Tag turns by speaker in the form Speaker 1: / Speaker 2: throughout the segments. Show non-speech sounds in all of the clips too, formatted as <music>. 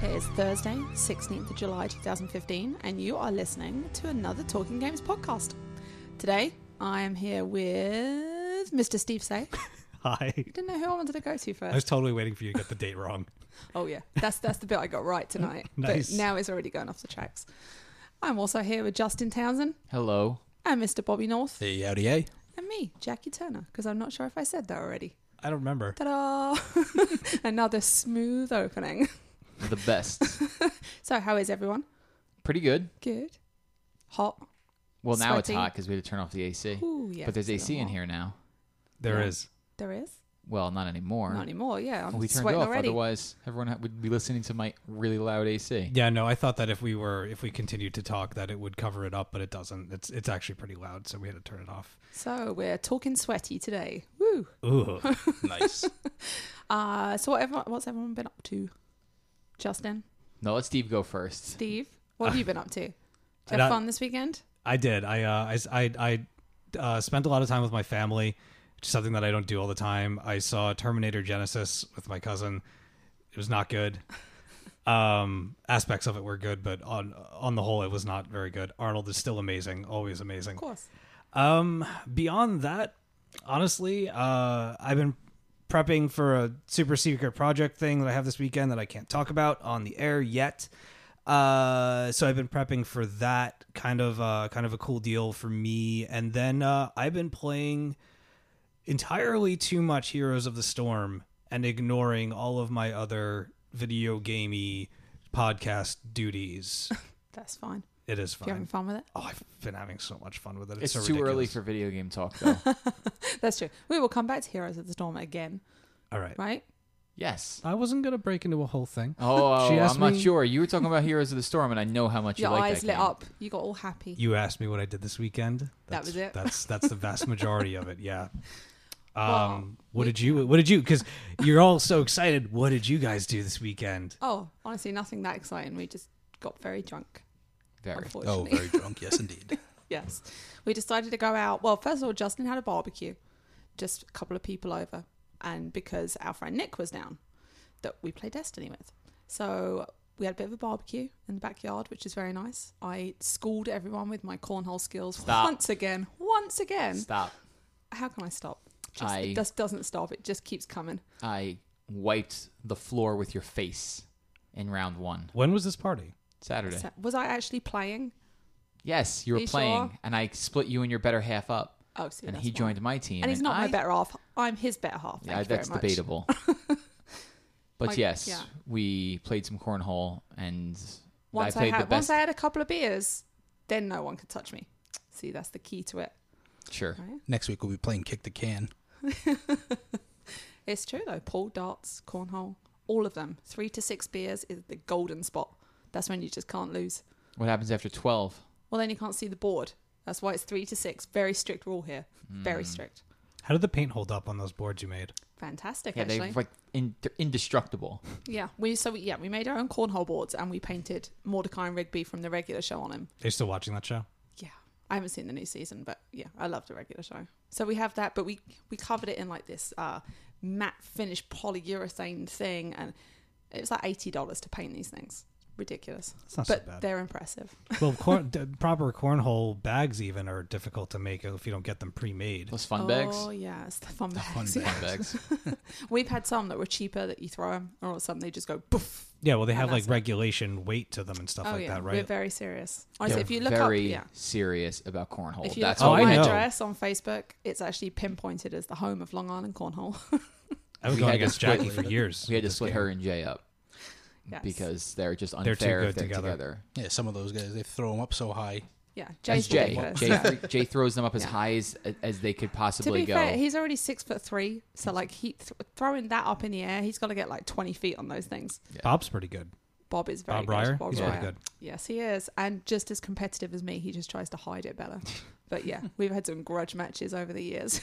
Speaker 1: Thursday, 16th of July 2015, and you are listening to another Talking Games podcast. Today, I am here with Mr. Steve Say.
Speaker 2: <laughs> Hi.
Speaker 1: Didn't know who I wanted to go to first.
Speaker 2: I was totally waiting for you to get the date <laughs> wrong.
Speaker 1: Oh yeah, that's that's the bit I got right tonight.
Speaker 2: Nice.
Speaker 1: But now it's already going off the tracks. I'm also here with Justin Townsend
Speaker 3: Hello.
Speaker 1: and Mr. Bobby North
Speaker 4: The ODA.
Speaker 1: and me, Jackie Turner, because I'm not sure if I said that already.
Speaker 2: I don't remember.
Speaker 1: Ta-da! <laughs> Another smooth opening.
Speaker 3: The best.
Speaker 1: <laughs> So how is everyone?
Speaker 3: Pretty good.
Speaker 1: Good. Hot.
Speaker 3: Well, now it's
Speaker 1: Sweaty.
Speaker 3: hot because we had to turn off the AC.
Speaker 1: Ooh, yeah.
Speaker 3: but there's
Speaker 1: it's a
Speaker 3: AC
Speaker 1: little
Speaker 3: in
Speaker 1: hot.
Speaker 3: here now.
Speaker 2: There
Speaker 1: Yeah.
Speaker 2: is.
Speaker 1: There is.
Speaker 3: Well, not anymore.
Speaker 1: Not anymore. Yeah, I'm
Speaker 3: we turned it
Speaker 1: sweating
Speaker 3: off.
Speaker 1: already.
Speaker 3: Otherwise, everyone ha- would be listening to my really loud AC.
Speaker 2: Yeah, no, I thought that if we were if we continued to talk that it would cover it up, but it doesn't. It's it's actually pretty loud, so we had to turn it off.
Speaker 1: So we're talking sweaty today. Woo.
Speaker 2: <laughs> Ooh.
Speaker 4: Nice.
Speaker 1: Uh, so what everyone, what's everyone been up to? Justin,
Speaker 3: No, let Steve go first.
Speaker 1: Steve, what have you been up
Speaker 3: <laughs>
Speaker 1: to? Did you
Speaker 2: not-
Speaker 1: have fun this weekend?
Speaker 2: I did. I uh I s- I, I, uh, spent a lot of time with my family, which is something that I don't do all the time. I saw Terminator Genesis with my cousin. It was not <laughs> good. Um, aspects of it were good, but on on the whole, it was not very good. Arnold is still amazing, always amazing.
Speaker 1: Of course.
Speaker 2: Um, beyond that, honestly, uh, I've been prepping for a super secret project thing that I have this weekend that I can't talk about on the air yet. Uh, so I've been prepping for that kind of uh, kind of a cool deal for me, and then uh, I've been playing entirely too much Heroes of the Storm and ignoring all of my other video gamey podcast duties.
Speaker 3: <laughs>
Speaker 1: That's fine.
Speaker 2: It is
Speaker 1: If you're having
Speaker 2: fine.
Speaker 1: fun with it,
Speaker 2: Oh, I've been having so much fun with it. It's,
Speaker 3: It's,
Speaker 2: so
Speaker 3: too early
Speaker 2: ridiculous.
Speaker 3: for video
Speaker 1: <laughs>
Speaker 3: game talk, though.
Speaker 1: that's true. We will come back to Heroes of the Storm again,
Speaker 2: All right.
Speaker 1: right?
Speaker 3: yes.
Speaker 2: I wasn't gonna break into a whole thing.
Speaker 3: Oh,
Speaker 2: She asked
Speaker 3: I'm not
Speaker 2: me-
Speaker 3: sure. You were talking about Heroes of the Storm, and I know how much
Speaker 1: Your
Speaker 3: you like
Speaker 1: eyes
Speaker 3: that
Speaker 1: lit
Speaker 3: game.
Speaker 1: up. You got all happy.
Speaker 2: You asked me what I did this weekend. That's,
Speaker 1: was it.
Speaker 2: That's that's the vast majority of it. Yeah.
Speaker 1: <laughs>
Speaker 2: Um,
Speaker 1: Well,
Speaker 2: what did you? What did you? Because you're all so excited. What did you guys do this weekend?
Speaker 1: Oh, honestly, nothing that exciting. We just got very drunk,
Speaker 3: Very.
Speaker 4: oh,
Speaker 1: unfortunately.
Speaker 4: very drunk. Yes, indeed.
Speaker 1: <laughs> yes. We decided to go out. Well, first of all, Justin had a barbecue, just a couple of people over. And because our friend Nick was down, that we play Destiny with. So we had a bit of a barbecue in the backyard, which is very nice. I schooled everyone with my cornhole skills
Speaker 3: Stop.
Speaker 1: once again. Once again.
Speaker 3: Stop.
Speaker 1: How can I stop? Just,
Speaker 3: I-
Speaker 1: It just doesn't stop. It just keeps coming.
Speaker 3: I wiped the floor with your face in round one,
Speaker 2: When was this party?
Speaker 3: Saturday.
Speaker 1: So- was I actually playing?
Speaker 3: yes, you were
Speaker 1: You sure?
Speaker 3: playing, and I split you and your better half up.
Speaker 1: Oh, see,
Speaker 3: and
Speaker 1: that's
Speaker 3: he
Speaker 1: why.
Speaker 3: joined my team.
Speaker 1: And he's not my
Speaker 3: I-
Speaker 1: better half. I'm his better half. Thank
Speaker 3: Yeah,
Speaker 1: you very
Speaker 3: that's
Speaker 1: much. <laughs>
Speaker 3: debatable. but
Speaker 1: My-
Speaker 3: yes,
Speaker 1: yeah.
Speaker 3: we played some cornhole, and
Speaker 1: Once
Speaker 3: I
Speaker 1: I,
Speaker 3: played
Speaker 1: had
Speaker 3: the best.
Speaker 1: once I had a couple of beers, then no one could touch me. See, that's the key to it.
Speaker 3: sure,
Speaker 4: Next week we'll be playing kick
Speaker 1: <laughs>
Speaker 4: the can.
Speaker 1: It's true though. Pool, darts, cornhole, all of them. Three to six beers is the golden spot. That's when you just can't lose.
Speaker 3: what happens after twelve?
Speaker 1: Well, then you can't see the board. That's why it's three to six. Very strict rule here. Very
Speaker 3: Hmm.
Speaker 1: strict.
Speaker 2: How did the paint hold up on those boards you made?
Speaker 1: Fantastic,
Speaker 3: Yeah,
Speaker 1: actually.
Speaker 3: they're like in, they're indestructible.
Speaker 1: Yeah, we so we, yeah we made our own cornhole boards and we painted Mordecai and Rigby from the regular show on him.
Speaker 2: Are you still watching that show?
Speaker 1: Yeah, I haven't seen the new season, but yeah, I love the regular show. So we have that, but we we covered it in like this uh, matte finish polyurethane thing, and it was like eighty dollars to paint these things. Ridiculous,
Speaker 2: That's not
Speaker 1: but
Speaker 2: so bad.
Speaker 1: they're impressive.
Speaker 2: Well, corn, d- proper cornhole bags even are difficult to make if you don't get them pre-made.
Speaker 3: Those fun bags.
Speaker 1: Oh yes, the fun
Speaker 4: fun
Speaker 1: bags.
Speaker 3: Fun bags.
Speaker 1: <laughs> We've had some that were cheaper that you throw them, or suddenly just go poof.
Speaker 2: Yeah, well, they have
Speaker 1: And
Speaker 2: like
Speaker 1: that's-
Speaker 2: regulation weight to them and stuff
Speaker 1: Oh
Speaker 2: like
Speaker 1: yeah,
Speaker 2: that,
Speaker 1: we're
Speaker 2: right?
Speaker 1: very serious. Honestly,
Speaker 3: They're
Speaker 1: if you look
Speaker 3: very
Speaker 1: up, yeah.
Speaker 3: serious about cornhole.
Speaker 1: If you
Speaker 3: That's
Speaker 1: look
Speaker 2: all
Speaker 3: what
Speaker 1: up
Speaker 2: Oh,
Speaker 1: my
Speaker 2: I know.
Speaker 1: address on Facebook, it's actually pinpointed as the home of Long Island Cornhole. <laughs>
Speaker 2: I've been going
Speaker 3: We had to
Speaker 2: against
Speaker 3: split-
Speaker 2: Jackie for years.
Speaker 3: we had to
Speaker 2: with this
Speaker 3: split
Speaker 2: game.
Speaker 3: her and Jay up
Speaker 1: Yes.
Speaker 3: because they're just
Speaker 2: too
Speaker 3: unfair if
Speaker 2: good
Speaker 3: they're
Speaker 2: together.
Speaker 3: together.
Speaker 4: Yeah, some of those guys they throw them up so high.
Speaker 1: yeah,
Speaker 3: That's
Speaker 1: Jay's
Speaker 3: Jay.
Speaker 1: ridiculous.
Speaker 3: Jay,
Speaker 1: Yeah. <laughs>
Speaker 3: thre- Jay throws them up as
Speaker 1: Yeah.
Speaker 3: high as, as they could
Speaker 1: to
Speaker 3: possibly
Speaker 1: be
Speaker 3: go.
Speaker 1: fair, he's already six foot three, so like he th- throwing that up in the air, he's got to get like twenty feet on those things.
Speaker 2: Bob's pretty good.
Speaker 1: Bob is very
Speaker 2: Bob
Speaker 1: good.
Speaker 2: Ryer, he's
Speaker 3: Ryer.
Speaker 2: pretty good.
Speaker 1: Yes, he is, and just as competitive as me, he just tries to hide it
Speaker 3: <laughs>
Speaker 1: better. But yeah, we've had some grudge matches over the years.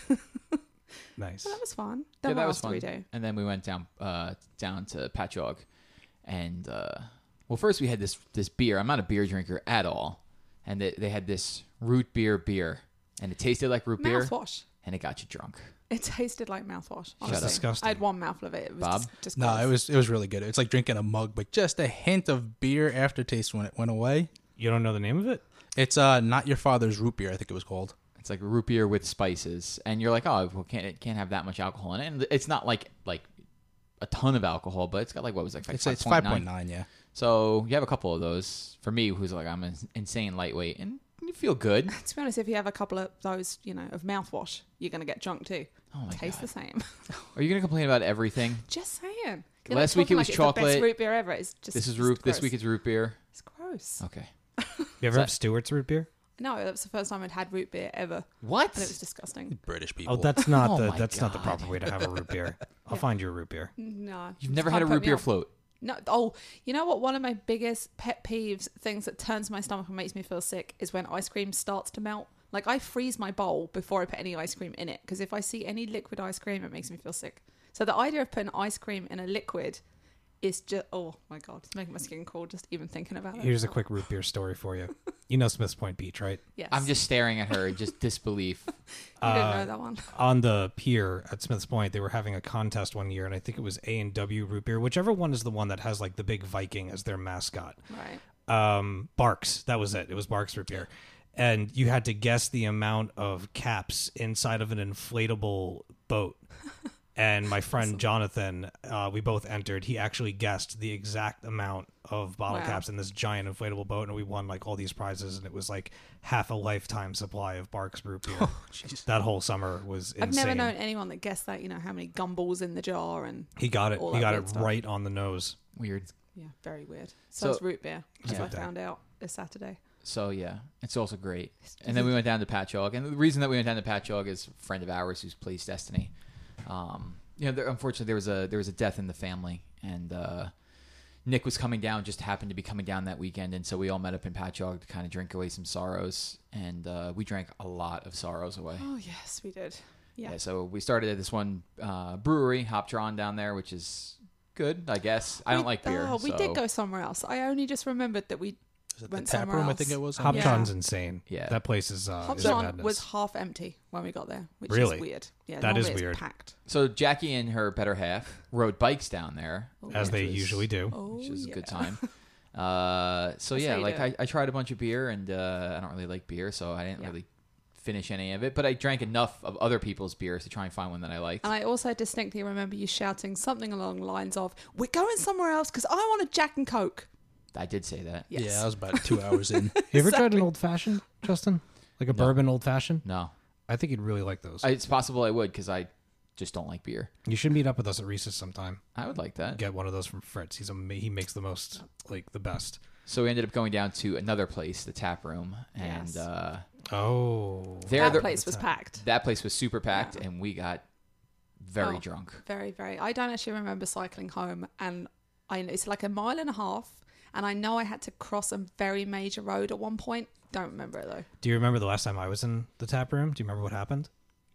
Speaker 1: <laughs>
Speaker 2: Nice.
Speaker 1: that was fun. Then
Speaker 3: yeah,
Speaker 1: what
Speaker 3: that
Speaker 1: else
Speaker 3: was
Speaker 1: do
Speaker 3: fun.
Speaker 1: we do?
Speaker 3: And then we went down uh, down to Patchogue, and uh, well, first we had this this beer. I'm not a beer drinker at all, and they, they had this root beer beer, and it tasted like root beer,
Speaker 1: Mouthwash.
Speaker 3: and it got you drunk.
Speaker 1: It tasted like mouthwash.
Speaker 3: Shut
Speaker 1: honestly.
Speaker 3: up.
Speaker 2: Disgusting.
Speaker 1: I had one mouthful of it. It was
Speaker 3: Bob?
Speaker 1: just, just
Speaker 4: No,
Speaker 1: gross.
Speaker 4: it was it was really good. It's like drinking a mug, but just a hint of beer aftertaste when it went away.
Speaker 2: You don't know the name of it?
Speaker 4: It's uh not your father's root beer, I think it was called.
Speaker 3: It's like root beer with spices, and you're like, oh, well, can't it can't have that much alcohol in it? And it's not like like a ton of alcohol, but it's got like what was it, like
Speaker 4: It's it's five point nine, yeah.
Speaker 3: So you have a couple of those. For me, who's like I'm an insane lightweight, and you
Speaker 1: <laughs>
Speaker 3: feel good.
Speaker 1: To be honest, if you have a couple of those, you know, of mouthwash, you're going to get drunk too.
Speaker 3: Oh my
Speaker 1: Tastes
Speaker 3: god!
Speaker 1: the same. <laughs>
Speaker 3: Are you gonna complain about everything?
Speaker 1: just saying. You're, like,
Speaker 3: Last week it
Speaker 1: talking
Speaker 3: was
Speaker 1: like It's the
Speaker 3: chocolate.
Speaker 1: best root beer ever. It's just
Speaker 3: this is
Speaker 1: just
Speaker 3: root. This
Speaker 1: gross.
Speaker 3: week it's root beer.
Speaker 1: It's gross.
Speaker 3: Okay.
Speaker 2: You ever have Stewart's root beer?
Speaker 1: No, that was the first time I'd had root beer ever,
Speaker 3: What?
Speaker 1: and it was
Speaker 3: <laughs>
Speaker 1: disgusting.
Speaker 4: British people.
Speaker 2: Oh, that's not
Speaker 3: Oh
Speaker 2: the
Speaker 3: my
Speaker 2: that's not the
Speaker 3: God.
Speaker 2: proper way to have a root beer. I'll find you a root beer.
Speaker 1: No,
Speaker 3: You've never had
Speaker 1: Can't
Speaker 3: a
Speaker 1: put
Speaker 3: root
Speaker 1: me
Speaker 3: beer
Speaker 1: off.
Speaker 3: float.
Speaker 1: No. Oh, you know what? One of my biggest pet peeves, things that turns my stomach and makes me feel sick, is when ice cream starts to melt. Like I freeze my bowl before I put any ice cream in it because if I see any liquid ice cream, it makes me feel sick. So the idea of putting ice cream in a liquid is just oh my god, it's making my skin crawl just even thinking about it.
Speaker 2: Here's a quick root beer story for you. You know Smiths Point Beach, right?
Speaker 1: Yes,
Speaker 3: I'm just staring at her,
Speaker 1: <laughs>
Speaker 3: in just disbelief.
Speaker 1: you didn't
Speaker 2: uh,
Speaker 1: know that one. <laughs>
Speaker 2: on the pier at Smith's Point, they were having a contest one year, and I think it was A and W root beer, whichever one is the one that has like the big Viking as their mascot.
Speaker 1: Right.
Speaker 2: Um, Barks, that was it. It was Barks root beer, and you had to guess the amount of caps inside of an inflatable
Speaker 1: <laughs>
Speaker 2: boat. And my friend Jonathan, uh, we both entered. He actually guessed the exact amount of bottle
Speaker 1: Wow.
Speaker 2: caps in this giant inflatable boat, and we won like all these prizes. And it was like half a lifetime supply of Barks root
Speaker 1: <laughs>
Speaker 2: beer. that whole summer was insane.
Speaker 1: I've never known anyone that guessed that. You know how many gumballs in the jar and
Speaker 2: He got it.
Speaker 1: all
Speaker 2: He
Speaker 1: that
Speaker 2: got
Speaker 1: weird
Speaker 2: it
Speaker 1: stuff.
Speaker 2: right on the nose.
Speaker 3: Weird.
Speaker 1: yeah, very weird. So,
Speaker 3: So-
Speaker 1: it's root beer, as
Speaker 3: Yeah.
Speaker 1: I found out this Saturday.
Speaker 3: So yeah, it's also great. And then we went down to Patchogue, and the reason that we went down to Patchogue is a friend of ours who's plays Destiny. Um, you know, there, unfortunately, there was a there was a death in the family, and uh, Nick was coming down, just happened to be coming down that weekend, and so we all met up in Patchogue to kind of drink away some sorrows, and uh, we drank a lot of sorrows away.
Speaker 1: <gasps>
Speaker 3: <gasps>
Speaker 1: Oh yes, we did. Yeah.
Speaker 3: Yeah, so we started at this one uh, brewery, Hoptron, down there, which is good, I guess. I don't
Speaker 1: We-
Speaker 3: like beer.
Speaker 1: Oh, we
Speaker 3: so-
Speaker 1: did go somewhere else. I only just remembered that we
Speaker 4: Was it the
Speaker 1: Went
Speaker 4: tap
Speaker 1: somewhere
Speaker 4: room, I
Speaker 1: else.
Speaker 4: think it was.
Speaker 1: Hop- Yeah.
Speaker 2: Hoptron's insane.
Speaker 3: Yeah.
Speaker 2: that place is. Uh, is
Speaker 1: Hopson
Speaker 2: madness.
Speaker 1: was half empty when we got there, which
Speaker 2: Really?
Speaker 1: is weird. Yeah,
Speaker 2: That is
Speaker 1: normally it's
Speaker 2: weird.
Speaker 1: Packed.
Speaker 3: So Jackie and her better half rode bikes down there,
Speaker 2: as
Speaker 3: which
Speaker 2: they
Speaker 3: was-
Speaker 2: usually do.
Speaker 1: Oh,
Speaker 3: which is
Speaker 1: yeah.
Speaker 3: a good time.
Speaker 1: <laughs>
Speaker 3: Uh, so
Speaker 1: That's
Speaker 3: yeah,
Speaker 1: how you
Speaker 3: like
Speaker 1: do
Speaker 3: I,
Speaker 1: it.
Speaker 3: I tried a bunch of beer, and uh, I don't really like beer, so I didn't
Speaker 1: Yeah.
Speaker 3: really finish any of it. But I drank enough of other people's beers to try and find one that I liked.
Speaker 1: And I also distinctly remember you shouting something along the lines of, "We're going somewhere else because I want a Jack and Coke."
Speaker 3: I did say that.
Speaker 1: Yes.
Speaker 4: Yeah, I was about two
Speaker 1: <laughs>
Speaker 4: hours in. <laughs>
Speaker 2: You ever tried an old fashioned, Justin? Like a bourbon old fashioned?
Speaker 3: No,
Speaker 2: I think you'd really like those.
Speaker 3: I, it's possible I would because I just don't like beer.
Speaker 2: you should meet up with us at Reese's sometime.
Speaker 3: I would like that.
Speaker 2: Get one of those from Fritz. He's a he makes the most like the best.
Speaker 3: So we ended up going down to another place, the tap room, and
Speaker 1: Yes.
Speaker 3: uh,
Speaker 2: Oh,
Speaker 3: there
Speaker 1: that
Speaker 3: the-
Speaker 1: place was packed.
Speaker 3: that place was super packed,
Speaker 1: Yeah.
Speaker 3: and we got very
Speaker 1: Oh.
Speaker 3: drunk.
Speaker 1: Very, very. I don't actually remember cycling home, and I it's like a mile and a half, and I know I had to cross a very major road at one point. Don't remember it though.
Speaker 2: do you remember the last time I was in the tap room? Do you remember what happened?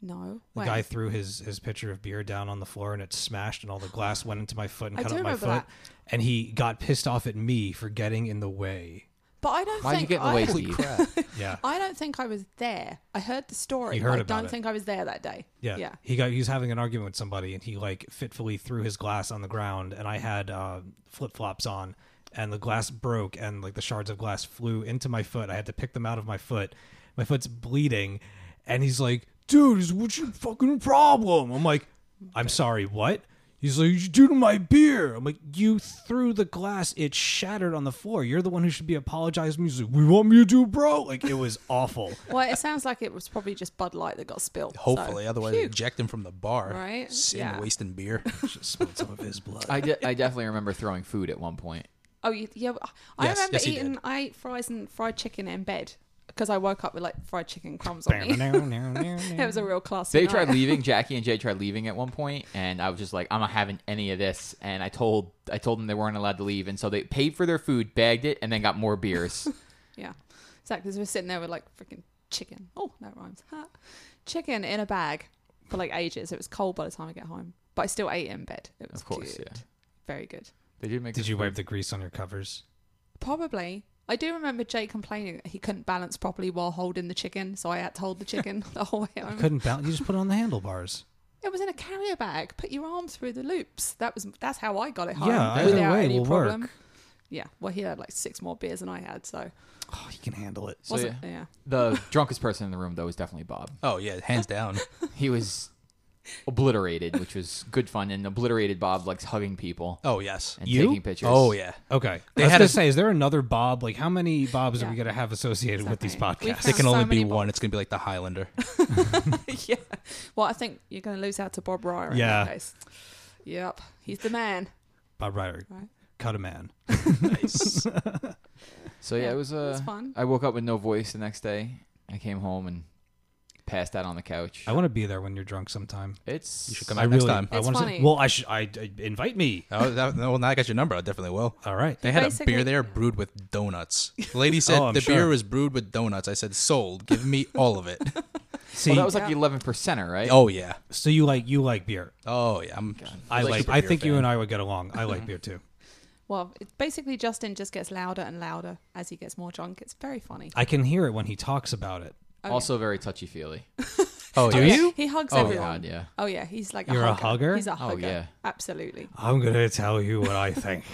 Speaker 1: No,
Speaker 2: The
Speaker 1: When?
Speaker 2: guy threw his his pitcher of beer down on the floor and it smashed and all the glass went into my foot and
Speaker 1: I
Speaker 2: cut
Speaker 1: do
Speaker 2: up my
Speaker 1: remember
Speaker 2: foot.
Speaker 1: that.
Speaker 2: And he got pissed off at me for getting in the way.
Speaker 1: but I don't
Speaker 3: Why'd you
Speaker 1: think
Speaker 3: get in the
Speaker 1: I, <laughs>
Speaker 3: way,
Speaker 4: Holy
Speaker 3: Steve?
Speaker 4: crap!
Speaker 2: Yeah.
Speaker 1: I don't think I was there. I heard the story.
Speaker 2: You heard
Speaker 1: but I
Speaker 2: about
Speaker 1: don't
Speaker 2: it.
Speaker 1: think I was there that day.
Speaker 2: Yeah.
Speaker 1: Yeah.
Speaker 2: He got he was having an argument with somebody and he like fitfully threw his glass on the ground and I had uh, flip flops on and the glass broke and like the shards of glass flew into my foot. I had to pick them out of my foot. My foot's bleeding and he's like, dude, is what's your fucking problem? I'm like, I'm sorry, what? He's like, you do to my beer. I'm like, you threw the glass; it shattered on the floor. You're the one who should be apologizing. He's like, we want me to do, bro. Like it was
Speaker 1: <laughs>
Speaker 2: awful.
Speaker 1: Well, it sounds like it was probably just Bud Light that got spilled. so-
Speaker 4: Hopefully, otherwise they
Speaker 1: Phew.
Speaker 4: eject him from the bar.
Speaker 1: Right?
Speaker 4: Sin
Speaker 1: Yeah.
Speaker 4: wasting
Speaker 1: <laughs>
Speaker 4: beer.
Speaker 2: Just spilled some of his blood.
Speaker 3: I, de- I definitely remember throwing food at one point.
Speaker 1: Oh, you, yeah. I
Speaker 4: Yes,
Speaker 1: remember
Speaker 4: yes, he did.
Speaker 1: eating. I ate fries and fried chicken in bed because I woke up with like fried chicken crumbs on me. <laughs> it
Speaker 2: it
Speaker 1: was a real classy.
Speaker 3: They
Speaker 1: night.
Speaker 3: tried leaving. Jackie and Jay tried leaving at one point, and I was just like, "I'm not having any of this." And I told I told them they weren't allowed to leave, and so they paid for their food, bagged it, and then got more beers.
Speaker 1: Yeah, exactly. Because we're sitting there with like freaking chicken. Oh, that rhymes. Ha. Chicken in a bag for like ages. It was cold by the time I get home, but I still ate it in bed. It was
Speaker 3: Of course,
Speaker 1: cute.
Speaker 3: yeah.
Speaker 1: very good.
Speaker 3: they did make.
Speaker 2: Did
Speaker 3: us
Speaker 2: you
Speaker 3: food.
Speaker 2: wipe the grease on your covers?
Speaker 1: Probably. I do remember Jay complaining that he couldn't balance properly while holding the chicken, <laughs> so I had to hold the chicken the whole way
Speaker 2: You
Speaker 1: home.
Speaker 2: couldn't balance. You just put it on the handlebars.
Speaker 1: It was in a carrier bag. Put your arm through the loops. That was that's how I got it home
Speaker 2: Yeah, either
Speaker 1: without
Speaker 2: way
Speaker 1: any
Speaker 2: will
Speaker 1: problem.
Speaker 2: work.
Speaker 1: Yeah, well, he had like six more beers than I had, so
Speaker 2: Oh, you can handle it.
Speaker 3: So,
Speaker 1: wasn't
Speaker 3: yeah.
Speaker 1: yeah.
Speaker 3: The drunkest person in the room though was definitely Bob.
Speaker 4: Oh yeah, hands down.
Speaker 3: He was obliterated, which was good fun. And obliterated Bob likes hugging people
Speaker 4: Oh yes.
Speaker 3: and
Speaker 2: You?
Speaker 3: taking pictures.
Speaker 4: Oh yeah.
Speaker 2: Okay.
Speaker 4: They
Speaker 2: I was
Speaker 4: had
Speaker 2: gonna
Speaker 4: a-
Speaker 2: say, is there another Bob? Like, how many Bobs are we
Speaker 1: Yeah.
Speaker 2: gonna have associated with these
Speaker 1: Exactly. We've
Speaker 2: podcasts?
Speaker 4: There
Speaker 1: Found
Speaker 4: can only
Speaker 1: so
Speaker 4: be
Speaker 1: many bo-
Speaker 4: one. It's gonna be like the Highlander.
Speaker 1: <laughs> yeah. Well, I think you're going to lose out to Bob Ryer in
Speaker 2: Yeah.
Speaker 1: that case. Yep, he's the man.
Speaker 2: Bob Ryder,
Speaker 1: Right.
Speaker 2: cut a man.
Speaker 3: So yeah,
Speaker 1: Yeah,
Speaker 3: it was
Speaker 1: It
Speaker 3: uh,
Speaker 1: was fun.
Speaker 3: I woke up with no voice the next day. I came home and passed out on the couch.
Speaker 2: I want to be there when you're drunk sometime.
Speaker 3: It's
Speaker 4: You should come
Speaker 2: I
Speaker 4: out next
Speaker 2: really,
Speaker 4: time.
Speaker 2: I
Speaker 1: It's
Speaker 2: want to.
Speaker 1: funny.
Speaker 2: Well, I should. I, I invite me.
Speaker 4: Oh, that, well, now I got your number. I definitely will.
Speaker 2: All right.
Speaker 4: They had
Speaker 1: Basically-
Speaker 4: a beer there brewed with donuts. The lady said
Speaker 2: Oh, I'm
Speaker 4: the
Speaker 2: sure.
Speaker 4: beer was brewed with donuts. I said, sold. Give me all of it.
Speaker 2: See,
Speaker 3: well, that was like
Speaker 1: Yeah.
Speaker 3: the eleven percenter, right?
Speaker 4: oh yeah.
Speaker 2: so you like you like beer.
Speaker 4: Oh yeah. I'm.
Speaker 2: I
Speaker 4: like
Speaker 2: like.
Speaker 4: super
Speaker 2: I
Speaker 4: beer
Speaker 2: think you
Speaker 4: fan.
Speaker 2: and I would get along. I
Speaker 1: Mm-hmm.
Speaker 2: like beer too.
Speaker 1: Well, it, basically, Justin just gets louder and louder as he gets more drunk. It's very funny.
Speaker 2: I can hear it when he talks about it.
Speaker 1: Oh,
Speaker 3: also very
Speaker 1: <laughs>
Speaker 3: touchy feely.
Speaker 4: Oh
Speaker 1: yeah.
Speaker 4: yeah.
Speaker 1: Yeah, He hugs
Speaker 3: Oh,
Speaker 1: everyone.
Speaker 3: God, yeah.
Speaker 1: Oh yeah, he's like
Speaker 2: You're
Speaker 1: a,
Speaker 2: a
Speaker 1: hugger.
Speaker 2: hugger?
Speaker 1: He's a
Speaker 3: Oh,
Speaker 1: hugger.
Speaker 3: yeah.
Speaker 1: absolutely.
Speaker 2: I'm gonna tell you what I <laughs> think.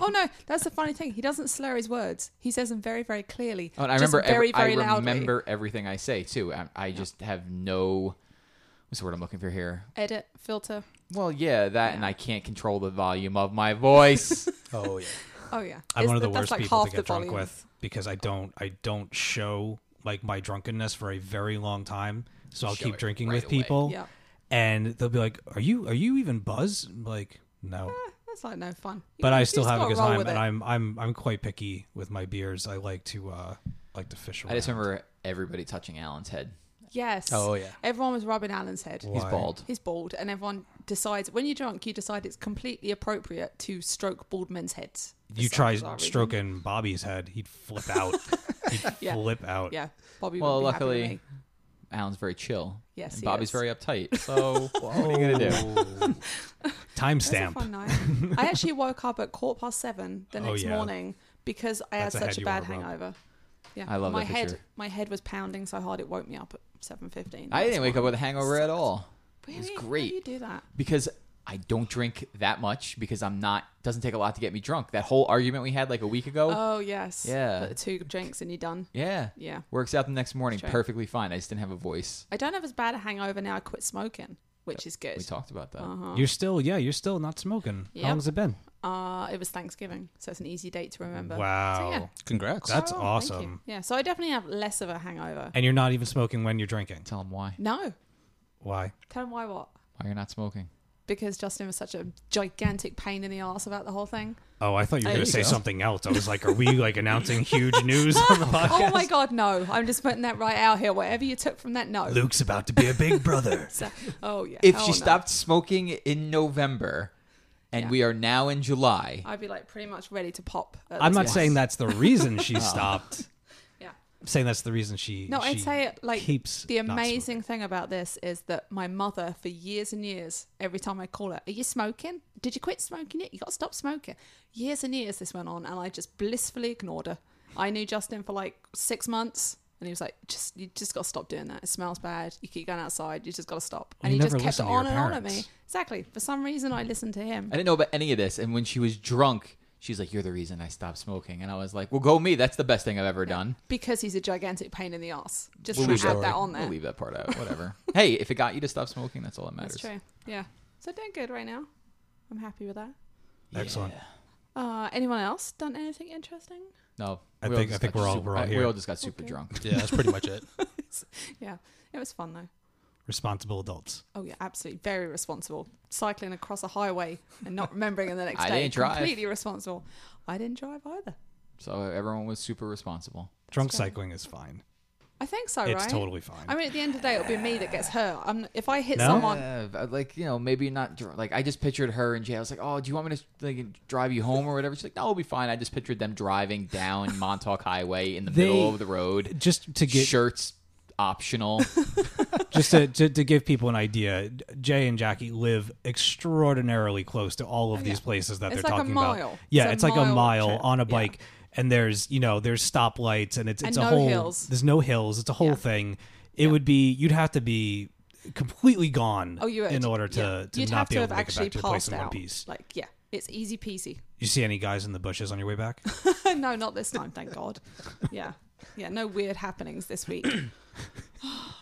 Speaker 1: Oh no, that's the funny thing. He doesn't slur his words. He says them very, very clearly.
Speaker 3: Oh, and I
Speaker 1: just
Speaker 3: remember.
Speaker 1: very,
Speaker 3: every,
Speaker 1: very
Speaker 3: I
Speaker 1: loudly.
Speaker 3: remember everything I say too. I, I just have no. What's the word I'm looking for here?
Speaker 1: Edit filter.
Speaker 3: Well, yeah, that, and I can't control the volume of my voice. <laughs>
Speaker 4: Oh yeah.
Speaker 1: Oh yeah,
Speaker 2: I'm
Speaker 1: It's-
Speaker 2: one of the
Speaker 1: that's
Speaker 2: worst
Speaker 1: like
Speaker 2: people to
Speaker 1: half the
Speaker 2: get drunk
Speaker 1: volume.
Speaker 2: with because I don't. I don't show like my drunkenness for a very long time. So I'll
Speaker 3: Show
Speaker 2: keep
Speaker 3: it
Speaker 2: drinking
Speaker 3: right
Speaker 2: with
Speaker 3: away.
Speaker 2: people,
Speaker 1: Yeah,
Speaker 2: and they'll be like, "Are you? Are you even buzzed?" I'm like, no.
Speaker 1: that's like no fun. Eh, You
Speaker 2: but
Speaker 1: know,
Speaker 2: I
Speaker 1: you
Speaker 2: still
Speaker 1: just
Speaker 2: have a
Speaker 1: gotta
Speaker 2: good
Speaker 1: roll
Speaker 2: time,
Speaker 1: with
Speaker 2: and
Speaker 1: it.
Speaker 2: I'm I'm I'm quite picky with my beers. I like to uh like to fish around.
Speaker 3: I just remember everybody touching Alan's head.
Speaker 1: Yes.
Speaker 4: Oh yeah.
Speaker 1: Everyone was rubbing Alan's head.
Speaker 3: He's
Speaker 2: Why?
Speaker 3: bald.
Speaker 1: He's bald, and everyone decides when you're drunk, you decide it's completely appropriate to stroke bald men's heads. for
Speaker 2: you
Speaker 1: some
Speaker 2: try
Speaker 1: bizarre reason.
Speaker 2: stroking Bobby's head, he'd flip out.
Speaker 3: <laughs>
Speaker 2: he'd
Speaker 1: <laughs> Yeah.
Speaker 2: flip out.
Speaker 1: Yeah, Bobby.
Speaker 3: Well,
Speaker 1: would be happy with
Speaker 3: luckily-
Speaker 1: me.
Speaker 3: Alan's very chill.
Speaker 1: Yes,
Speaker 3: and
Speaker 1: he
Speaker 3: Bobby's
Speaker 1: is.
Speaker 3: very
Speaker 1: <laughs>
Speaker 3: uptight. So what are you gonna do?
Speaker 1: It was a fun
Speaker 2: Timestamp. <laughs>
Speaker 1: night. I actually woke up at quarter past seven the
Speaker 2: Oh,
Speaker 1: next
Speaker 2: yeah.
Speaker 1: morning because I
Speaker 2: That's a
Speaker 1: had such
Speaker 2: head
Speaker 1: a
Speaker 2: you
Speaker 1: bad
Speaker 2: wanna rub.
Speaker 1: hangover. Yeah,
Speaker 3: I love
Speaker 1: my
Speaker 3: that
Speaker 1: head.
Speaker 3: picture.
Speaker 1: My head was pounding so hard it woke me up at seven fifteen.
Speaker 3: I didn't wake up with a hangover at all
Speaker 1: Really?
Speaker 3: was
Speaker 1: How do
Speaker 3: great.
Speaker 1: you do that?
Speaker 3: because I don't drink that much because I'm not. Doesn't take a lot to get me drunk. That whole argument we had like a week ago.
Speaker 1: Oh yes.
Speaker 3: Yeah.
Speaker 1: Put the two drinks and you're done.
Speaker 3: yeah.
Speaker 1: Yeah.
Speaker 3: Works out the next morning
Speaker 1: Sure.
Speaker 3: perfectly fine. I just didn't have a voice.
Speaker 1: I don't have as bad a hangover now. I quit smoking, which is good.
Speaker 3: We talked about that.
Speaker 1: Uh-huh.
Speaker 2: You're still, yeah, you're still not smoking.
Speaker 1: Yep.
Speaker 2: How long's it been?
Speaker 1: Uh, it was Thanksgiving, so it's an easy date to remember.
Speaker 2: Wow,
Speaker 1: So, yeah.
Speaker 4: Congrats.
Speaker 2: that's
Speaker 1: Oh, thank you.
Speaker 2: awesome.
Speaker 1: Yeah, so I definitely have less of a hangover.
Speaker 2: And you're not even smoking when you're drinking.
Speaker 3: Tell him why.
Speaker 1: No,
Speaker 2: Why?
Speaker 1: tell him why what?
Speaker 3: Why you're not smoking?
Speaker 1: Because Justin was such a gigantic pain in the ass about the whole thing.
Speaker 2: <laughs> Oh, I thought you were
Speaker 1: There
Speaker 2: going to
Speaker 1: you
Speaker 2: say
Speaker 4: go.
Speaker 2: something else. I was like, are we like announcing huge news on
Speaker 1: <laughs>
Speaker 2: the podcast?
Speaker 1: Oh my god, no! I'm just putting that right out here. Whatever you took from that, no.
Speaker 2: Luke's about to be a big brother.
Speaker 1: So- oh yeah.
Speaker 3: If
Speaker 1: Oh,
Speaker 3: she
Speaker 1: no.
Speaker 3: stopped smoking in November, and
Speaker 1: Yeah. Uh,
Speaker 3: we are now in July,
Speaker 1: I'd be like pretty much ready to pop. at
Speaker 2: <laughs> I'm
Speaker 1: this
Speaker 2: not
Speaker 1: point.
Speaker 2: saying that's the reason she stopped.
Speaker 1: Yeah.
Speaker 2: I'm saying that's the reason she.
Speaker 1: No, I'd
Speaker 2: she
Speaker 1: say like
Speaker 2: keeps
Speaker 1: the
Speaker 2: not
Speaker 1: amazing thing about this is that my mother, for years and years, every time I call her, "Are you smoking? Did you quit smoking yet? You got to stop smoking." Years and years this went on, and I just blissfully ignored her. I knew Justin for like six months, and he was like, "Just you just got to stop doing that. It smells bad. You keep going outside. You just got to stop."
Speaker 2: Well,
Speaker 1: And he
Speaker 2: you
Speaker 1: just
Speaker 2: never
Speaker 1: kept
Speaker 2: listen to your
Speaker 1: on and on at me.
Speaker 2: parents.
Speaker 1: Exactly. For some reason, I listened to him.
Speaker 3: I didn't know about any of this. And when she was drunk, she's like, "You're the reason I stopped smoking." And I was like, "Well, go me. That's the best thing I've ever done."
Speaker 1: because he's a gigantic pain in the ass. Just
Speaker 3: We'll
Speaker 1: to add
Speaker 3: leave that
Speaker 1: that
Speaker 4: story.
Speaker 1: on there.
Speaker 3: We'll leave that part
Speaker 1: <laughs>
Speaker 3: out. Whatever. hey, if it got you to stop smoking, that's all that matters.
Speaker 1: That's true. Yeah. So doing good right now. I'm happy with that.
Speaker 2: Excellent.
Speaker 3: Yeah.
Speaker 1: Uh, anyone else done anything interesting?
Speaker 3: No,
Speaker 2: I
Speaker 3: we all
Speaker 2: think- I
Speaker 3: just
Speaker 2: think
Speaker 3: got
Speaker 2: we're all-
Speaker 3: super-
Speaker 2: we're all
Speaker 3: I- We
Speaker 2: here.
Speaker 3: all just got super
Speaker 1: Okay.
Speaker 3: drunk.
Speaker 4: Yeah, that's pretty much it.
Speaker 1: Yeah, it was fun though.
Speaker 2: <laughs> Responsible adults.
Speaker 1: Oh yeah, absolutely. Very responsible. Cycling across a highway and not remembering it the next
Speaker 3: <laughs> I
Speaker 1: day.
Speaker 3: didn't drive.
Speaker 1: Completely responsible. I didn't drive either.
Speaker 3: So uh, everyone was super responsible.
Speaker 2: Drunk
Speaker 1: right.
Speaker 2: cycling is fine.
Speaker 1: I think so,
Speaker 2: It's
Speaker 1: right?
Speaker 2: totally fine.
Speaker 1: I mean, at the end of the day, it'll be me that gets hurt. I'm, if I hit
Speaker 2: No?
Speaker 1: someone,
Speaker 3: Yeah, but, like you know, maybe not. dr- Like I just pictured her in jail. I was like, "Oh, do you want me to like drive you home or whatever?" She's like, "No, we'll be fine." I just pictured them driving <laughs> down Montauk Highway in the
Speaker 2: They-
Speaker 3: middle of the road,
Speaker 2: just to get
Speaker 3: shirts <laughs> optional.
Speaker 2: just to, to, to give people an idea, Jay and Jackie live extraordinarily close to all of
Speaker 1: Oh,
Speaker 2: these
Speaker 1: yeah.
Speaker 2: places that
Speaker 1: It's
Speaker 2: they're
Speaker 1: like a
Speaker 2: talking about.
Speaker 1: mile.
Speaker 2: Yeah, it's,
Speaker 1: It's a
Speaker 2: like a
Speaker 1: mile
Speaker 2: mile
Speaker 1: trip.
Speaker 2: on a
Speaker 1: Yeah.
Speaker 2: bike, and there's you know there's stoplights and it's
Speaker 1: And
Speaker 2: it's a
Speaker 1: no
Speaker 2: whole
Speaker 1: hills.
Speaker 2: there's no hills. It's a whole
Speaker 1: Yeah.
Speaker 2: thing. It would be you'd have to be completely gone
Speaker 1: Oh, you would.
Speaker 2: in order to,
Speaker 1: Yeah.
Speaker 2: to
Speaker 1: You'd
Speaker 2: not
Speaker 1: have
Speaker 2: be
Speaker 1: to have
Speaker 2: able to make it
Speaker 1: actually
Speaker 2: back to your place
Speaker 1: passed
Speaker 2: in one
Speaker 1: out.
Speaker 2: piece.
Speaker 1: Like, yeah, it's easy peasy.
Speaker 2: You see any guys in the bushes on your way back?
Speaker 1: <laughs> no, not this time, thank God. Yeah. Yeah, no weird happenings this week. <sighs>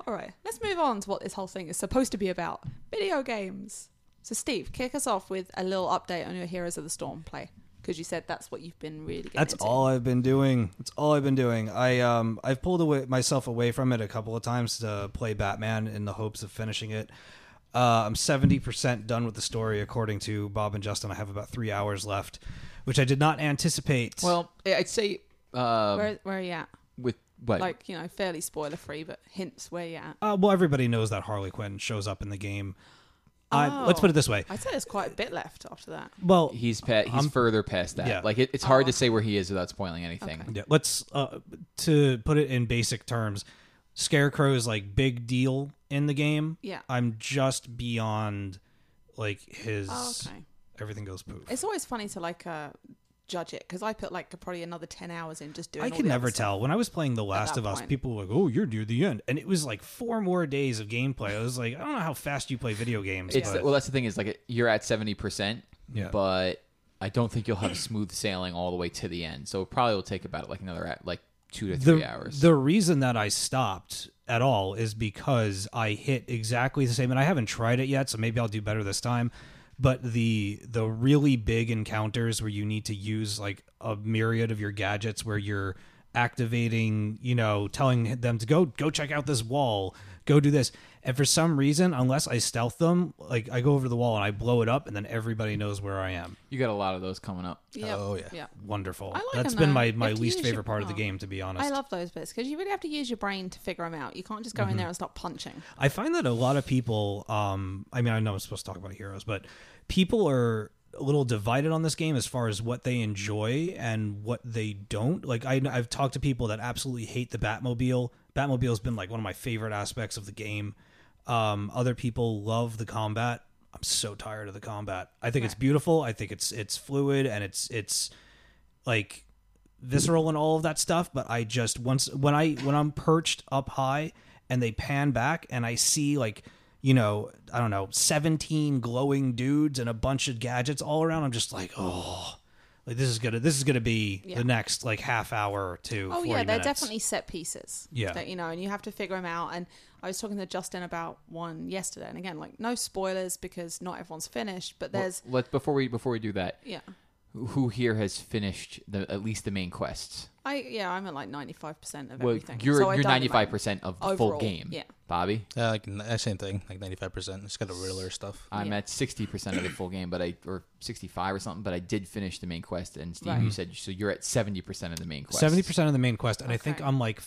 Speaker 1: All right, let's move on to what this whole thing is supposed to be about video games. So, Steve, kick us off with a little update on your Heroes of the Storm play because you said that's what you've been really getting
Speaker 2: That's
Speaker 1: into.
Speaker 2: all I've been doing. That's all I've been doing. I um I've pulled away myself away from it a couple of times to play Batman in the hopes of finishing it. Uh, I'm seventy percent done with the story, according to Bob and Justin. I have about three hours left, which I did not anticipate.
Speaker 3: Well, I- I'd say uh,
Speaker 1: Where, where are you at?
Speaker 3: with what
Speaker 1: Like, you know, fairly spoiler free, but hints where you're at.
Speaker 2: uh, well, everybody knows that Harley Quinn shows up in the game. I,
Speaker 1: Oh.
Speaker 2: let's put it this way.
Speaker 1: I'd say there's quite a bit left after that.
Speaker 2: Well,
Speaker 3: he's pa- he's
Speaker 2: I'm-
Speaker 3: further past that.
Speaker 2: yeah.
Speaker 3: Like it, it's hard to say where he is without spoiling anything.
Speaker 1: Okay.
Speaker 2: Yeah, let's uh, to put it in basic terms. Scarecrow is like big deal in the game.
Speaker 1: Yeah.
Speaker 2: I'm just beyond like his
Speaker 1: Oh, okay.
Speaker 2: everything goes poof.
Speaker 1: It's always funny to like uh, judge it because I put like probably another 10 hours in just doing
Speaker 2: I
Speaker 1: all
Speaker 2: can
Speaker 1: the
Speaker 2: never
Speaker 1: other stuff.
Speaker 2: tell. When I was playing The Last
Speaker 1: that
Speaker 2: of Us,
Speaker 1: point.
Speaker 2: people were like, "Oh, you're near the end," and it was like four more days of gameplay. I was like, I don't know how fast you play video games.
Speaker 3: It's
Speaker 2: but-
Speaker 3: well, that's the thing is like you're at seventy percent,
Speaker 2: Yeah.
Speaker 3: but I don't think you'll have smooth sailing all the way to the end. So it probably will take about like another like two to three
Speaker 2: the,
Speaker 3: hours.
Speaker 2: The reason that I stopped at all is because I hit exactly the same, and I haven't tried it yet, so maybe I'll do better this time. But the the really big encounters where you need to use like a myriad of your gadgets, where you're activating, you know, telling them to go go check out this wall, go do this, and for some reason, unless I stealth them, like I go over the wall and I blow it up, and then everybody knows where I am.
Speaker 3: you got a lot of those coming up.
Speaker 1: Yeah.
Speaker 4: Oh, yeah.
Speaker 1: Yeah.
Speaker 2: Wonderful.
Speaker 1: I like
Speaker 2: That's
Speaker 1: them,
Speaker 2: been
Speaker 1: though.
Speaker 2: my
Speaker 1: You
Speaker 2: my
Speaker 1: have to
Speaker 2: least
Speaker 1: use your
Speaker 2: favorite part of the
Speaker 1: power.
Speaker 2: game, to be honest.
Speaker 1: I love those bits because you really have to use your brain to figure them out. You can't just go in there and start punching.
Speaker 2: I find that a lot of people, um, I mean, I know I'm supposed to talk about heroes, but people are a little divided on this game as far as what they enjoy and what they don't. Like, I, I've talked to people that absolutely hate the Batmobile. Batmobile has been like one of my favorite aspects of the game. Um, other people love the combat. I'm so tired of the combat. I think it's beautiful. I think it's it's fluid and it's it's like visceral and all of that stuff but i just once when i when i'm perched up high and they pan back and i see like you know i don't know 17 glowing dudes and a bunch of gadgets all around i'm just like oh like this is gonna this is gonna be
Speaker 1: Yeah.
Speaker 2: the next like half hour to
Speaker 1: Oh
Speaker 2: 40
Speaker 1: yeah, they're
Speaker 2: minutes.
Speaker 1: definitely set pieces.
Speaker 2: Yeah.
Speaker 1: that, you know, and you have to figure them out. And I was talking to Justin about one yesterday, and again, like no spoilers because not everyone's finished. But there's
Speaker 3: Well, let before we before we do that,
Speaker 1: yeah,
Speaker 3: who here has finished the at least the main quests?
Speaker 1: I yeah, I'm at like 95 percent of
Speaker 3: Well,
Speaker 1: everything.
Speaker 3: you're
Speaker 1: So I
Speaker 3: you're
Speaker 1: don't mind.
Speaker 3: ninety five percent of the full
Speaker 1: Overall,
Speaker 3: game.
Speaker 1: yeah.
Speaker 3: Bobby.
Speaker 4: Yeah, like n- uh, same thing, like ninety five percent. It's got a riddler stuff.
Speaker 3: I'm
Speaker 1: Yeah.
Speaker 3: at sixty percent of the full game, but I or sixty five or something. But I did finish the main quest, and Steve,
Speaker 1: Right.
Speaker 3: you said so you're at seventy percent of the main quest.
Speaker 2: 70% of the main quest and i think
Speaker 1: Okay.
Speaker 2: i'm like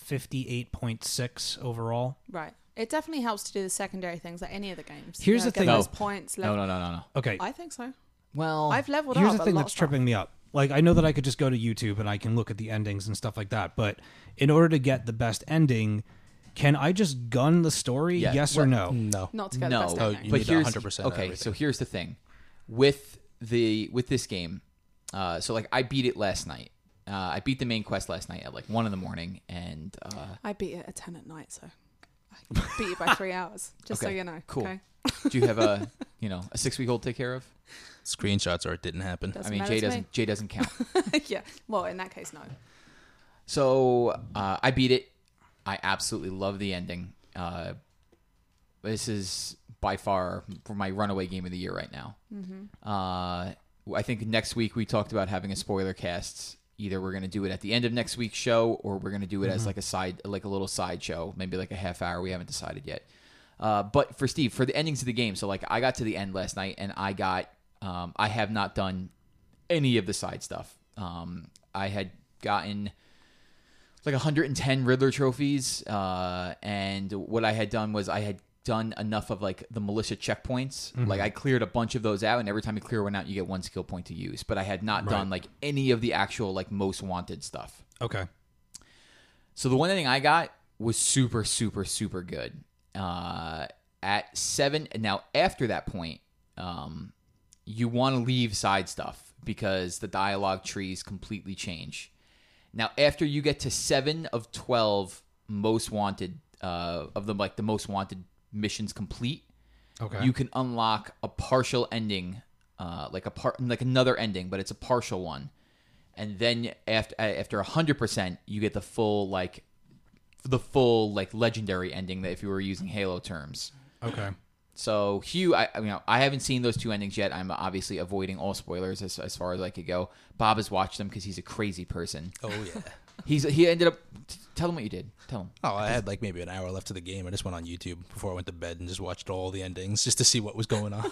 Speaker 2: 58.6 overall
Speaker 1: Right, it definitely helps to do the secondary things like any of the games.
Speaker 2: Here's
Speaker 1: You know,
Speaker 2: the
Speaker 1: get
Speaker 2: thing-
Speaker 1: those
Speaker 3: No.
Speaker 1: points.
Speaker 3: No,
Speaker 1: Level-
Speaker 3: Oh, no, no, no, Oh. no.
Speaker 2: okay
Speaker 1: I think so.
Speaker 3: Well,
Speaker 1: I've leveled
Speaker 2: Here's
Speaker 1: up.
Speaker 2: the
Speaker 1: a
Speaker 2: thing
Speaker 1: lot
Speaker 2: that's
Speaker 1: of stuff.
Speaker 2: tripping me up. Like I know that I could just go to YouTube and I can look at the endings and stuff like that, but in order to get the best ending, can I just gun the story?
Speaker 3: Yeah.
Speaker 2: Yes or
Speaker 3: Well-
Speaker 1: Mm.
Speaker 2: no?
Speaker 4: No,
Speaker 1: Not to get
Speaker 3: no, Oh,
Speaker 1: the best. ending.
Speaker 4: Oh, you
Speaker 3: but
Speaker 4: need
Speaker 3: here's
Speaker 4: 100% of
Speaker 3: okay. So
Speaker 4: everything.
Speaker 3: here's the thing, with the with this game, uh, so like I beat it last night. Uh, I beat the main quest last night at like one in the morning, and uh,
Speaker 1: I beat it at 10 at night, so I beat you by <laughs> three hours. Just so
Speaker 3: Okay,
Speaker 1: you know.
Speaker 3: cool.
Speaker 1: Okay?
Speaker 3: do you
Speaker 1: <laughs>
Speaker 3: have a you know a six week old to take care of?
Speaker 4: screenshots or it
Speaker 1: <laughs>
Speaker 4: didn't happen.
Speaker 1: Doesn't
Speaker 3: I mean,
Speaker 1: matter
Speaker 3: Jay
Speaker 1: to
Speaker 3: doesn't Jay doesn't count.
Speaker 1: me. <laughs> yeah. Well, in that case, no.
Speaker 3: So uh, I beat it. I absolutely love the ending. Uh, this is by far my runaway game of the year right now. Uh, I think next week we talked about having a spoiler cast. Either we're going to do it at the end of next week's show, or we're going to do it as like a side, like a little side show, maybe like a half hour. We haven't decided yet. Uh, but for Steve, for the endings of the game, so like I got to the end last night, and I got, um, I have not done any of the side stuff. Um, I had gotten like 110 Riddler trophies. Uh, and what I had done was I had done enough of like the militia checkpoints. Like I cleared a bunch of those out, and every time you clear one out, you get one skill point to use. But I had not done like any of the actual like most wanted stuff.
Speaker 2: Okay.
Speaker 3: So the one thing I got was super, super, super good. Uh, at seven, now after that point, um, you want to leave side stuff because the dialogue trees completely change. Now after you get to seven of twelve most wanted uh, of the like the most wanted missions complete,
Speaker 4: Okay.
Speaker 3: you can unlock a partial ending, uh, like a part, like another ending, but it's a partial one. And then after after hundred percent, you get the full like the full like legendary ending that if you were using Halo terms.
Speaker 4: okay.
Speaker 3: So Hugh, I I, you know, I haven't seen those two endings yet. I'm obviously avoiding all spoilers as, as far as I could go. Bob has watched them because he's a crazy person.
Speaker 4: Oh yeah.
Speaker 3: He's he ended up. t- tell him what you did. Tell him.
Speaker 4: Oh, I had like maybe an hour left to the game. I just went on YouTube before I went to bed and just watched all the endings just to see what was going on.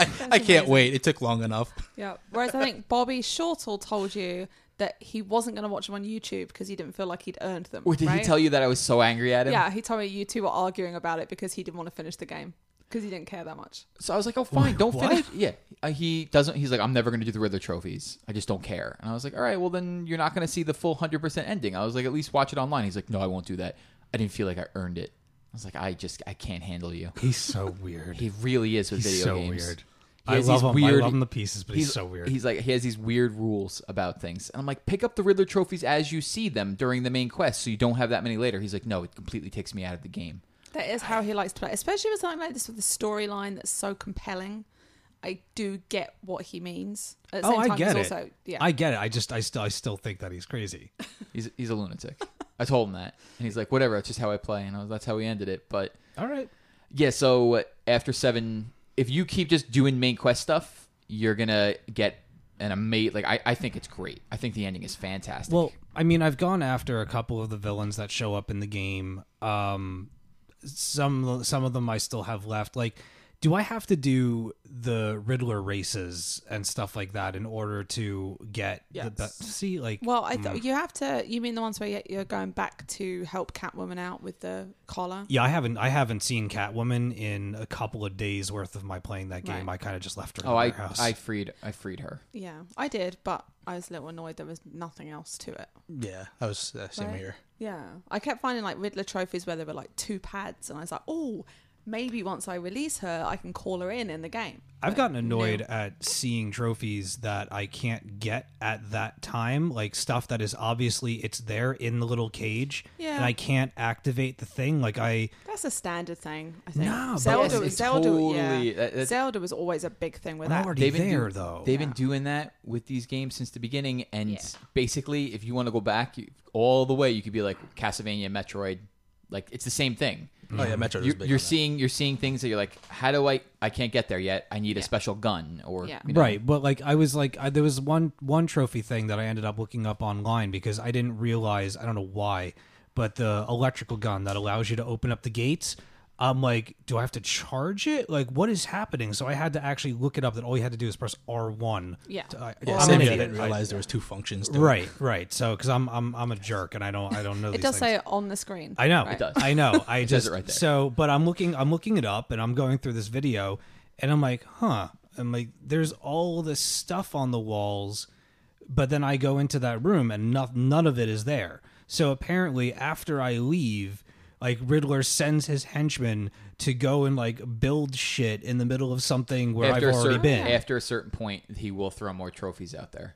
Speaker 4: I, I can't wait. It took long enough.
Speaker 1: Yeah. <laughs> Whereas I think Bobby Shortall told you that he wasn't going to watch them on YouTube because he didn't feel like he'd earned them.
Speaker 3: Or did
Speaker 1: right?
Speaker 3: he tell you that I was so angry at him?
Speaker 1: Yeah, he told me you two were arguing about it because he didn't want to finish the game because he didn't care that much.
Speaker 3: So I was like, oh, fine, don't
Speaker 2: <laughs> What?
Speaker 3: finish. Yeah. Uh, He doesn't, he's like, I'm never going to do the Riddler trophies. I just don't care. And I was like, all right, well, then you're not going to see the full 100% ending. I was like, at least watch it online. He's like, no, I won't do that. I didn't feel like I earned it. I was like, I just, I can't handle you.
Speaker 2: He's so weird.
Speaker 3: He really is with
Speaker 2: He's
Speaker 3: video
Speaker 2: so
Speaker 3: games.
Speaker 2: weird.
Speaker 3: He
Speaker 2: I
Speaker 3: has
Speaker 2: love
Speaker 3: these
Speaker 2: him.
Speaker 3: weird-
Speaker 2: I love him the pieces, but he's, so weird.
Speaker 3: He's like, he has these weird rules about things. And I'm like, pick up the Riddler trophies as you see them during the main quest so you don't have that many later. He's like, no, it completely takes me out of the game.
Speaker 1: That is how he likes to play, especially with something like this with a storyline that's so compelling. I do get what he means. At the
Speaker 2: oh,
Speaker 1: same time,
Speaker 2: I get
Speaker 1: he's
Speaker 2: it.
Speaker 1: Also, yeah,
Speaker 2: I get it. I just, I still, I still think that he's crazy.
Speaker 3: He's, he's a lunatic. I told him that. And he's like, whatever, that's just how I play. And I was, that's how we ended it. But
Speaker 2: All right.
Speaker 3: Yeah, so uh, after seven, if you keep just doing main quest stuff, you're gonna get an amazing. Like I, I think it's great. I think the ending is fantastic.
Speaker 2: Well, I mean, I've gone after a couple of the villains that show up in the game. Um, some some of them I still have left. Like, do I have to do the Riddler races and stuff like that in order to get the
Speaker 3: Yes.
Speaker 2: best? See, like,
Speaker 1: Well, I
Speaker 2: Mm.
Speaker 1: thought you have to. You mean the ones where you- you're going back to help Catwoman out with the collar?
Speaker 2: yeah, I haven't I haven't seen Catwoman in a couple of days worth of my playing that game.
Speaker 1: Right.
Speaker 2: I kind of just left her.
Speaker 3: oh,
Speaker 2: in
Speaker 3: I,
Speaker 2: her house.
Speaker 3: I freed, I freed her.
Speaker 1: Yeah, I did, but I was a little annoyed there was nothing else to it.
Speaker 4: Yeah, I was uh, same
Speaker 1: Right.
Speaker 4: here.
Speaker 1: Yeah, I kept finding like Riddler trophies where there were like two pads, and I was like, oh, maybe once I release her, I can call her in in the game.
Speaker 2: I've gotten annoyed at seeing trophies that I can't get at that time, like stuff that is obviously it's there in the little cage,
Speaker 1: Yeah.
Speaker 2: and I can't activate the thing. Like I,
Speaker 1: That's a standard thing, I think.
Speaker 2: No, but
Speaker 1: Zelda,
Speaker 2: it's-
Speaker 1: was
Speaker 3: it's
Speaker 1: Zelda,
Speaker 3: totally-
Speaker 1: yeah.
Speaker 3: that- that's-
Speaker 1: Zelda was always a big thing with
Speaker 2: I'm
Speaker 1: that.
Speaker 2: already there though.
Speaker 3: They've been doing that with these games since the beginning, and
Speaker 1: Yeah.
Speaker 3: basically, if you want to go back you, all the way, you could be like Castlevania, Metroid. Like it's the same thing.
Speaker 2: Mm-hmm. Mm.
Speaker 4: Oh yeah, Metro.
Speaker 3: You're, you're seeing you're seeing things that you're like, how do I? I can't get there yet. I need a special gun or
Speaker 1: Yeah.
Speaker 3: you know.
Speaker 2: Right, but like I was like I, there was one one trophy thing that I ended up looking up online because I didn't realize I don't know why, but the electrical gun that allows you to open up the gates. I'm like, do I have to charge it? Like, what is happening? So I had to actually look it up. That all you had to do is press R1.
Speaker 1: Yeah.
Speaker 2: to- uh, I-
Speaker 4: Yeah,
Speaker 2: I'm
Speaker 4: same
Speaker 2: an
Speaker 4: here. I
Speaker 2: idiot.
Speaker 4: didn't realize there was two functions. To it.
Speaker 2: Right, right. So because I'm I'm I'm a jerk and I don't I don't know.
Speaker 1: It
Speaker 2: these
Speaker 1: does
Speaker 2: things.
Speaker 1: say it on the screen.
Speaker 2: I know.
Speaker 1: right?
Speaker 3: does.
Speaker 2: I know. I
Speaker 3: says
Speaker 2: just
Speaker 3: it right there.
Speaker 2: so, but I'm looking. I'm looking it up, and I'm going through this video, and I'm like, huh. I'm like, there's all this stuff on the walls, but then I go into that room, and no, none of it is there. So apparently, after I leave, like Riddler sends his henchmen to go and like build shit in the middle of something where
Speaker 3: after
Speaker 2: I've
Speaker 3: a
Speaker 2: already
Speaker 3: certain
Speaker 2: been.
Speaker 3: after a certain point, he will throw more trophies out there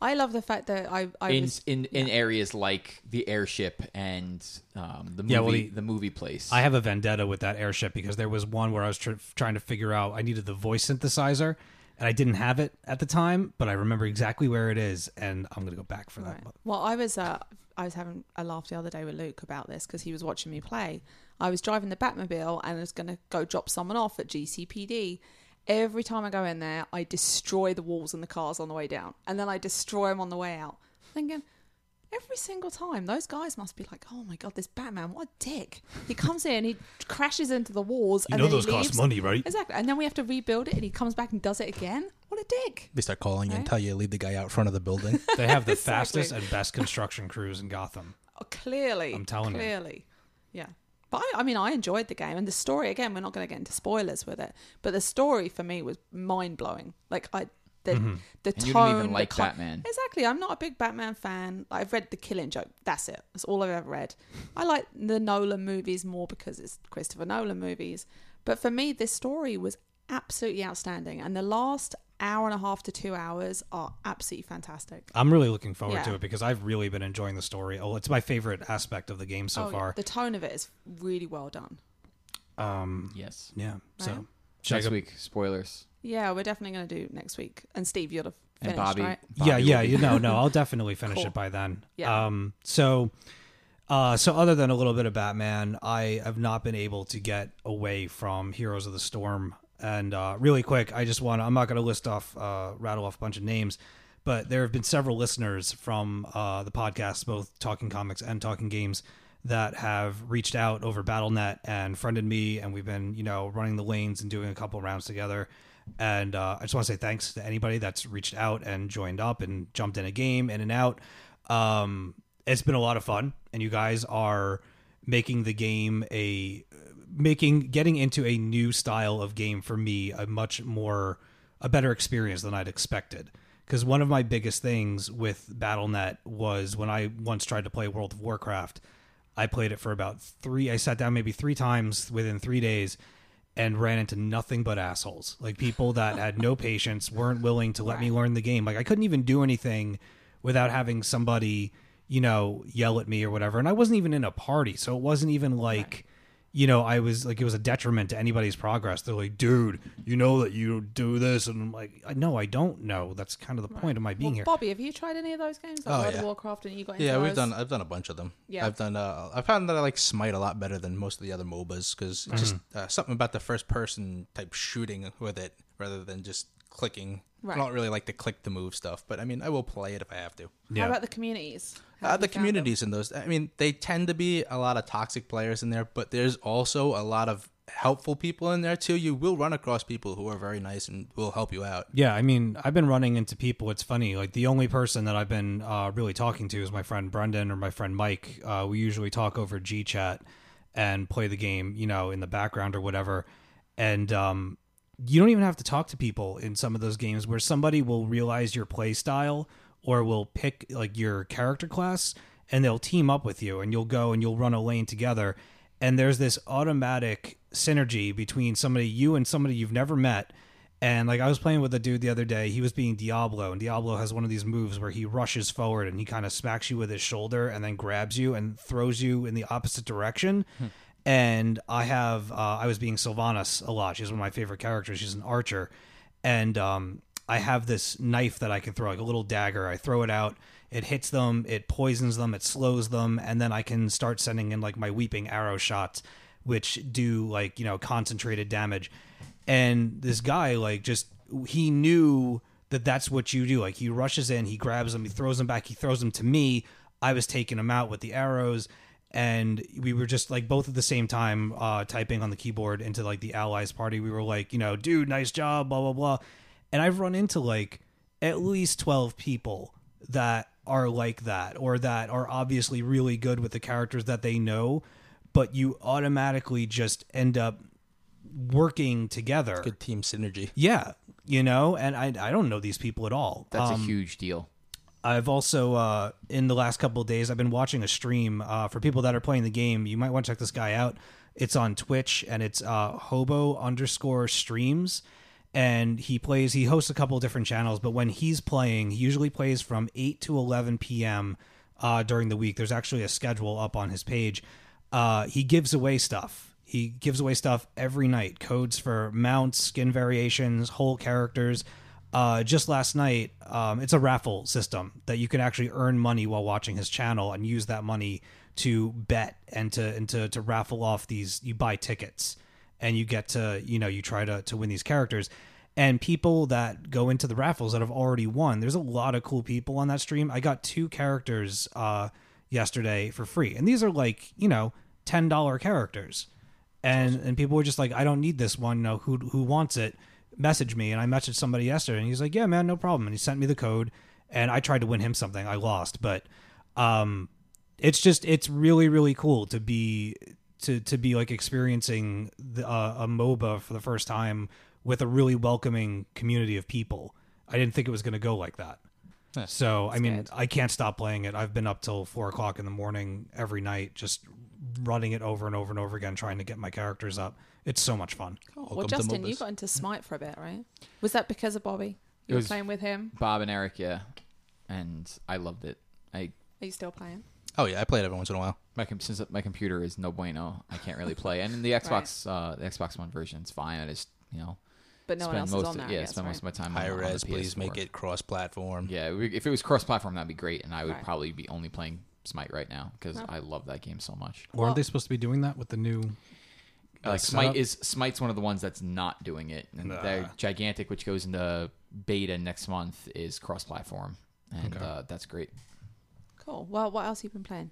Speaker 1: I love the fact that I, I
Speaker 3: in
Speaker 1: was,
Speaker 3: in, in areas like the airship and um, the movie
Speaker 2: Yeah, well, he-
Speaker 3: the movie place.
Speaker 2: I have a vendetta with that airship because there was one where I was tr- trying to figure out I needed the voice synthesizer and I didn't have it at the time, but I remember exactly where it is and I'm going to go back for that.
Speaker 1: Right. Well, I was uh, I was having a laugh the other day with Luke about this because he was watching me play. I was driving the Batmobile and I was going to go drop someone off at GCPD. Every time I go in there, I destroy the walls and the cars on the way down, and then I destroy them on the way out. Thinking every single time, those guys must be like, "Oh my god, this Batman, what a dick!" He comes in, he crashes into the walls, and then he leaves.
Speaker 2: right?
Speaker 1: Exactly, and then we have to rebuild it, and he comes back and does it again. What a dick!
Speaker 4: They start calling you
Speaker 1: Right.
Speaker 4: and tell you to leave the guy out front of the building.
Speaker 1: <laughs>
Speaker 2: They have the
Speaker 1: Exactly.
Speaker 2: fastest and best construction crews in Gotham.
Speaker 1: Oh, clearly,
Speaker 2: I'm telling you.
Speaker 1: clearly. yeah. But I, I mean, I enjoyed the game and the story. Again, we're not going to get into spoilers with it, but the story for me was mind blowing. Like I, the
Speaker 2: Mm-hmm.
Speaker 1: the
Speaker 3: and
Speaker 1: tone,
Speaker 3: you don't even
Speaker 1: the
Speaker 3: like
Speaker 1: con-
Speaker 3: Batman.
Speaker 1: Exactly. I'm not a big Batman fan. I've read The Killing Joke. That's it. That's all I've ever read. I like the Nolan movies more because it's Christopher Nolan movies. But for me, this story was absolutely outstanding, and the last hour and a half to two hours are absolutely fantastic.
Speaker 2: I'm really looking forward
Speaker 1: Yeah.
Speaker 2: to it because I've really been enjoying the story. Oh, it's my favorite aspect of the game so
Speaker 1: yeah.
Speaker 2: far.
Speaker 1: the tone of it is really well done.
Speaker 2: Um,
Speaker 3: Yes.
Speaker 2: yeah. So
Speaker 1: Right.
Speaker 2: Should I
Speaker 3: Next
Speaker 2: go-
Speaker 3: week, spoilers.
Speaker 1: Yeah, we're definitely going to do next week. And Steve, you'll have
Speaker 3: And
Speaker 1: finished,
Speaker 3: Bobby,
Speaker 1: right?
Speaker 2: yeah,
Speaker 3: Bobby
Speaker 2: yeah,
Speaker 3: will be-
Speaker 2: you know, no, I'll definitely finish
Speaker 1: Cool.
Speaker 2: it by then.
Speaker 1: Yeah.
Speaker 2: Um, so, uh, so other than a little bit of Batman, I have not been able to get away from Heroes of the Storm. And uh, really quick, I just want to, I'm not going to list off, uh, rattle off a bunch of names, but there have been several listeners from uh, the podcast, both Talking Comics and Talking Games, that have reached out over BattleNet and friended me. And we've been, you know, running the lanes and doing a couple rounds together. And uh, I just want to say thanks to anybody that's reached out and joined up and jumped in a game, in and out. Um, it's been a lot of fun, and you guys are making the game a making getting into a new style of game for me a much more a better experience than I'd expected. Because one of my biggest things with BattleNet was when I once tried to play World of Warcraft, I played it for about three. I sat down maybe three times within three days and ran into nothing but assholes. Like people that had no patience, weren't willing to let me learn the game. Like I couldn't even do anything without having somebody, you know, yell at me or whatever. And I wasn't even in a party, so it wasn't even like you know, I was like, it was a detriment to anybody's progress. They're like, dude, you know that you do this. And I'm like, "I- no, I don't know. That's kind of the point of my being
Speaker 1: Well,
Speaker 2: here.
Speaker 1: Bobby, have you tried any of those games? Like
Speaker 4: Oh,
Speaker 1: World
Speaker 4: yeah.
Speaker 1: of Warcraft and you got into
Speaker 4: Yeah,
Speaker 1: those?
Speaker 4: we've done. I've done a bunch of them.
Speaker 1: Yeah.
Speaker 4: I've done. Uh, I found that I like Smite a lot better than most of the other MOBAs because just uh, something about the first person type shooting with it rather than just clicking.
Speaker 1: Right.
Speaker 4: I don't really like to click to move stuff, but I mean, I will play it if I have to.
Speaker 2: Yeah.
Speaker 1: How about the communities? Have you
Speaker 4: Uh, the
Speaker 1: found them?
Speaker 4: communities in those. I mean, they tend to be a lot of toxic players in there, but there's also a lot of helpful people in there too. You will run across people who are very nice and will help you out.
Speaker 2: Yeah, I mean, I've been running into people. It's funny. Like the only person that I've been uh, really talking to is my friend Brendan or my friend Mike. Uh, we usually talk over G Chat and play the game, you know, in the background or whatever. And um, you don't even have to talk to people in some of those games where somebody will realize your play style or will pick like your character class and they'll team up with you and you'll go and you'll run a lane together. And there's this automatic synergy between somebody you and somebody you've never met. And like I was playing with a dude the other day, he was being Diablo, and Diablo has one of these moves where he rushes forward and he kind of smacks you with his shoulder and then grabs you and throws you in the opposite direction. And I have uh, I was being Sylvanas a lot. She's one of my favorite characters. She's an archer, and um, I have this knife that I can throw, like a little dagger. I throw it out, it hits them, it poisons them, it slows them, and then I can start sending in like my weeping arrow shots, which do like, you know, concentrated damage. And this guy, like, just he knew that that's what you do. Like, he rushes in, he grabs them, he throws them back, he throws them to me. I was taking him out with the arrows and we were just like both at the same time uh, typing on the keyboard into like the allies party. We were like, you know, dude, nice job, blah blah blah. And I've run into like at least twelve people that are like that, or that are obviously really good with the characters that they know, but you automatically just end up working together.
Speaker 4: Good team synergy.
Speaker 2: Yeah, you know, and I I don't know these people at all.
Speaker 3: That's
Speaker 2: Um,
Speaker 3: a huge deal.
Speaker 2: I've also uh, in the last couple of days I've been watching a stream uh, for people that are playing the game. You might want to check this guy out. It's on Twitch and it's uh, Hobo underscore streams, and he plays. He hosts a couple of different channels, but when he's playing, he usually plays from eight to eleven p.m. Uh, during the week. There's actually a schedule up on his page. Uh, he gives away stuff. He gives away stuff every night. Codes for mounts, skin variations, whole characters uh, just last night, um, it's a raffle system that you can actually earn money while watching his channel and use that money to bet and to and to, to raffle off these. You buy tickets and you get to you know you try to to win these characters. And people that go into the raffles that have already won, there's a lot of cool people on that stream. I got two characters uh, yesterday for free, and these are like you know ten dollar characters and and people were just like, I don't need this one. You know, who who wants it? Message me, and I messaged somebody yesterday, and he's like, Yeah, man, no problem. And he sent me the code, and I tried to win him something. I lost, but um, it's just it's really really cool to be to to be like experiencing the, uh, a MOBA for the first time with a really welcoming community of people. I didn't think it was going to go like that. So I mean, I can't stop playing it. I've been up till four o'clock in the morning every night, just running it over and over and over again, trying to get my characters up. It's so much fun.
Speaker 1: Well,
Speaker 4: Welcome to
Speaker 1: Oh, Justin, you
Speaker 4: MOBAs.
Speaker 1: got into Smite for a bit, right? Was that because of Bobby?
Speaker 3: It
Speaker 1: You were
Speaker 3: was-
Speaker 1: playing with him?
Speaker 3: Bob and Eric, yeah, and I loved it. I
Speaker 1: Are you still playing?
Speaker 4: Oh yeah, I play it every once in a while.
Speaker 3: my com- since my computer is no bueno, I can't really play.
Speaker 1: <laughs>
Speaker 3: And the Xbox uh, the Xbox One version is fine. I just you know
Speaker 1: But no one
Speaker 3: spend
Speaker 1: else
Speaker 3: most
Speaker 1: is on
Speaker 3: of,
Speaker 1: that.
Speaker 3: yeah
Speaker 1: yes,
Speaker 3: spend
Speaker 1: right.
Speaker 3: most of my time
Speaker 4: High
Speaker 3: on, on
Speaker 4: res,
Speaker 3: the
Speaker 4: please make
Speaker 3: PS4.
Speaker 4: it cross platform.
Speaker 3: Yeah, we- if it was cross platform, that'd be great, and I would
Speaker 1: Right.
Speaker 3: probably be only playing Smite right now because
Speaker 1: No.
Speaker 3: I love that game so much.
Speaker 2: Or are
Speaker 1: Well-
Speaker 2: they supposed to be doing that with the new?
Speaker 3: Uh,
Speaker 2: Like
Speaker 3: Smite
Speaker 2: setup?
Speaker 3: is Smite's one of the ones that's not doing it, and
Speaker 2: Nah.
Speaker 3: they're gigantic, which goes into beta next month, is cross platform, and uh, that's great.
Speaker 1: Cool. Well, what else have you been playing?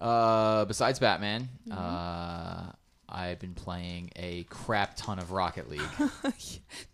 Speaker 3: Uh, besides Batman,
Speaker 1: Mm-hmm.
Speaker 3: uh, I've been playing a crap ton of Rocket
Speaker 1: <laughs>
Speaker 3: League.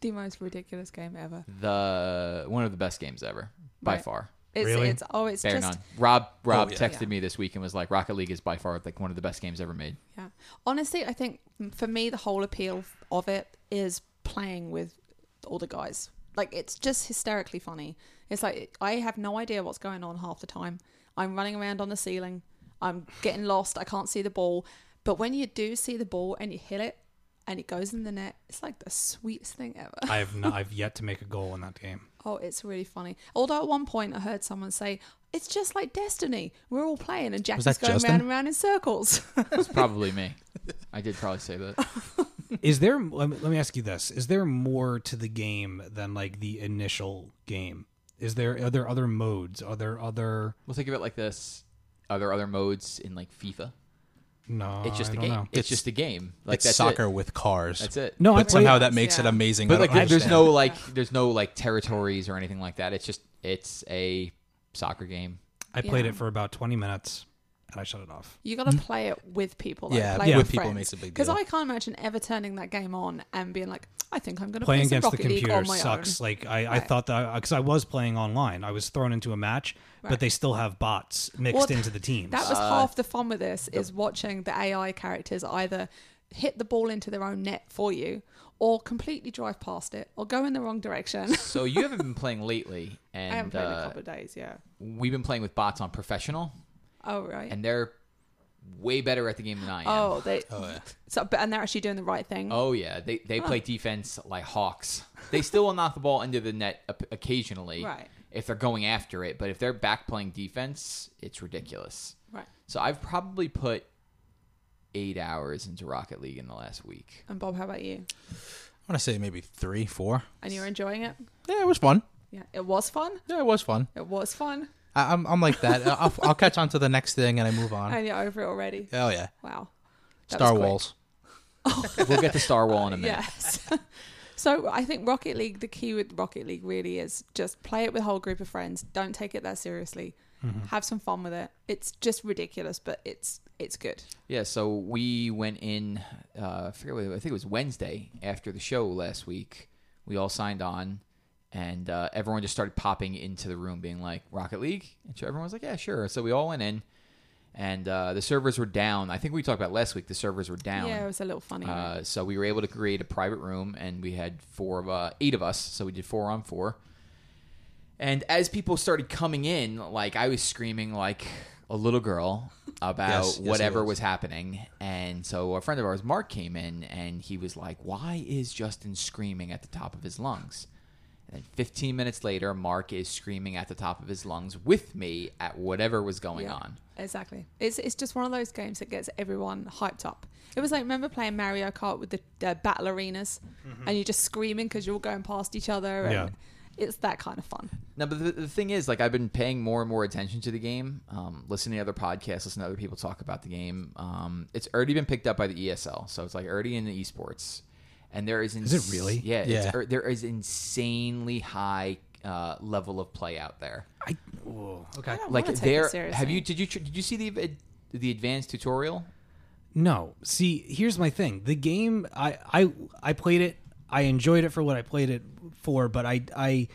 Speaker 1: the most ridiculous game ever.
Speaker 3: the one of the best games ever by
Speaker 1: Right.
Speaker 3: far.
Speaker 1: It's
Speaker 2: Really?
Speaker 1: it's oh it's
Speaker 3: Bare
Speaker 1: just
Speaker 3: none. Rob Rob
Speaker 4: yeah.
Speaker 3: texted
Speaker 1: Yeah.
Speaker 3: me this week and was like, "Rocket League is by far like one of the best games ever made."
Speaker 1: yeah. Honestly, I think mm, for me the whole appeal of it is playing with all the guys. Like it's just hysterically funny. It's like I have no idea what's going on half the time. I'm running around on the ceiling. I'm getting lost. I can't see the ball. But when you do see the ball and you hit it and it goes in the net, it's like the sweetest thing ever. <laughs>
Speaker 2: I have not, I've yet to make a goal in that game.
Speaker 1: Oh, it's really funny. Although at one point I heard someone say, "It's just like Destiny. We're all playing, and Jackie's
Speaker 4: that
Speaker 1: going
Speaker 4: Justin?
Speaker 1: round and round in circles."
Speaker 3: It's probably me. I did probably say that.
Speaker 2: Is there? Let me, let me ask you this: Is there more to the game than like the initial game? Is there are there other modes? Are there other?
Speaker 3: We'll think of it like this: Are there other modes in like FIFA?
Speaker 2: No,
Speaker 3: It's just
Speaker 2: I
Speaker 3: a
Speaker 2: don't
Speaker 3: game.
Speaker 2: know.
Speaker 3: It's,
Speaker 4: It's-
Speaker 3: just a game. Like
Speaker 4: it's
Speaker 3: that's
Speaker 4: soccer
Speaker 3: It.
Speaker 4: with cars.
Speaker 3: That's it.
Speaker 2: No, Oh, I
Speaker 4: but
Speaker 2: played.
Speaker 4: somehow that makes it
Speaker 1: Yeah.
Speaker 4: amazing.
Speaker 3: But
Speaker 4: I don't
Speaker 3: like, there's
Speaker 4: understand.
Speaker 3: no like, there's no like territories or anything like that. It's just it's a soccer game.
Speaker 2: I played
Speaker 1: Yeah.
Speaker 2: it for about twenty minutes, and I shut it off.
Speaker 1: you got to play it with people. Like,
Speaker 4: Mm. Yeah,
Speaker 1: play
Speaker 4: Yeah.
Speaker 1: with,
Speaker 4: with people
Speaker 1: friends.
Speaker 4: makes a big
Speaker 1: Because
Speaker 4: deal.
Speaker 1: I can't imagine ever turning that game on and being like, "I think I'm going to play
Speaker 2: Playing
Speaker 1: some
Speaker 2: against the
Speaker 1: Rocket League
Speaker 2: computer
Speaker 1: on my
Speaker 2: sucks.
Speaker 1: own."
Speaker 2: Like I, I
Speaker 1: Right.
Speaker 2: thought that because I was playing online, I was thrown into a match, but
Speaker 1: Right.
Speaker 2: they still have bots mixed
Speaker 1: Well, th-
Speaker 2: into the teams.
Speaker 1: That was half the fun with this is watching the AI characters either hit the ball into their own net for you, or completely drive past it, or go in the wrong direction.
Speaker 3: So you haven't been playing lately,
Speaker 1: <laughs> I haven't
Speaker 3: and
Speaker 1: played in a
Speaker 3: uh,
Speaker 1: couple of days. Yeah.
Speaker 3: we've been playing with bots on professional,
Speaker 1: Oh right.
Speaker 3: and they're way better at the game than I am.
Speaker 1: oh, they.
Speaker 4: <laughs> Oh, yeah.
Speaker 1: So, but and they're actually doing the right thing.
Speaker 3: Oh yeah, they they play defense like hawks. They still will knock the ball into the net op- occasionally,
Speaker 1: Right.
Speaker 3: If they're going after it, but if they're back playing defense, it's ridiculous.
Speaker 1: Right.
Speaker 3: So I've probably put eight hours into Rocket League in the last week.
Speaker 1: And Bob, how about you?
Speaker 4: I want to say maybe three, four.
Speaker 1: And you're enjoying it?
Speaker 4: Yeah, it was fun.
Speaker 1: Yeah, it was fun.
Speaker 4: Yeah, it was fun.
Speaker 1: It was fun.
Speaker 4: I, I'm, I'm like that. I'll, I'll catch on to the next thing and I move on.
Speaker 1: And you're over it already.
Speaker 4: oh yeah,
Speaker 1: Wow. That was
Speaker 4: Star
Speaker 1: quick.
Speaker 4: Wars.
Speaker 3: We'll get to Star
Speaker 1: <laughs>
Speaker 3: Wall in a minute.
Speaker 1: Yes. so I think Rocket League, the key with Rocket League really is just play it with a whole group of friends. Don't take it that seriously.
Speaker 3: Mm-hmm.
Speaker 1: Have some fun with it. It's just ridiculous, but it's it's good.
Speaker 3: Yeah. so we went in. Uh, I forget what I think it was Wednesday after the show last week. We all signed on, and uh, everyone just started popping into the room, being like Rocket League, and so everyone was like, "Yeah, sure." So we all went in, and uh, the servers were down. I think we talked about last week. The servers were down.
Speaker 1: Yeah, it was a little funny. right?
Speaker 3: Uh, so we were able to create a private room, and we had four of uh, eight of us. So we did four on four. And as people started coming in, like I was screaming like a little girl
Speaker 4: <laughs>
Speaker 3: about
Speaker 4: Yes, yes, it
Speaker 3: whatever
Speaker 4: was.
Speaker 3: was happening. And so a friend of ours, Mark, came in, and he was like, "Why is Justin screaming at the top of his lungs?" And then 15 minutes later, Mark is screaming at the top of his lungs with me at whatever was going
Speaker 1: Yeah,
Speaker 3: on.
Speaker 1: Exactly. It's it's just one of those games that gets everyone hyped up. It was like remember playing Mario Kart with the, the battle arenas,
Speaker 3: Mm-hmm.
Speaker 1: and you're just screaming because you're all going past each other. And
Speaker 2: Yeah.
Speaker 1: It's that kind of fun.
Speaker 3: No, but the, the thing is, like, I've been paying more and more attention to the game, um, listening to other podcasts, listening to other people talk about the game. Um, it's already been picked up by the ESL, so it's like already in the esports. And there is,
Speaker 2: Is it really?
Speaker 3: Yeah,
Speaker 4: Yeah.
Speaker 3: It's, er, there is insanely high uh, level of play out there.
Speaker 2: I, whoa, okay.
Speaker 1: don't
Speaker 3: Like,
Speaker 1: wanna take it
Speaker 3: there have
Speaker 1: seriously.
Speaker 3: you did you tr- did you see the ad- the advanced tutorial?
Speaker 2: No. See, here's my thing. The game I I I played it. I enjoyed it for what I played it for, but I I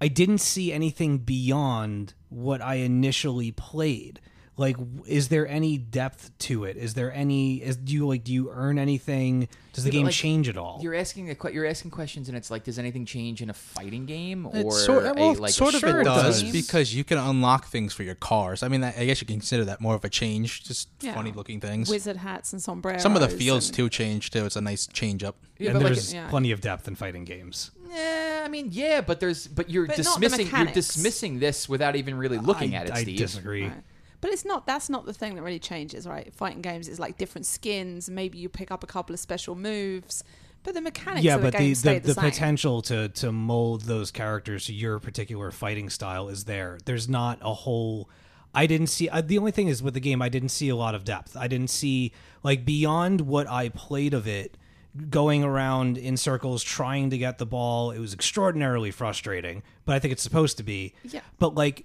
Speaker 2: I didn't see anything beyond what I initially played. Like w- is there any depth to it? Is there any is do you like do you earn anything? Does the
Speaker 3: Yeah, but,
Speaker 2: game
Speaker 3: like,
Speaker 2: change at all?
Speaker 3: You're asking a, que- you're asking questions, and it's like, does anything change in a fighting game or
Speaker 4: It's sort,
Speaker 3: a,
Speaker 4: well,
Speaker 3: like a
Speaker 4: sort of
Speaker 2: sure
Speaker 4: it
Speaker 2: it
Speaker 4: does
Speaker 2: does.
Speaker 4: because you can unlock things for your cars. I mean, that, I guess you can consider that more of a change, just
Speaker 1: Yeah.
Speaker 4: funny looking things.
Speaker 1: Wizard hats and sombreros.
Speaker 4: Some of the fields
Speaker 1: and-
Speaker 4: too change too. It's a nice change up.
Speaker 3: Yeah,
Speaker 2: and
Speaker 3: but, like,
Speaker 2: there's
Speaker 1: yeah.
Speaker 2: plenty of depth in fighting games.
Speaker 3: Yeah, Eh, I mean, yeah, but there's but you're
Speaker 1: But not the
Speaker 3: dismissing you're
Speaker 1: mechanics.
Speaker 3: dismissing this without even really looking
Speaker 2: I,
Speaker 3: at it,
Speaker 2: I
Speaker 3: Steve.
Speaker 2: disagree.
Speaker 1: Right. But it's not. That's not the thing that really changes, right? Fighting games is like different skins. Maybe you pick up a couple of special moves, but the mechanics
Speaker 2: yeah,
Speaker 1: of the
Speaker 2: but
Speaker 1: game
Speaker 2: the
Speaker 1: stay
Speaker 2: the,
Speaker 1: the,
Speaker 2: the
Speaker 1: same.
Speaker 2: potential to to mold those characters to your particular fighting style is there. There's not a whole. I didn't see. Uh, the only thing is with the game, I didn't see a lot of depth. I didn't see like beyond what I played of it. Going around in circles trying to get the ball, it was extraordinarily frustrating. But I think it's supposed to be.
Speaker 1: Yeah.
Speaker 2: But like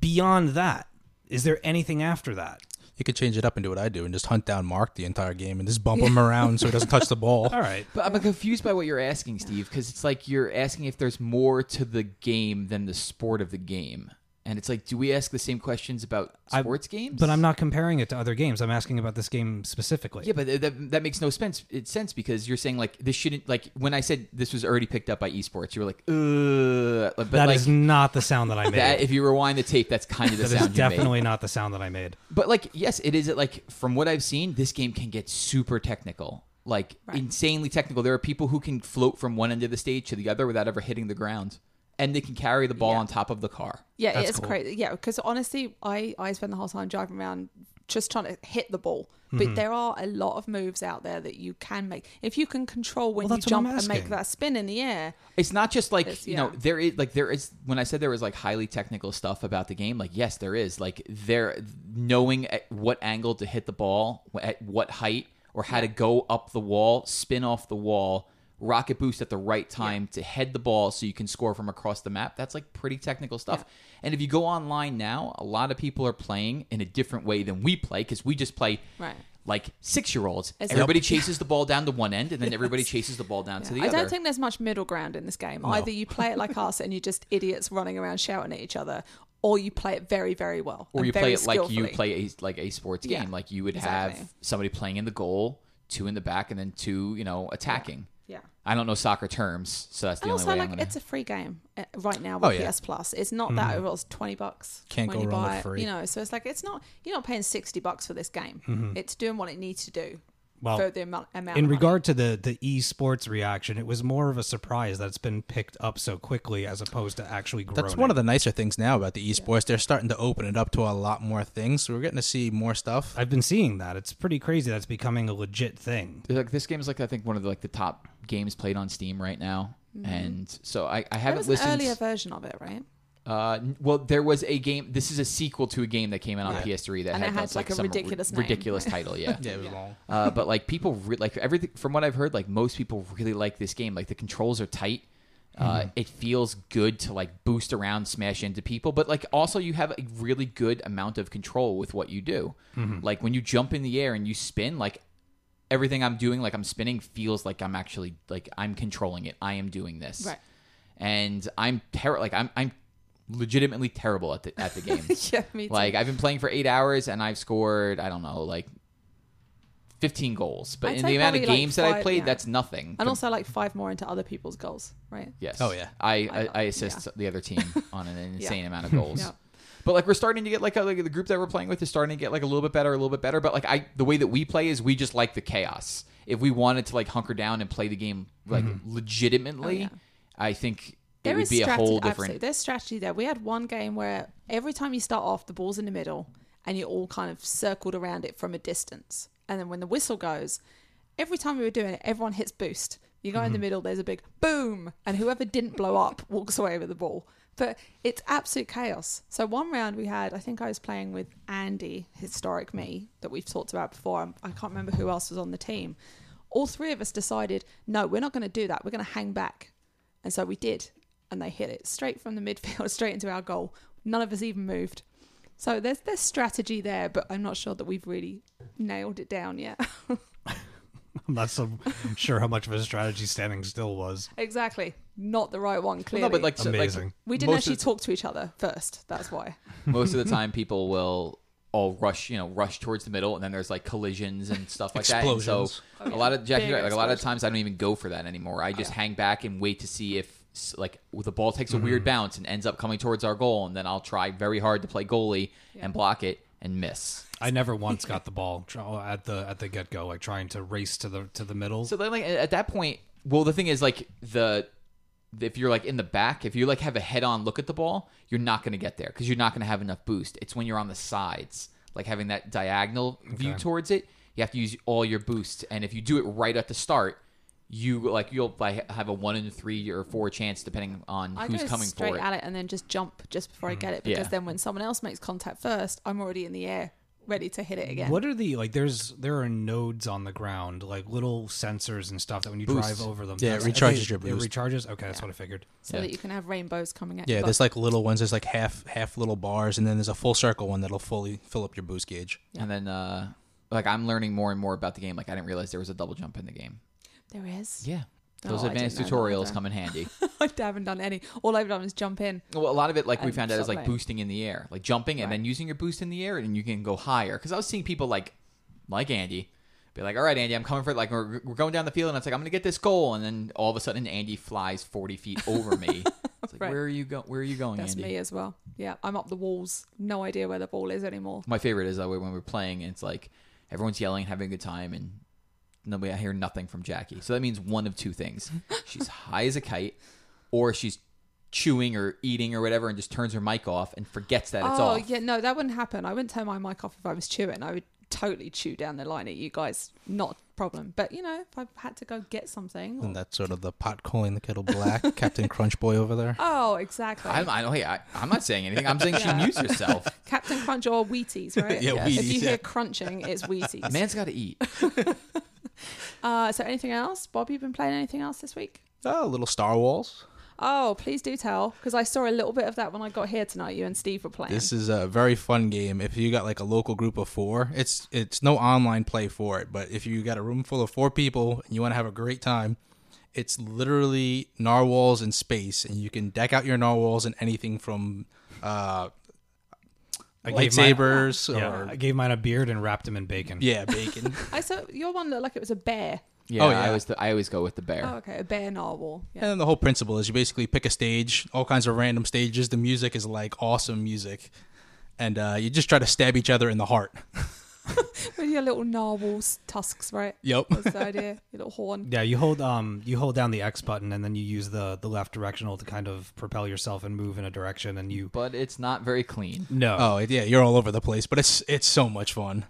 Speaker 2: beyond that, is there anything after that?
Speaker 4: You could change it up and do what I do and just hunt down Mark the entire game and just bump him around so he doesn't <laughs> touch the
Speaker 1: Oh.
Speaker 4: ball.
Speaker 2: All right.
Speaker 3: But I'm confused by what you're asking, Steve, because it's like you're asking if there's more to the game than the sport of the game. And it's like, do we ask the same questions about
Speaker 2: I-
Speaker 3: sports games?
Speaker 2: But I'm not comparing it to other games. I'm asking about this game specifically.
Speaker 3: Yeah, but th- that, that makes no sense. It sense because you're saying like this shouldn't like when I said this was already picked up by esports, you were like, ugh. But
Speaker 2: That is
Speaker 3: like
Speaker 2: not the sound <laughs> that I made.
Speaker 3: that, if you rewind the tape, that's kind of
Speaker 2: <laughs>
Speaker 3: the
Speaker 2: that is
Speaker 3: sound you made.
Speaker 2: definitely not the sound that I made.
Speaker 3: But like, yes, it is. Like from what I've seen, this game can get super technical, like insanely technical. There are people who can float from one end of the stage to the other without ever hitting the ground, and they can carry the ball
Speaker 1: Yeah.
Speaker 3: on top of the car.
Speaker 1: Yeah,
Speaker 2: That's
Speaker 1: it is
Speaker 2: cool.
Speaker 1: crazy. Yeah, because honestly, I I spend the whole time driving around just trying to hit the ball. But
Speaker 2: Mm-hmm.
Speaker 1: there are a lot of moves out there that you can make if you can control when
Speaker 2: Well,
Speaker 1: you
Speaker 2: that's what I'm
Speaker 1: jump and make
Speaker 2: asking.
Speaker 1: that spin in the air.
Speaker 3: It's not just like
Speaker 1: It's-
Speaker 3: you know
Speaker 1: yeah.
Speaker 3: there is like there is when I said there was like highly technical stuff about the game. Like yes, there is like there knowing at what angle to hit the ball wh- at what height or how to go up the wall, spin off the wall, rocket boost at the right time to head the ball so you can score from across the map. That's like pretty technical stuff. And if you go online now, a lot of people are playing in a different way than we play because we just play
Speaker 1: Right.
Speaker 3: like six year olds.
Speaker 1: It's-
Speaker 3: Everybody chases the ball down to one end and
Speaker 1: <laughs>
Speaker 3: then everybody chases the ball down to the
Speaker 1: I
Speaker 3: other.
Speaker 1: don't think there's much middle ground in this game. Either you play it like us and you're just idiots running around shouting at each other, or you play it very, very well.
Speaker 3: or
Speaker 1: and
Speaker 3: you play
Speaker 1: very
Speaker 3: it like you
Speaker 1: skillfully.
Speaker 3: play a, like a sports game.
Speaker 1: Yeah,
Speaker 3: like you would
Speaker 1: exactly.
Speaker 3: have somebody playing in the goal, two in the back, and then two, you know, attacking.
Speaker 1: Yeah.
Speaker 3: I don't know soccer terms, so that's the
Speaker 1: And
Speaker 3: only
Speaker 1: also,
Speaker 3: way
Speaker 1: like,
Speaker 3: I'm gonna. Mm-hmm.
Speaker 1: it's a free game uh, right now with
Speaker 4: Oh, yeah.
Speaker 1: PS Plus. It's not that it was twenty bucks.
Speaker 4: Can't
Speaker 1: when
Speaker 4: go
Speaker 1: you
Speaker 4: wrong
Speaker 1: buy
Speaker 4: with
Speaker 1: it,
Speaker 4: free.
Speaker 1: You know, so it's like it's not you're not paying sixty bucks for this game.
Speaker 3: Mm-hmm.
Speaker 1: It's doing what it needs to do
Speaker 3: Oh.
Speaker 2: Well,
Speaker 1: for the amount. amount
Speaker 2: in
Speaker 1: of money.
Speaker 2: regard to the the esports reaction, it was more of a surprise that it's been picked up so quickly as opposed to actually growing.
Speaker 4: That's one of the nicer things now about the esports. They're starting to open it up to a lot more things. So we're getting to see more stuff.
Speaker 2: I've been seeing that. It's pretty crazy. That's becoming a legit thing. <laughs>
Speaker 3: like this game is like I think one of the, like the top games played on Steam right now, and so I, I
Speaker 1: there
Speaker 3: haven't
Speaker 1: Mm-hmm. was
Speaker 3: listened.
Speaker 1: an earlier version of it, right?
Speaker 3: Uh, n- well, there was a game. This is a sequel to a game that came out on PS3 that
Speaker 1: And it
Speaker 3: had,
Speaker 1: had,
Speaker 3: those,
Speaker 1: like, a
Speaker 3: some ri-
Speaker 1: ridiculous name.
Speaker 3: ridiculous
Speaker 1: <laughs>
Speaker 3: title. Yeah,
Speaker 4: Yeah, it was long.
Speaker 3: Uh, but like people re- like everything from what I've heard, like most people really like this game. Like the controls are tight. Uh, It feels good to like boost around, smash into people, but like also you have a really good amount of control with what you do. Like when you jump in the air and you spin, like everything I'm doing, like I'm spinning, feels like I'm actually like I'm controlling it. I am doing this,
Speaker 1: Right.
Speaker 3: and I'm ter- like I'm I'm legitimately terrible at the at
Speaker 1: <laughs>
Speaker 3: the game.
Speaker 1: yeah, me too.
Speaker 3: Like I've been playing for eight hours and I've scored I don't know like fifteen goals, but
Speaker 1: I'd
Speaker 3: in
Speaker 1: say
Speaker 3: the amount of
Speaker 1: probably, like,
Speaker 3: games that I
Speaker 1: five-
Speaker 3: played,
Speaker 1: yeah.
Speaker 3: that's nothing.
Speaker 1: and also like five more into other people's goals, right?
Speaker 3: yes,
Speaker 4: Oh, yeah.
Speaker 3: I I,
Speaker 1: I-
Speaker 3: I assist the
Speaker 1: <laughs>
Speaker 3: other team on an insane amount of goals.
Speaker 1: Yeah.
Speaker 3: But like we're starting to get like, a, like the group that we're playing with is starting to get like a little bit better, a little bit better. But like I, the way that we play is we just like the chaos. If we wanted to like hunker down and play the game like
Speaker 4: Mm-hmm.
Speaker 3: legitimately,
Speaker 1: Oh, yeah.
Speaker 3: I think
Speaker 1: There
Speaker 3: it would
Speaker 1: is
Speaker 3: be a
Speaker 1: strategy-
Speaker 3: whole
Speaker 1: absolutely.
Speaker 3: different.
Speaker 1: There's strategy there. We had one game where every time you start off, the ball's in the middle, and you all kind of circled around it from a distance. And then when the whistle goes, every time we were doing it, everyone hits boost. You go in the
Speaker 3: Mm-hmm.
Speaker 1: middle, there's a big boom, and whoever didn't blow up <laughs> walks away with the ball. But it's absolute chaos. So one round we had, I think I was playing with Andy, historic me, that we've talked about before. I can't remember who else was on the team. All three of us decided, no, we're not going to do that. We're going to hang back. And so we did. And they hit it straight from the midfield, <laughs> straight into our goal. None of us even moved. So there's there's strategy there, but I'm not sure that we've really nailed it down yet. <laughs>
Speaker 2: I'm not so sure how much of a strategy standing still was.
Speaker 1: exactly. Not the right one,
Speaker 3: Well,
Speaker 1: clearly.
Speaker 3: no, but like so, like,
Speaker 2: Amazing.
Speaker 1: we didn't
Speaker 3: most of
Speaker 1: actually
Speaker 3: the-
Speaker 1: talk to each other first. That's <laughs> why.
Speaker 3: <laughs> most of the time people will all rush you know rush towards the middle and then there's like collisions and stuff like that and
Speaker 4: Explosions.
Speaker 3: so a lot of Jackie's
Speaker 1: Big
Speaker 3: right, like a lot of times i don't even go for that anymore i just hang back and wait to see if s- like the ball takes a weird bounce and ends up coming towards our goal and then i'll try very hard to play goalie and block it and miss
Speaker 2: I never once got the ball <laughs> tr- at the at the get go, like trying to race to the to the middle.
Speaker 3: So then, like at that point, well, the thing is, like the if you're like in the back, if you like have a head-on look at the ball, you're not going to get there because you're not going to have enough boost. It's when you're on the sides, like having that diagonal view towards it. You have to use all your boosts, and if you do it right at the start, you like you'll like, have a one in three or four chance depending on
Speaker 1: I
Speaker 3: who's
Speaker 1: go
Speaker 3: coming
Speaker 1: straight
Speaker 3: for it. Mm.
Speaker 1: at it and then just jump just before I get it because
Speaker 3: Yeah.
Speaker 1: then when someone else makes contact first, I'm already in the air, ready to hit it again.
Speaker 2: What are the like? There's there are nodes on the ground, like little sensors and stuff that when you drive over them,
Speaker 4: Yeah, it
Speaker 2: that's-
Speaker 4: recharges
Speaker 2: okay,
Speaker 4: your boost.
Speaker 2: It recharges. Okay, that's what I figured.
Speaker 1: So
Speaker 3: Yeah.
Speaker 1: that you can have rainbows coming at
Speaker 4: Yeah,
Speaker 1: you.
Speaker 4: there's like little ones. There's like half half little bars, and then there's a full circle one that'll fully fill up your boost gauge.
Speaker 3: And then uh like I'm learning more and more about the game. Like I didn't realize there was a double jump in the game.
Speaker 1: there is.
Speaker 3: Yeah. Those
Speaker 1: Oh, I
Speaker 3: advanced
Speaker 1: didn't know that
Speaker 3: tutorials
Speaker 1: either.
Speaker 3: come in handy.
Speaker 1: <laughs> I haven't done any. All I've done is jump in.
Speaker 3: Well, a lot of it, like we
Speaker 1: And
Speaker 3: found out, is like
Speaker 1: subway.
Speaker 3: boosting in the air, like jumping and then using your boost in the air, and you can go higher. Because I was seeing people like, like Andy, be like, "All right, Andy, I'm coming for it." Like we're, we're going down the field, and it's like I'm going to get this goal, and then all of a sudden, Andy flies 40 feet
Speaker 1: <laughs>
Speaker 3: over me. It's like,
Speaker 1: Right.
Speaker 3: where are you going? Where are you going,
Speaker 1: That's
Speaker 3: Andy?
Speaker 1: me as well. Yeah, I'm up the walls. No idea where the ball is anymore.
Speaker 3: My favorite is that way when we're playing, and it's like everyone's yelling and having a good time, and nobody. I hear nothing from Jackie, so that means one of two
Speaker 1: <laughs>
Speaker 3: things: she's high as a kite, or she's chewing or eating or whatever, and just turns her mic off and forgets that it's
Speaker 1: oh,
Speaker 3: off.
Speaker 1: yeah, no, that wouldn't happen. I wouldn't turn my mic off if I was chewing. I would totally chew down the line at you guys. Not a problem. But, you know, if I had to go get something.
Speaker 4: And that's sort of the pot calling the kettle <laughs> black, Captain Crunch Boy over there.
Speaker 1: Oh, exactly.
Speaker 3: I'm, I don't, hey, I, I'm not saying anything. I'm saying
Speaker 1: Yeah.
Speaker 3: she mutes
Speaker 4: <laughs>
Speaker 3: herself.
Speaker 1: Captain Crunch or Wheaties, right?
Speaker 4: Yeah,
Speaker 1: If you
Speaker 4: Wheaties, yeah.
Speaker 1: hear crunching,
Speaker 4: <laughs>
Speaker 1: it's Wheaties.
Speaker 3: Man's got to eat.
Speaker 1: Uh, so, anything else? Bob, you been playing anything else this week?
Speaker 4: Oh, little Star Wars.
Speaker 1: Oh, please do tell, because I saw a little bit of that when I got here tonight. You and Steve were playing.
Speaker 4: This is a very fun game. If you got like a local group of four, it's it's no online play for it. But if you got a room full of four people and you want to have a great time, it's literally narwhals in space, and you can deck out your narwhals in anything from uh,
Speaker 2: I gave mine-
Speaker 4: lightsabers
Speaker 2: Yeah,
Speaker 4: or
Speaker 2: I gave mine a beard and wrapped him in bacon.
Speaker 4: yeah, bacon.
Speaker 1: I saw your one looked like it was a bear.
Speaker 3: Yeah,
Speaker 4: Oh, yeah.
Speaker 3: I always I always go with the bear.
Speaker 1: Oh, okay, a bear narwhal. Yeah.
Speaker 4: And then the whole principle is you basically pick a stage, all kinds of random stages. The music is like awesome music, and uh, you just try to stab each other in the heart.
Speaker 1: With your little narwhal's tusks,
Speaker 3: <laughs>
Speaker 1: right?
Speaker 4: Yep.
Speaker 1: That's the idea. Your little horn.
Speaker 2: Yeah, you hold um you hold down the X button and then you use the the left directional to kind of propel yourself and move in a direction and you
Speaker 3: But it's not very clean.
Speaker 2: no
Speaker 4: Oh yeah, you're all over the place, but it's it's so much fun.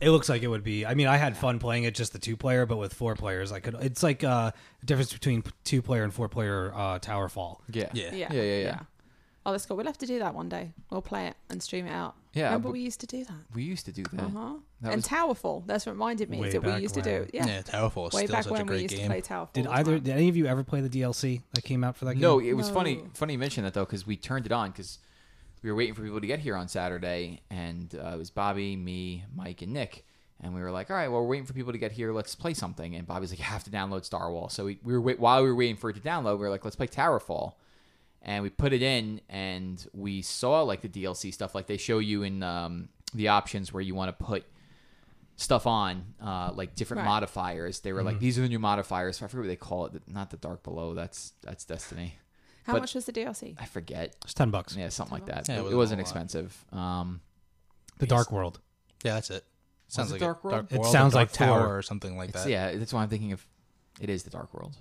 Speaker 2: it looks like it would be I mean I had fun playing it just the two player but with four players I could it's like uh difference between two player and four player uh tower fall
Speaker 3: Yeah.
Speaker 4: Yeah.
Speaker 1: Yeah.
Speaker 3: Yeah, yeah, yeah.
Speaker 1: Oh, that's cool. We'll have to do that one day. We'll play it and stream it out.
Speaker 3: Yeah,
Speaker 1: Remember
Speaker 3: but-
Speaker 1: we used to do that.
Speaker 3: We used to do that.
Speaker 1: Uh huh.
Speaker 3: That
Speaker 1: And
Speaker 3: was-
Speaker 1: Towerfall. That's what reminded me.
Speaker 2: Way
Speaker 1: Is that we
Speaker 2: back
Speaker 1: used to do.
Speaker 2: when.
Speaker 1: Yeah.
Speaker 4: Yeah, Towerfall is
Speaker 1: Way
Speaker 4: still
Speaker 1: back
Speaker 4: such a
Speaker 1: when we
Speaker 4: great
Speaker 1: used
Speaker 4: game.
Speaker 1: to play Towerfall.
Speaker 2: Did
Speaker 1: all the
Speaker 2: either
Speaker 1: time.
Speaker 2: did any of you ever play the DLC that came out for that game?
Speaker 3: No, it was funny.
Speaker 1: No.
Speaker 3: Funny you mention that though, because we turned it on because we were waiting for people to get here on Saturday, and uh, it was Bobby, me, Mike, and Nick, and we were like, "All right, well, we're waiting for people to get here. Let's play something." And Bobby's like, "You have to download Star Wars." So we, we were wait, while we were waiting for it to download, we were like, "Let's play Towerfall," and we put it in, and we saw like the DLC stuff, like they show you in um, the options where you want to put stuff on, uh, like different
Speaker 1: Right.
Speaker 3: modifiers. They were
Speaker 4: Mm-hmm.
Speaker 3: like, "These are the new modifiers." I forget what they call it. Not the Dark Below. That's that's Destiny.
Speaker 1: How
Speaker 3: but-
Speaker 1: much was the DLC?
Speaker 3: I forget.
Speaker 2: It's ten bucks.
Speaker 3: Yeah, something like that.
Speaker 4: Yeah, it
Speaker 3: it,
Speaker 4: wasn't
Speaker 3: wasn't
Speaker 4: a lot.
Speaker 3: expensive. Um,
Speaker 2: The Dark World.
Speaker 4: Yeah, that's it. Sounds
Speaker 3: it
Speaker 4: like
Speaker 3: Dark
Speaker 4: a
Speaker 3: World?
Speaker 2: It
Speaker 4: or
Speaker 2: sounds
Speaker 4: Dark
Speaker 2: like
Speaker 4: Tower
Speaker 2: Thor.
Speaker 4: or something like
Speaker 3: it's-
Speaker 4: that.
Speaker 3: yeah, that's why I'm thinking of. It is the Dark World.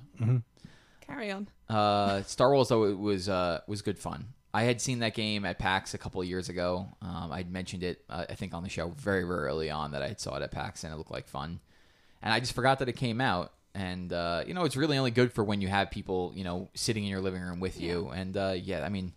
Speaker 1: Carry on.
Speaker 3: Uh, Star Wars though it was uh, was good fun. I had seen that game at PAX a couple of years ago. Um, I'd mentioned it, uh, I think, on the show very, very early on that I had saw it at PAX and it looked like fun. And I just forgot that it came out. And uh, you know, it's really only good for when you have people, you know, sitting in your living room with you. And uh, yeah, I mean,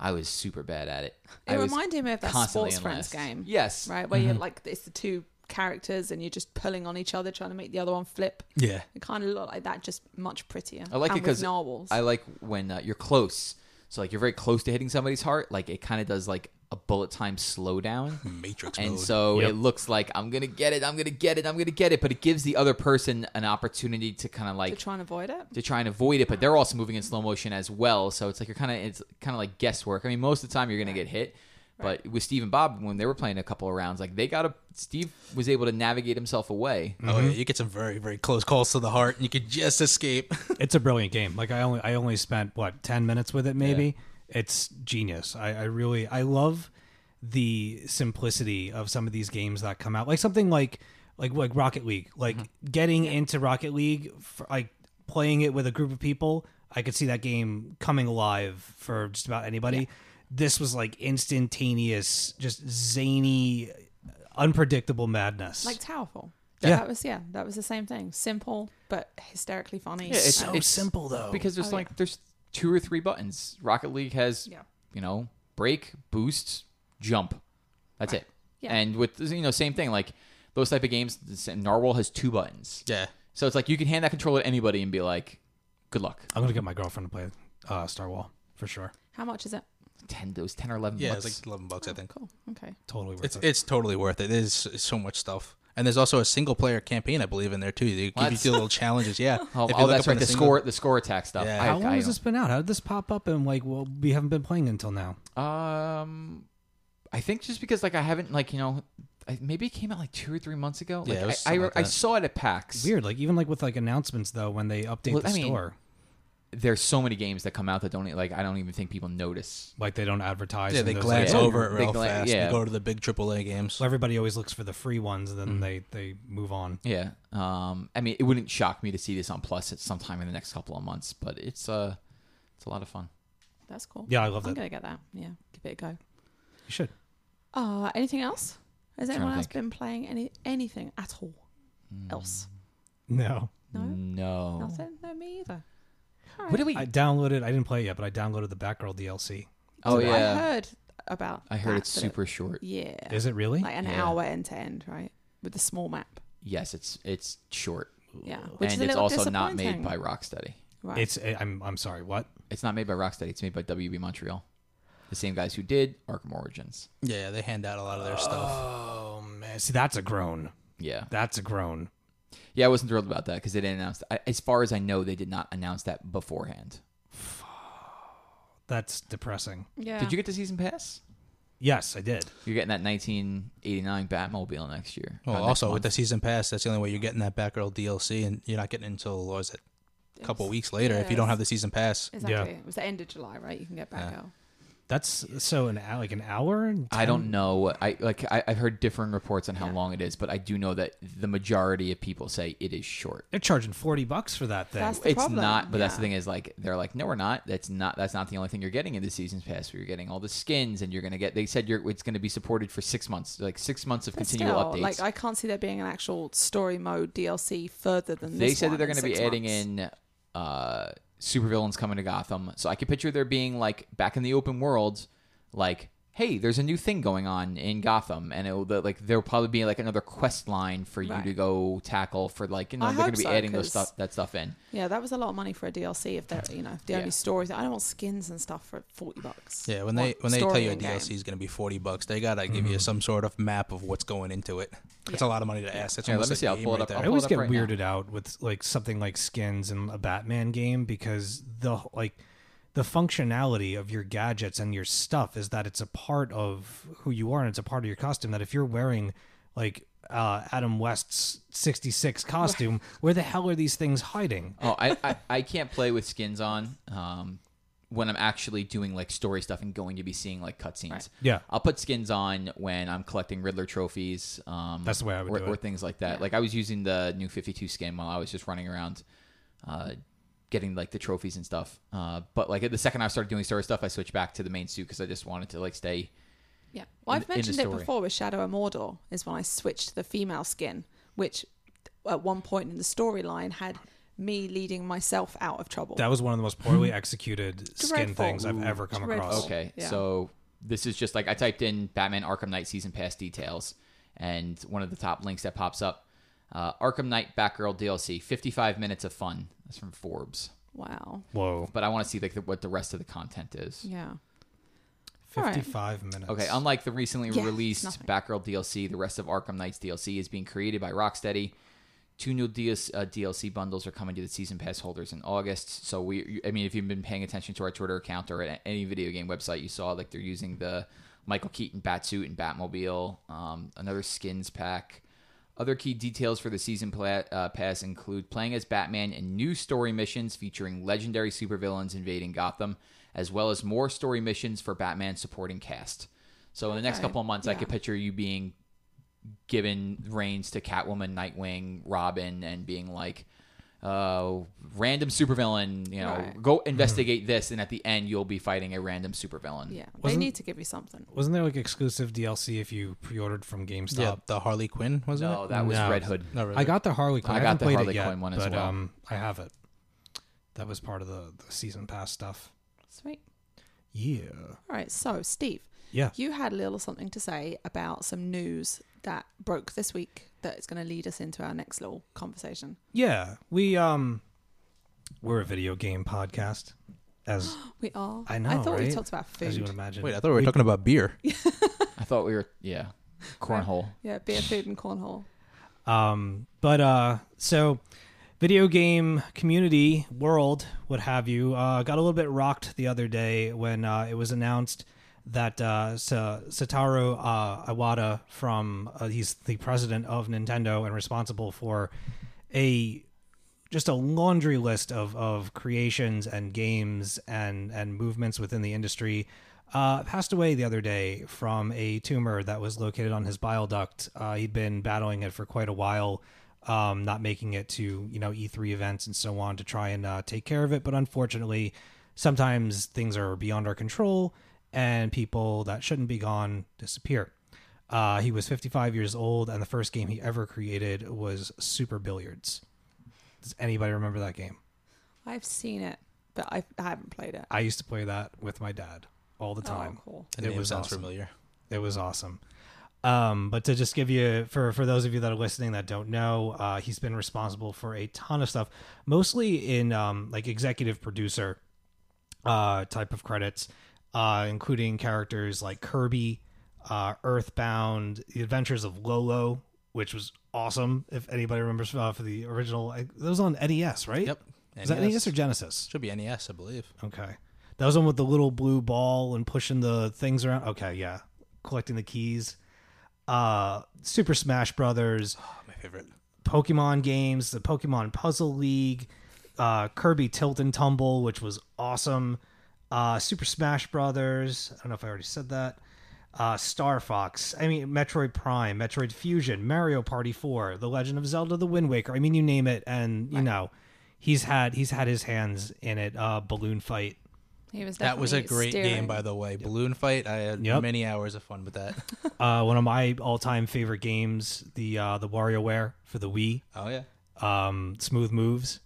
Speaker 3: I was super bad at it.
Speaker 1: It
Speaker 3: I was
Speaker 1: reminded me of that
Speaker 3: constantly
Speaker 1: Sports
Speaker 3: in
Speaker 1: Friends
Speaker 3: last.
Speaker 1: game.
Speaker 3: Yes, Mm-hmm.
Speaker 1: Right, where you're like, it's the two characters and you're just pulling on each other, trying to make the other one flip.
Speaker 4: yeah.
Speaker 1: It kind of looked like that, just much prettier.
Speaker 3: I like
Speaker 1: and
Speaker 3: it
Speaker 1: with
Speaker 3: because
Speaker 1: narwhals.
Speaker 3: I like when uh, you're close. So like you're very close to hitting somebody's heart. Like it kind of does like a bullet time slowdown.
Speaker 4: Matrix
Speaker 3: And
Speaker 4: mode.
Speaker 3: so
Speaker 2: Yep.
Speaker 3: it looks like I'm gonna get it, I'm gonna get it, I'm gonna get it, but it gives the other person an opportunity to kind of
Speaker 1: to
Speaker 3: like
Speaker 1: try and avoid it.
Speaker 3: to try and avoid it, but they're also moving in slow motion as well. So it's like you're kind of it's kind of like guesswork. I mean, most of the time you're going to get hit, but with Steve and Bob when they were playing a couple of rounds, like they got a Steve was able to navigate himself away.
Speaker 4: Oh yeah, you get some very very close calls to the heart, and you could
Speaker 3: <laughs>
Speaker 4: just escape.
Speaker 2: It's a brilliant game. Like I only I only spent what ten minutes with it. Maybe it's genius. I, I really I love the simplicity of some of these games that come out. Like something like like like Rocket League. Like getting into Rocket League, for, like playing it with a group of people. I could see that game coming alive for just about anybody. This was like instantaneous, just zany, unpredictable madness.
Speaker 1: like Towerfall.
Speaker 2: Yeah.
Speaker 1: That was yeah, that was the same thing. Simple but hysterically funny.
Speaker 3: Yeah, it's-
Speaker 2: so simple though.
Speaker 3: because there's
Speaker 1: Oh,
Speaker 3: like there's two or three buttons. Rocket League has
Speaker 1: Yeah.
Speaker 3: you know break, boost, jump. That's it.
Speaker 1: Yeah.
Speaker 3: And with you know same thing like those type of games. the same- Narwhal has two buttons,
Speaker 4: Yeah.
Speaker 3: so it's like you can hand that controller to anybody and be like, "Good luck."
Speaker 2: I'm gonna get my girlfriend to play uh, Star Wall for sure.
Speaker 1: How much is it? Oh,
Speaker 3: Ten, it was ten or eleven.
Speaker 4: Yeah,
Speaker 3: bucks.
Speaker 4: it's like 11 bucks, I think.
Speaker 1: Cool. Okay.
Speaker 2: Totally worth
Speaker 4: It's
Speaker 2: it.
Speaker 4: it's totally worth it. There's so much stuff. And there's also a single player campaign, I believe, in there too. They give
Speaker 3: That's-
Speaker 4: you little
Speaker 3: <laughs>
Speaker 4: challenges. Yeah.
Speaker 3: Oh,
Speaker 4: If you
Speaker 3: oh,
Speaker 4: look
Speaker 3: that's
Speaker 4: up on
Speaker 3: right. The
Speaker 4: single-
Speaker 3: score, the score attack stuff.
Speaker 4: Yeah.
Speaker 3: I-
Speaker 2: How long
Speaker 3: I
Speaker 2: has
Speaker 3: don't-
Speaker 2: this been out? How did this pop up? And like, well, we haven't been playing until now.
Speaker 3: Um, I think just because like I haven't like you know, I, maybe it came out like two or three months ago. Like,
Speaker 4: Yeah, it was
Speaker 3: I, I,
Speaker 4: something like
Speaker 3: I
Speaker 4: that.
Speaker 3: saw it at PAX.
Speaker 2: Weird. Like even like with like announcements though, when they update
Speaker 3: Well,
Speaker 2: the
Speaker 3: I mean-
Speaker 2: store,
Speaker 3: There's so many games that come out that don't e- like I don't even think people notice.
Speaker 2: like they don't advertise.
Speaker 4: Yeah,
Speaker 2: and
Speaker 4: they
Speaker 2: there's,
Speaker 4: glance
Speaker 2: like,
Speaker 3: Yeah.
Speaker 4: over it
Speaker 3: They
Speaker 4: real
Speaker 3: gla-
Speaker 4: fast.
Speaker 3: yeah.
Speaker 4: They go to the big AAA games.
Speaker 2: So everybody always looks for the free ones, and then they they move on.
Speaker 3: Yeah. Um. I mean, it wouldn't shock me to see this on Plus at some time in the next couple of months, but it's uh, it's a lot of fun.
Speaker 1: That's cool.
Speaker 2: Yeah, I love
Speaker 1: I'm
Speaker 2: that.
Speaker 1: gonna get that. Yeah. Give it a go.
Speaker 2: You should.
Speaker 1: Uh anything else? Has
Speaker 3: Trying to
Speaker 1: anyone else
Speaker 3: think. Mm.
Speaker 1: been playing any anything at all else?
Speaker 2: No,
Speaker 1: No?
Speaker 3: No.
Speaker 1: Nothing? No me either. All
Speaker 3: Oh.
Speaker 1: right.
Speaker 3: What did we?
Speaker 2: I downloaded. I didn't play it yet, but I downloaded the Batgirl DLC.
Speaker 3: oh
Speaker 1: I
Speaker 3: yeah.
Speaker 1: heard about
Speaker 3: I heard
Speaker 1: that,
Speaker 3: it's
Speaker 1: that it-
Speaker 3: super short.
Speaker 1: Yeah.
Speaker 2: Is it really?
Speaker 1: like an
Speaker 3: Yeah.
Speaker 1: hour end to end, right? With the small map.
Speaker 3: Yes, it's it's short,
Speaker 1: Yeah. Which is
Speaker 3: and
Speaker 1: a
Speaker 3: it's
Speaker 1: little
Speaker 3: also not made
Speaker 1: disappointing.
Speaker 3: by Rocksteady.
Speaker 1: right.
Speaker 2: it's. eh, I'm. I'm sorry. What?
Speaker 3: It's not made by Rocksteady. It's made by WB Montreal, the same guys who did Arkham Origins.
Speaker 4: Yeah, they hand out a lot of their stuff.
Speaker 2: Oh man. See, that's a groan.
Speaker 3: Yeah.
Speaker 2: That's a groan.
Speaker 3: Yeah, I wasn't thrilled about that because they didn't announce. I, as far as I know, they did not announce that beforehand.
Speaker 2: That's depressing.
Speaker 1: yeah.
Speaker 3: Did you get the season pass?
Speaker 2: Yes, I did.
Speaker 3: You're getting that 1989 Batmobile next year.
Speaker 4: Well,
Speaker 3: Uh, next
Speaker 4: also with
Speaker 3: month.
Speaker 4: the season pass, that's the only way you're getting that Batgirl DLC, and you're not getting it until what is it, a couple weeks later if you don't
Speaker 1: Yes.
Speaker 4: have the season pass.
Speaker 1: Exactly. It was the end of July, right? You can get back out.
Speaker 2: That's so an hou- like an hour. And
Speaker 3: I
Speaker 2: 10
Speaker 3: don't know. I like I, I've heard differing reports on how
Speaker 1: Yeah.
Speaker 3: long it is, but I do know that the majority of people say it is short.
Speaker 2: They're charging forty bucks for that thing.
Speaker 1: That's the
Speaker 3: it's
Speaker 1: problem.
Speaker 3: not but that's the
Speaker 1: yeah.
Speaker 3: thing is like they're like no we're not that's not that's not the only thing you're getting in the season's pass you're getting all the skins and you're gonna get they said you're it's gonna be supported for six months like six months of
Speaker 1: But
Speaker 3: continual
Speaker 1: still, Like
Speaker 3: updates
Speaker 1: I can't see there being an actual story mode DLC further than
Speaker 3: they
Speaker 1: this
Speaker 3: said
Speaker 1: one
Speaker 3: that they're going to be
Speaker 1: six
Speaker 3: adding
Speaker 1: months.
Speaker 3: in uh supervillains coming to gotham so i could picture there being like back in the open world like hey there's a new thing going on in gotham and it'll the, like there'll probably be like another quest line for you
Speaker 1: Right.
Speaker 3: to go tackle for like you know
Speaker 1: I
Speaker 3: they're going
Speaker 1: hope
Speaker 3: to be
Speaker 1: so,
Speaker 3: adding those
Speaker 1: 'cause-
Speaker 3: stuff that stuff in
Speaker 1: Yeah, that was a lot of money for a DLC. If they're you know the
Speaker 3: Yeah.
Speaker 1: only stories, I don't want skins and stuff for forty bucks.
Speaker 4: Yeah, when
Speaker 1: I
Speaker 4: they
Speaker 1: want
Speaker 4: when they tell
Speaker 1: story
Speaker 4: you a
Speaker 1: in-game.
Speaker 4: DLC is going to be forty bucks, they gotta give you some sort of map of what's going into it. That's a lot of money to ask. That's
Speaker 3: Yeah, let
Speaker 4: almost
Speaker 3: me
Speaker 4: a
Speaker 3: see, I'll
Speaker 4: game
Speaker 3: pull it
Speaker 4: right
Speaker 3: up.
Speaker 4: there.
Speaker 3: I'll
Speaker 2: I
Speaker 3: pull
Speaker 2: always
Speaker 3: it up
Speaker 2: get
Speaker 3: right now.
Speaker 2: weirded out with like something like skins in a Batman game because the like the functionality of your gadgets and your stuff is that it's a part of who you are and it's a part of your costume that if you're wearing like uh, Adam West's
Speaker 1: <laughs>
Speaker 2: 66 costume, where the hell are these things hiding?
Speaker 3: oh, I, I I can't play with skins on um, when I'm actually doing like story stuff and going to be seeing like cutscenes.
Speaker 2: Yeah.
Speaker 3: I'll put skins on when I'm collecting Riddler trophies. Um,
Speaker 2: That's the way I would
Speaker 3: or,
Speaker 2: do
Speaker 3: or
Speaker 2: it.
Speaker 3: things like that. Like I was using the new 52 skin while I was just running around. Uh, getting like the trophies and stuff uh, but like the second i started doing story stuff i switched back to the main suit because i just wanted to like stay
Speaker 1: Yeah. Well,
Speaker 3: in-
Speaker 1: I've
Speaker 3: in the
Speaker 1: mentioned it
Speaker 3: story.
Speaker 1: before with Shadow of Mordor, is when I switched to the female skin, which at one point in the storyline had me leading myself out of trouble.
Speaker 2: That was one of the most
Speaker 1: <laughs>
Speaker 2: poorly executed skin
Speaker 1: Dreadful.
Speaker 2: things I've ever come
Speaker 1: Dreadful.
Speaker 2: across.
Speaker 3: Okay,
Speaker 1: Yeah.
Speaker 3: so this is just like I typed in Batman Arkham Knight season pass details, and one of the top links that pops up: uh, Arkham Knight Batgirl DLC, fifty-five minutes of fun. That's from Forbes.
Speaker 1: wow.
Speaker 2: Whoa.
Speaker 3: But I want to see like the, what the rest of the content is.
Speaker 1: Yeah. All right.
Speaker 2: 55 minutes.
Speaker 3: Okay, unlike the recently
Speaker 1: Yeah,
Speaker 3: released
Speaker 1: nothing.
Speaker 3: Batgirl DLC, the rest of Arkham Knight's DLC is being created by Rocksteady. Two new DS, uh, DLC bundles are coming to the season pass holders in August. So we, I mean, if you've been paying attention to our Twitter account or at any video game website, you saw like they're using the Michael Keaton Batsuit and Batmobile, um, another skins pack. Other key details for the season pla- uh, pass include playing as Batman in new story missions featuring legendary supervillains invading Gotham, as well as more story missions for Batman's supporting cast. So in the next
Speaker 1: Okay,
Speaker 3: couple of months, I
Speaker 1: yeah.
Speaker 3: could picture you being given reins to Catwoman, Nightwing, Robin, and being like, uh, random supervillain. You know,
Speaker 1: Right.
Speaker 3: go investigate this, and at the end you'll be fighting a random supervillain.
Speaker 1: Yeah, they
Speaker 2: Wasn't-
Speaker 1: need to give you something.
Speaker 2: Wasn't there like exclusive DLC if you pre-ordered from GameStop?
Speaker 4: Yeah, the Harley Quinn was it?
Speaker 3: No, that was
Speaker 2: No.
Speaker 3: Red Hood.
Speaker 4: No, really.
Speaker 2: I got the Harley Quinn.
Speaker 3: I
Speaker 2: I,
Speaker 3: got
Speaker 2: haven't
Speaker 3: the
Speaker 2: played
Speaker 3: Harley
Speaker 2: it yet,
Speaker 3: Quinn one as
Speaker 2: but,
Speaker 3: well.
Speaker 2: Um, I have it. That was part of the, the season pass stuff.
Speaker 1: Sweet.
Speaker 2: Yeah.
Speaker 1: All right, so Steve,
Speaker 2: Yeah.
Speaker 1: you had a little something to say about some news that broke this week that is going to lead us into our next little conversation.
Speaker 2: Yeah. We um we're a video game podcast as
Speaker 1: We are.
Speaker 2: I know,
Speaker 1: I thought we
Speaker 2: right?
Speaker 1: talked about
Speaker 2: as you
Speaker 1: food.
Speaker 2: would imagine.
Speaker 4: Wait, I thought we were talking about beer.
Speaker 3: I thought we were yeah, cornhole.
Speaker 1: Yeah, beer, food, and cornhole.
Speaker 2: Um, but uh, so video game community world, what have you, uh, got a little bit rocked the other day when uh, it was announced that uh, Sa- Satoru uh, Iwata from uh, he's the president of Nintendo and responsible for a just a laundry list of, of creations and games and, and movements within the industry. Uh, passed away the other day from a tumor that was located on his bile duct. Uh, he'd been battling it for quite a while, um, not making it to you know E3 events and so on to try and uh, take care of it. But unfortunately, sometimes things are beyond our control, and people that shouldn't be gone disappear. Uh, he was 55 years old, and the first game he ever created was Super Billiards. Does anybody remember that game?
Speaker 1: I've seen it, but I, I haven't played it.
Speaker 2: I used to play that with my dad all the time.
Speaker 1: Oh, cool.
Speaker 4: The
Speaker 2: It
Speaker 4: name
Speaker 2: was
Speaker 4: sounds
Speaker 2: awesome.
Speaker 4: familiar.
Speaker 2: It was awesome. Um, but to just give you for for those of you that are listening that don't know, uh, he's been responsible for a ton of stuff, mostly in um, like executive producer uh, type of credits, uh, including characters like Kirby, uh, Earthbound, The Adventures of Lolo, which was awesome. If anybody remembers uh, for the original, I, that was on NES, right?
Speaker 4: Yep. E
Speaker 2: Is that NES or Genesis?
Speaker 4: should be NES, I believe.
Speaker 2: Okay. That was the one with the little blue ball and pushing the things around. Okay, yeah. Collecting the keys. Uh Super Smash Brothers,
Speaker 4: Oh, my favorite.
Speaker 2: Pokemon games, the Pokemon Puzzle League, uh Kirby Tilt and Tumble, which was awesome. Uh Super Smash Brothers. I don't know if I already said that. Uh Star Fox. I mean Metroid Prime, Metroid Fusion, Mario Party 4, The Legend of Zelda The Wind Waker. I mean you name it and you know, he's had he's had his hands in it. Uh Balloon Fight.
Speaker 1: He was
Speaker 4: That was a
Speaker 1: definitely
Speaker 4: great game,
Speaker 1: steering.
Speaker 4: by the way. Balloon Fight. I had
Speaker 2: Yep.
Speaker 4: many hours of fun with that.
Speaker 2: uh, one of my all-time favorite games, the uh, the WarioWare for the Wii,
Speaker 4: oh yeah.
Speaker 2: um, Smooth Moves.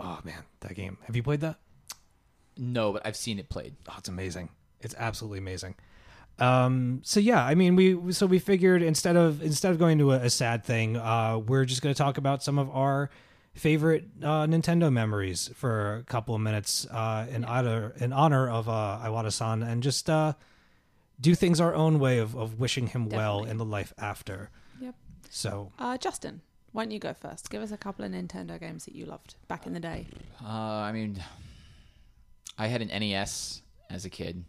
Speaker 2: Oh man, that game! Have you played that?
Speaker 3: No, but I've seen it played.
Speaker 2: Oh, it's amazing. It's absolutely amazing. Um, so yeah, I mean, we so we figured instead of instead of going to a, a sad thing, uh, we're just going to talk about some of our favorite uh, Nintendo memories for a couple of minutes uh, in honor in honor of uh, Iwata-san, and just uh, do things our own way of of wishing him well
Speaker 1: Definitely.
Speaker 2: in the life after.
Speaker 1: Yep.
Speaker 2: So
Speaker 1: Uh, Justin, why don't you go first? Give us a couple of Nintendo games that you loved back in the day.
Speaker 3: Uh, I mean, I had an NES as a kid,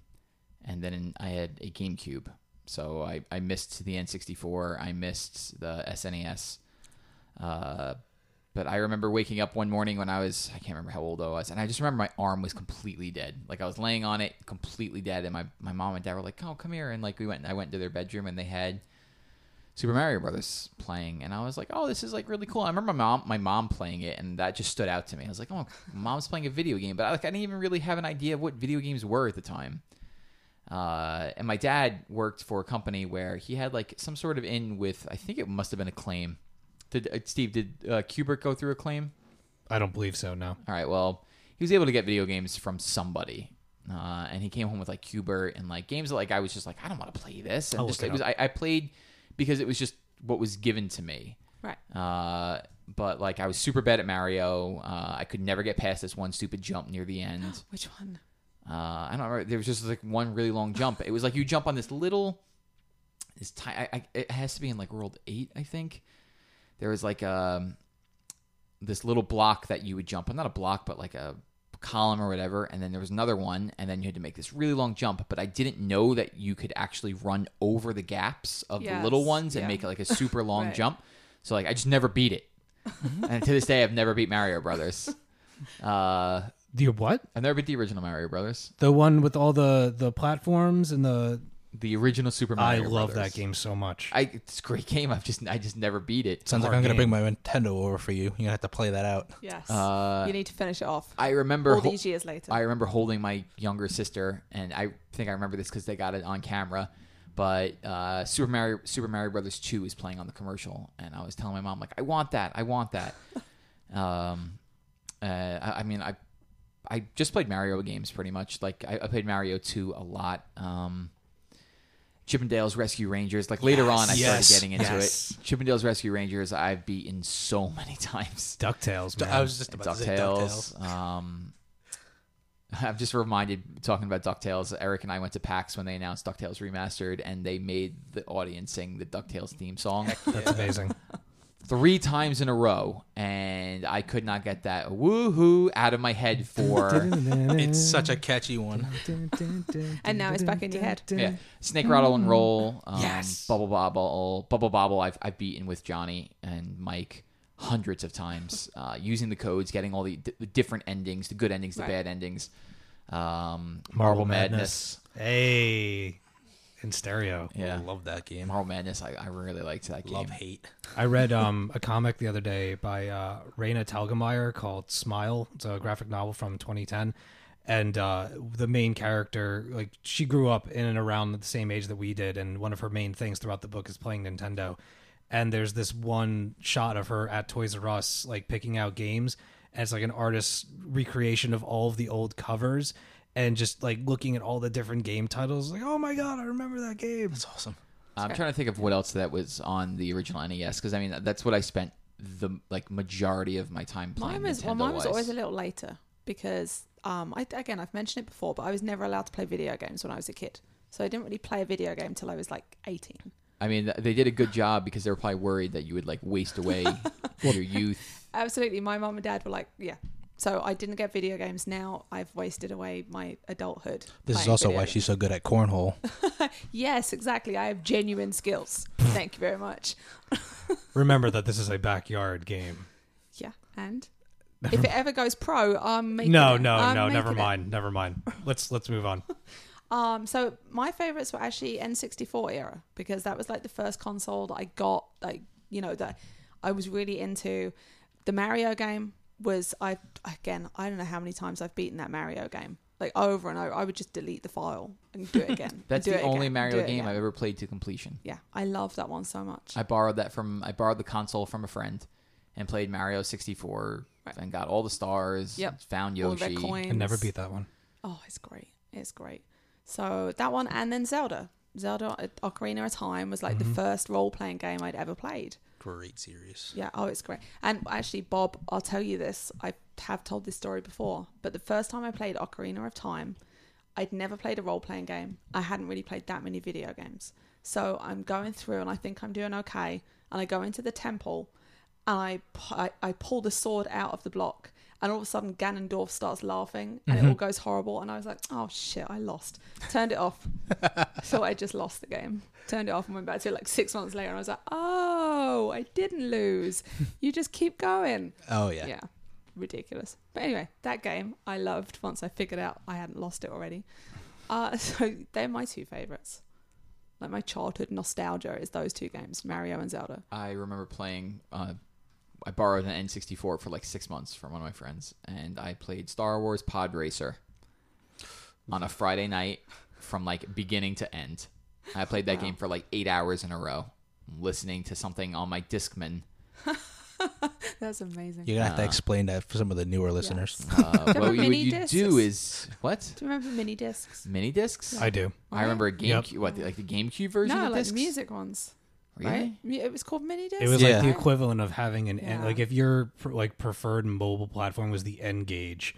Speaker 3: and then I had a GameCube. So I, I missed the N64. I missed the SNES. Uh, but I remember waking up one morning when I was, I can't remember how old I was, and I just remember my arm was completely dead. Like I was laying on it, completely dead, and my, my mom and dad were like, oh, come here. And like we went, I went into their bedroom, and they had Super Mario Brothers playing, and I was like, "Oh, this is like really cool." I remember my mom, my mom playing it, and that just stood out to me. I was like, "Oh, mom's playing a video game," but I, like I didn't even really have an idea of what video games were at the time. Uh, and my dad worked for a company where he had like some sort of in with, I think it must have been Acclaim. Did uh, Steve? Did uh, Kubrick go through Acclaim?
Speaker 2: I don't believe so. No.
Speaker 3: All right. Well, he was able to get video games from somebody, uh, and he came home with like Cubert and like games that like I was just like I don't want to play this. And
Speaker 2: I'll
Speaker 3: just
Speaker 2: look
Speaker 3: it
Speaker 2: it
Speaker 3: was I, I played because it was just what was given to me.
Speaker 1: Right.
Speaker 3: Uh, but like I was super bad at Mario. Uh, I could never get past this one stupid jump near the end.
Speaker 1: Which one?
Speaker 3: Uh, I don't remember. There was just like one really long jump. It was like you jump on this little, this ti I, I, it has to be in like World Eight, I think. There was like um, this little block that you would jump on, not a block, but like a column or whatever. And then there was another one, and then you had to make this really long jump. But I didn't know that you could actually run over the gaps of the little
Speaker 1: Yes,
Speaker 3: ones and
Speaker 1: yeah.
Speaker 3: make like a super
Speaker 1: <laughs>
Speaker 3: long
Speaker 1: Right.
Speaker 3: jump. So like I just never
Speaker 1: <laughs>
Speaker 3: beat it, and to this day I've never beat Mario Brothers. Uh,
Speaker 2: The what?
Speaker 3: I've never beat the original Mario Brothers.
Speaker 2: The one with all the the platforms and the
Speaker 3: the original Super
Speaker 2: I
Speaker 3: Mario.
Speaker 2: love
Speaker 3: Brothers.
Speaker 2: that game so much.
Speaker 3: I, it's a great <laughs> game. I've just I just never beat it.
Speaker 4: Sounds like
Speaker 2: hard
Speaker 4: I'm gonna
Speaker 2: game.
Speaker 4: bring my Nintendo over for you. You're gonna have to play that out.
Speaker 1: Yes.
Speaker 3: Uh,
Speaker 1: you need to finish it off.
Speaker 3: I remember
Speaker 1: All
Speaker 3: ho-
Speaker 1: these years later.
Speaker 3: I remember holding my younger sister, and I think I remember this because they got it on camera. But uh, Super Mario Super Mario Brothers Two is playing on the commercial, and I was telling my mom like, "I want that, I want that." um, uh, I, I mean, I I just played Mario games pretty much. Like I, I played Mario Two a lot. Um, Chippendales Rescue Rangers. Like later on, I
Speaker 2: Yes.
Speaker 3: started getting into
Speaker 2: Yes.
Speaker 3: it. Chippendales Rescue Rangers. I've beaten so many <laughs> times.
Speaker 2: Ducktales, man.
Speaker 4: I was just about to say DuckTales.
Speaker 3: DuckTales. Um, <laughs> I'm just reminded talking about DuckTales. Eric and I went to PAX when they announced DuckTales Remastered, and they made the audience sing the DuckTales theme
Speaker 4: <laughs>
Speaker 3: song
Speaker 2: That's amazing.
Speaker 3: three times in a row, and I could not get that woohoo out of my
Speaker 4: <laughs>
Speaker 3: head for.
Speaker 4: It's such a catchy one.
Speaker 1: <laughs>
Speaker 2: <laughs>
Speaker 1: and now it's back in your head.
Speaker 3: Yeah, snake rattle
Speaker 1: Mm.
Speaker 3: and roll. Um,
Speaker 4: Yes.
Speaker 3: bubble bobble, bubble bobble. I've I've beaten with Johnny and Mike hundreds
Speaker 1: <laughs>
Speaker 3: of times uh, using the codes, getting all the, d- the different endings, the good endings, the
Speaker 1: Right.
Speaker 3: bad endings. Um,
Speaker 2: Marble Madness. Hey, in stereo.
Speaker 3: Yeah.
Speaker 4: Love that game.
Speaker 3: Marble Madness, I, I really liked that game.
Speaker 4: Love hate.
Speaker 2: I read um, a comic the other day by uh, Raina Telgemeier called Smile. It's a graphic novel from 2010, and uh, the main character, like she grew up in and around the same age that we did, and one of her main things throughout the book is playing Nintendo. And there's this one shot of her at Toys R Us, like picking out games, and it's like an artist's recreation of all of the old covers. And just like looking at all the different game titles, like, oh my god, I remember that game.
Speaker 4: It's awesome.
Speaker 3: I'm trying to think of what else that was on the original NES because I mean that's what I spent the like majority of my time playing.
Speaker 1: Mine was well,
Speaker 3: Nintendo
Speaker 1: mine was
Speaker 3: wise.
Speaker 1: always a little later because um, I, again I've mentioned it before, but I was never allowed to play video games when I was a kid, so I didn't really play a video game till I was like eighteen.
Speaker 3: I mean, th- they did a good job because they were probably worried that you would like
Speaker 1: <laughs>
Speaker 3: waste away your youth.
Speaker 1: Absolutely, my mom and dad were like, yeah. So I didn't get video games. Now I've wasted away my adulthood.
Speaker 4: This is
Speaker 1: playing
Speaker 4: also
Speaker 1: video
Speaker 4: why
Speaker 1: games.
Speaker 4: she's so good at cornhole.
Speaker 1: Yes, exactly. I have genuine skills. Thank you very much.
Speaker 2: Remember that this is a backyard game.
Speaker 1: Yeah, and if it ever goes pro, I'm making
Speaker 2: no,
Speaker 1: it.
Speaker 2: no,
Speaker 1: I'm
Speaker 2: no. Never
Speaker 1: making it.
Speaker 2: mind. Never mind. Let's let's move on.
Speaker 1: Um, so my favorites were actually N64 era because that was like the first console that I got, like you know that I was really into. The Mario game was I again I don't know how many times I've beaten that Mario game like over and over. I would just delete the file and do it again.
Speaker 3: <laughs> That's
Speaker 1: and do
Speaker 3: the
Speaker 1: it
Speaker 3: only
Speaker 1: again, do
Speaker 3: Mario
Speaker 1: it
Speaker 3: game
Speaker 1: again.
Speaker 3: I've ever played to completion.
Speaker 1: Yeah, I love that one so much.
Speaker 3: I borrowed that from I borrowed the console from a friend and played Mario 64
Speaker 1: Right.
Speaker 3: and got all the stars.
Speaker 1: Yep.
Speaker 3: Found
Speaker 1: All the
Speaker 3: Yoshi.
Speaker 1: red coins.
Speaker 2: I never beat that one.
Speaker 1: Oh, it's great. It's great. So that one, and then Zelda. Zelda uh, Ocarina of Time was like the first role playing game I'd ever played.
Speaker 4: Mm-hmm. Great series.
Speaker 1: Yeah, oh, it's great. And actually, Bob, I'll tell you this. I have told this story before, but the first time I played Ocarina of Time, I'd never played a role playing game. I hadn't really played that many video games. So I'm going through and I think I'm doing okay. And I go into the temple and I, pu- I, I pull the sword out of the block. And all of a sudden, Ganondorf starts laughing and it all goes horrible. And I was like, oh shit, I lost. Turned it off. so I just lost the game. Turned it off and went back to it like six months later. And I was like, oh, I didn't lose. You just keep going.
Speaker 4: Oh yeah.
Speaker 1: Yeah. Ridiculous. But anyway, that game I loved once I figured out I hadn't lost it already. Uh, <laughs> so they're my two favorites. Like my childhood nostalgia is those two games, Mario and Zelda.
Speaker 3: I remember playing. Uh, I borrowed an N64 for like six months from one of my friends, and I played Star Wars Pod Racer on a Friday night from like beginning to end. I played that
Speaker 1: Wow.
Speaker 3: game for like eight hours in a row, listening to something on my
Speaker 1: <laughs>
Speaker 3: Discman.
Speaker 1: That's amazing.
Speaker 4: You're gonna have to
Speaker 3: Uh,
Speaker 4: explain that for some of the
Speaker 1: <laughs>
Speaker 4: newer listeners.
Speaker 3: Uh,
Speaker 1: There were
Speaker 3: what you, would
Speaker 1: mini
Speaker 3: you
Speaker 1: discs.
Speaker 3: do is what
Speaker 1: Do you remember mini discs?
Speaker 3: mini discs?
Speaker 2: I do.
Speaker 3: I remember a
Speaker 2: Yep.
Speaker 3: GameCube, what the, like the GameCube version
Speaker 1: No,
Speaker 3: of
Speaker 1: like
Speaker 3: discs.
Speaker 1: music ones,
Speaker 3: Really?
Speaker 1: right? Yeah, It was called mini discs.
Speaker 2: It was
Speaker 4: Yeah.
Speaker 2: like the equivalent of having an N
Speaker 1: Yeah.
Speaker 2: like if your pr- like preferred mobile platform was the N gauge,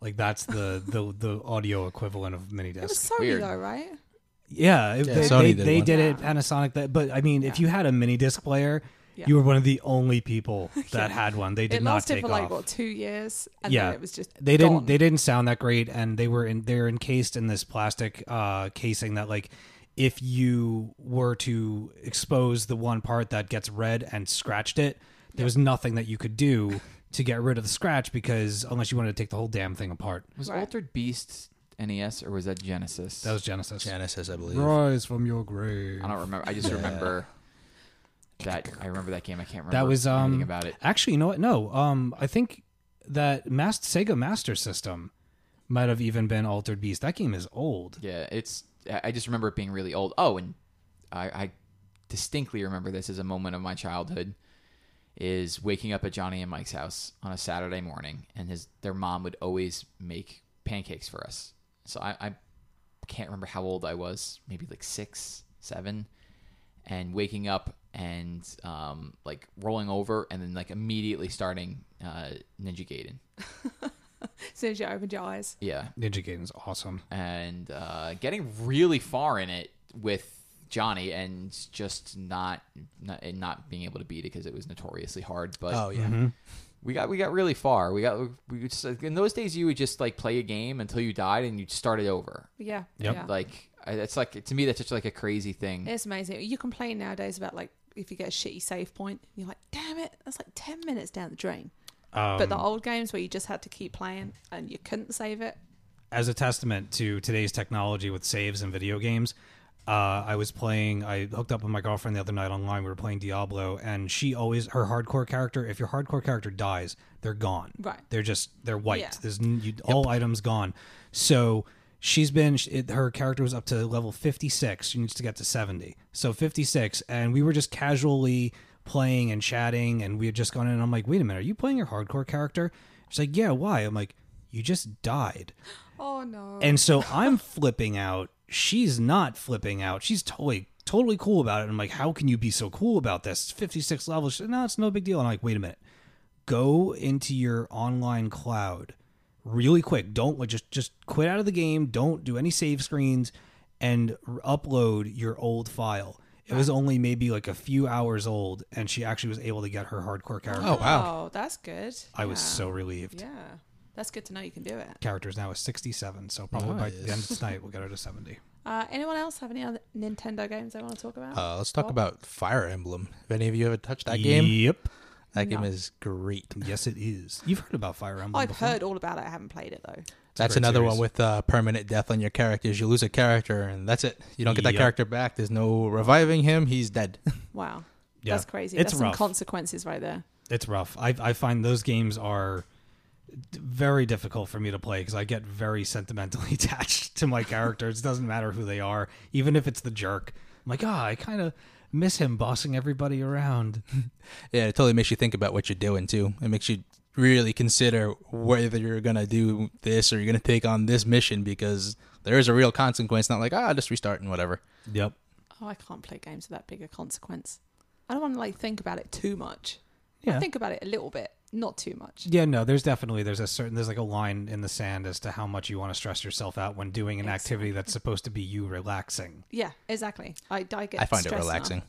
Speaker 2: like that's
Speaker 1: <laughs>
Speaker 2: the the the audio equivalent of mini
Speaker 1: It was
Speaker 2: disc.
Speaker 1: Sony
Speaker 3: Weird.
Speaker 1: though, right?
Speaker 2: Yeah, it-
Speaker 4: Yeah,
Speaker 2: they,
Speaker 4: Sony
Speaker 2: they,
Speaker 4: did
Speaker 2: they
Speaker 4: one.
Speaker 2: did it
Speaker 1: Yeah.
Speaker 2: Panasonic. That, but I mean, if
Speaker 1: Yeah.
Speaker 2: you had a mini disc player,
Speaker 1: Yeah.
Speaker 2: you were one of the
Speaker 1: <laughs>
Speaker 2: only people that had one. They did
Speaker 1: It
Speaker 2: not
Speaker 1: lasted
Speaker 2: take
Speaker 1: for like
Speaker 2: off.
Speaker 1: what two years, and
Speaker 2: Yeah.
Speaker 1: then it was just
Speaker 2: they didn't
Speaker 1: gone.
Speaker 2: they didn't sound that great and they were in they're encased in this plastic uh casing that like if you were to expose the one part that gets red and scratched it there was nothing that you could <laughs> do to get rid of the scratch because unless you wanted to take the whole damn thing apart
Speaker 3: Was
Speaker 1: Right.
Speaker 3: Altered Beast NES or was that Genesis?
Speaker 2: That was Genesis.
Speaker 4: Genesis, I believe.
Speaker 2: Rise from your grave.
Speaker 3: I don't remember. I just
Speaker 4: Yeah.
Speaker 3: remember that. I remember that game. I can't remember
Speaker 2: That was
Speaker 3: anything
Speaker 2: um.
Speaker 3: about it.
Speaker 2: Actually, you know what? No. Um, I think that Mas- Sega Master System might have even been Altered Beast. That game is old.
Speaker 3: Yeah, it's. I I just remember it being really old. Oh, and I, I distinctly remember this as a moment of my childhood. Is waking up at Johnny and Mike's house on a Saturday morning, and his their mom would always make pancakes for us. So I, I can't remember how old I was, maybe like six, seven, and waking up and um, like rolling over, and then like immediately starting uh, Ninja Gaiden.
Speaker 1: As soon as you opened your eyes.
Speaker 3: Yeah,
Speaker 2: Ninja Gaiden's awesome.
Speaker 3: and uh, getting really far in it with Johnny and just not not, and not being able to beat it because it was notoriously hard. But
Speaker 4: Oh yeah.
Speaker 2: mm-hmm.
Speaker 3: we got we got really far. We got we would just, in those days you would just like play a game until you died and you started over.
Speaker 1: Yeah.
Speaker 2: Yep.
Speaker 1: Yeah.
Speaker 3: Like mm. I- it's like to me that's just like a crazy thing.
Speaker 1: It's amazing. You complain nowadays about like if you get a shitty save point, you're like, damn it, that's like ten minutes down the drain.
Speaker 2: Um,
Speaker 1: but the old games where you just had to keep playing and you couldn't save it.
Speaker 2: as a testament to today's technology with saves and video games, uh, I was playing. I hooked up with my girlfriend the other night online. We were playing Diablo, and she always her hardcore character. If your hardcore character dies, they're gone.
Speaker 1: Right.
Speaker 2: They're just they're wiped.
Speaker 1: Yeah.
Speaker 2: There's n- you, all items gone. So she's been sh- it, her character was up to level 56. She needs to get to 70. So 56, and we were just casually playing and chatting, and we had just gone in. And I'm like, wait a minute, are you playing your hardcore character? She's like, yeah. Why? I'm like, you just died.
Speaker 1: Oh no.
Speaker 2: And so I'm flipping out. She's not flipping out. She's totally totally cool about it. And I'm like, how can you be so cool about this? It's 56 levels. She's like, no, it's no big deal. And I'm like, wait a minute. Go into your online cloud really quick. Don't like, just just quit out of the game. Don't do any save screens and r- upload your old file. It was only maybe like a few hours old, and she actually was able to get her hardcore character.
Speaker 4: Oh wow.
Speaker 1: Oh, that's good.
Speaker 2: I was
Speaker 1: Yeah.
Speaker 2: so relieved.
Speaker 1: Yeah. That's good to know you can do it.
Speaker 2: Character's now at 67, so probably by the end of tonight we'll get her to 70.
Speaker 1: Uh, anyone else have any other Nintendo games they want to talk about?
Speaker 4: Uh, let's talk about Fire Emblem. If any of you ever touched that game,
Speaker 2: Yep.
Speaker 4: that game is great.
Speaker 2: Yes, it is. You've heard about Fire Emblem.
Speaker 1: I've
Speaker 2: before.
Speaker 1: heard all about it. I haven't played it though.
Speaker 4: That's
Speaker 2: great
Speaker 4: another
Speaker 2: series.
Speaker 4: one with uh, permanent death on your characters. You lose a character, and that's it. You don't get that
Speaker 2: Yep.
Speaker 4: character back. There's no reviving him. He's dead.
Speaker 1: Wow.
Speaker 2: Yeah.
Speaker 1: That's crazy.
Speaker 2: It's
Speaker 1: That's
Speaker 2: rough.
Speaker 1: some consequences right there.
Speaker 2: It's rough. I, I find those games are d- very difficult for me to play because I get very sentimentally <laughs> attached to my characters. It doesn't matter who they are, even if it's the jerk. I'm like, ah, I kind of miss him bossing everybody around.
Speaker 4: yeah, it totally makes you think about what you're doing too. It makes you really consider whether you're gonna do this or you're gonna take on this mission because there is a real consequence. Not like ah, just restart and whatever.
Speaker 2: Yep.
Speaker 1: Oh, I can't play games with that big a consequence. I don't want to like think about it too much.
Speaker 2: Yeah.
Speaker 1: Think about it a little bit, not too much.
Speaker 2: yeah, no, there's definitely there's a certain there's like a line in the sand as to how much you want to stress yourself out when doing an activity that's supposed to be you relaxing.
Speaker 1: Yeah, exactly. I, I get.
Speaker 4: I find it
Speaker 1: stressed enough.
Speaker 4: relaxing.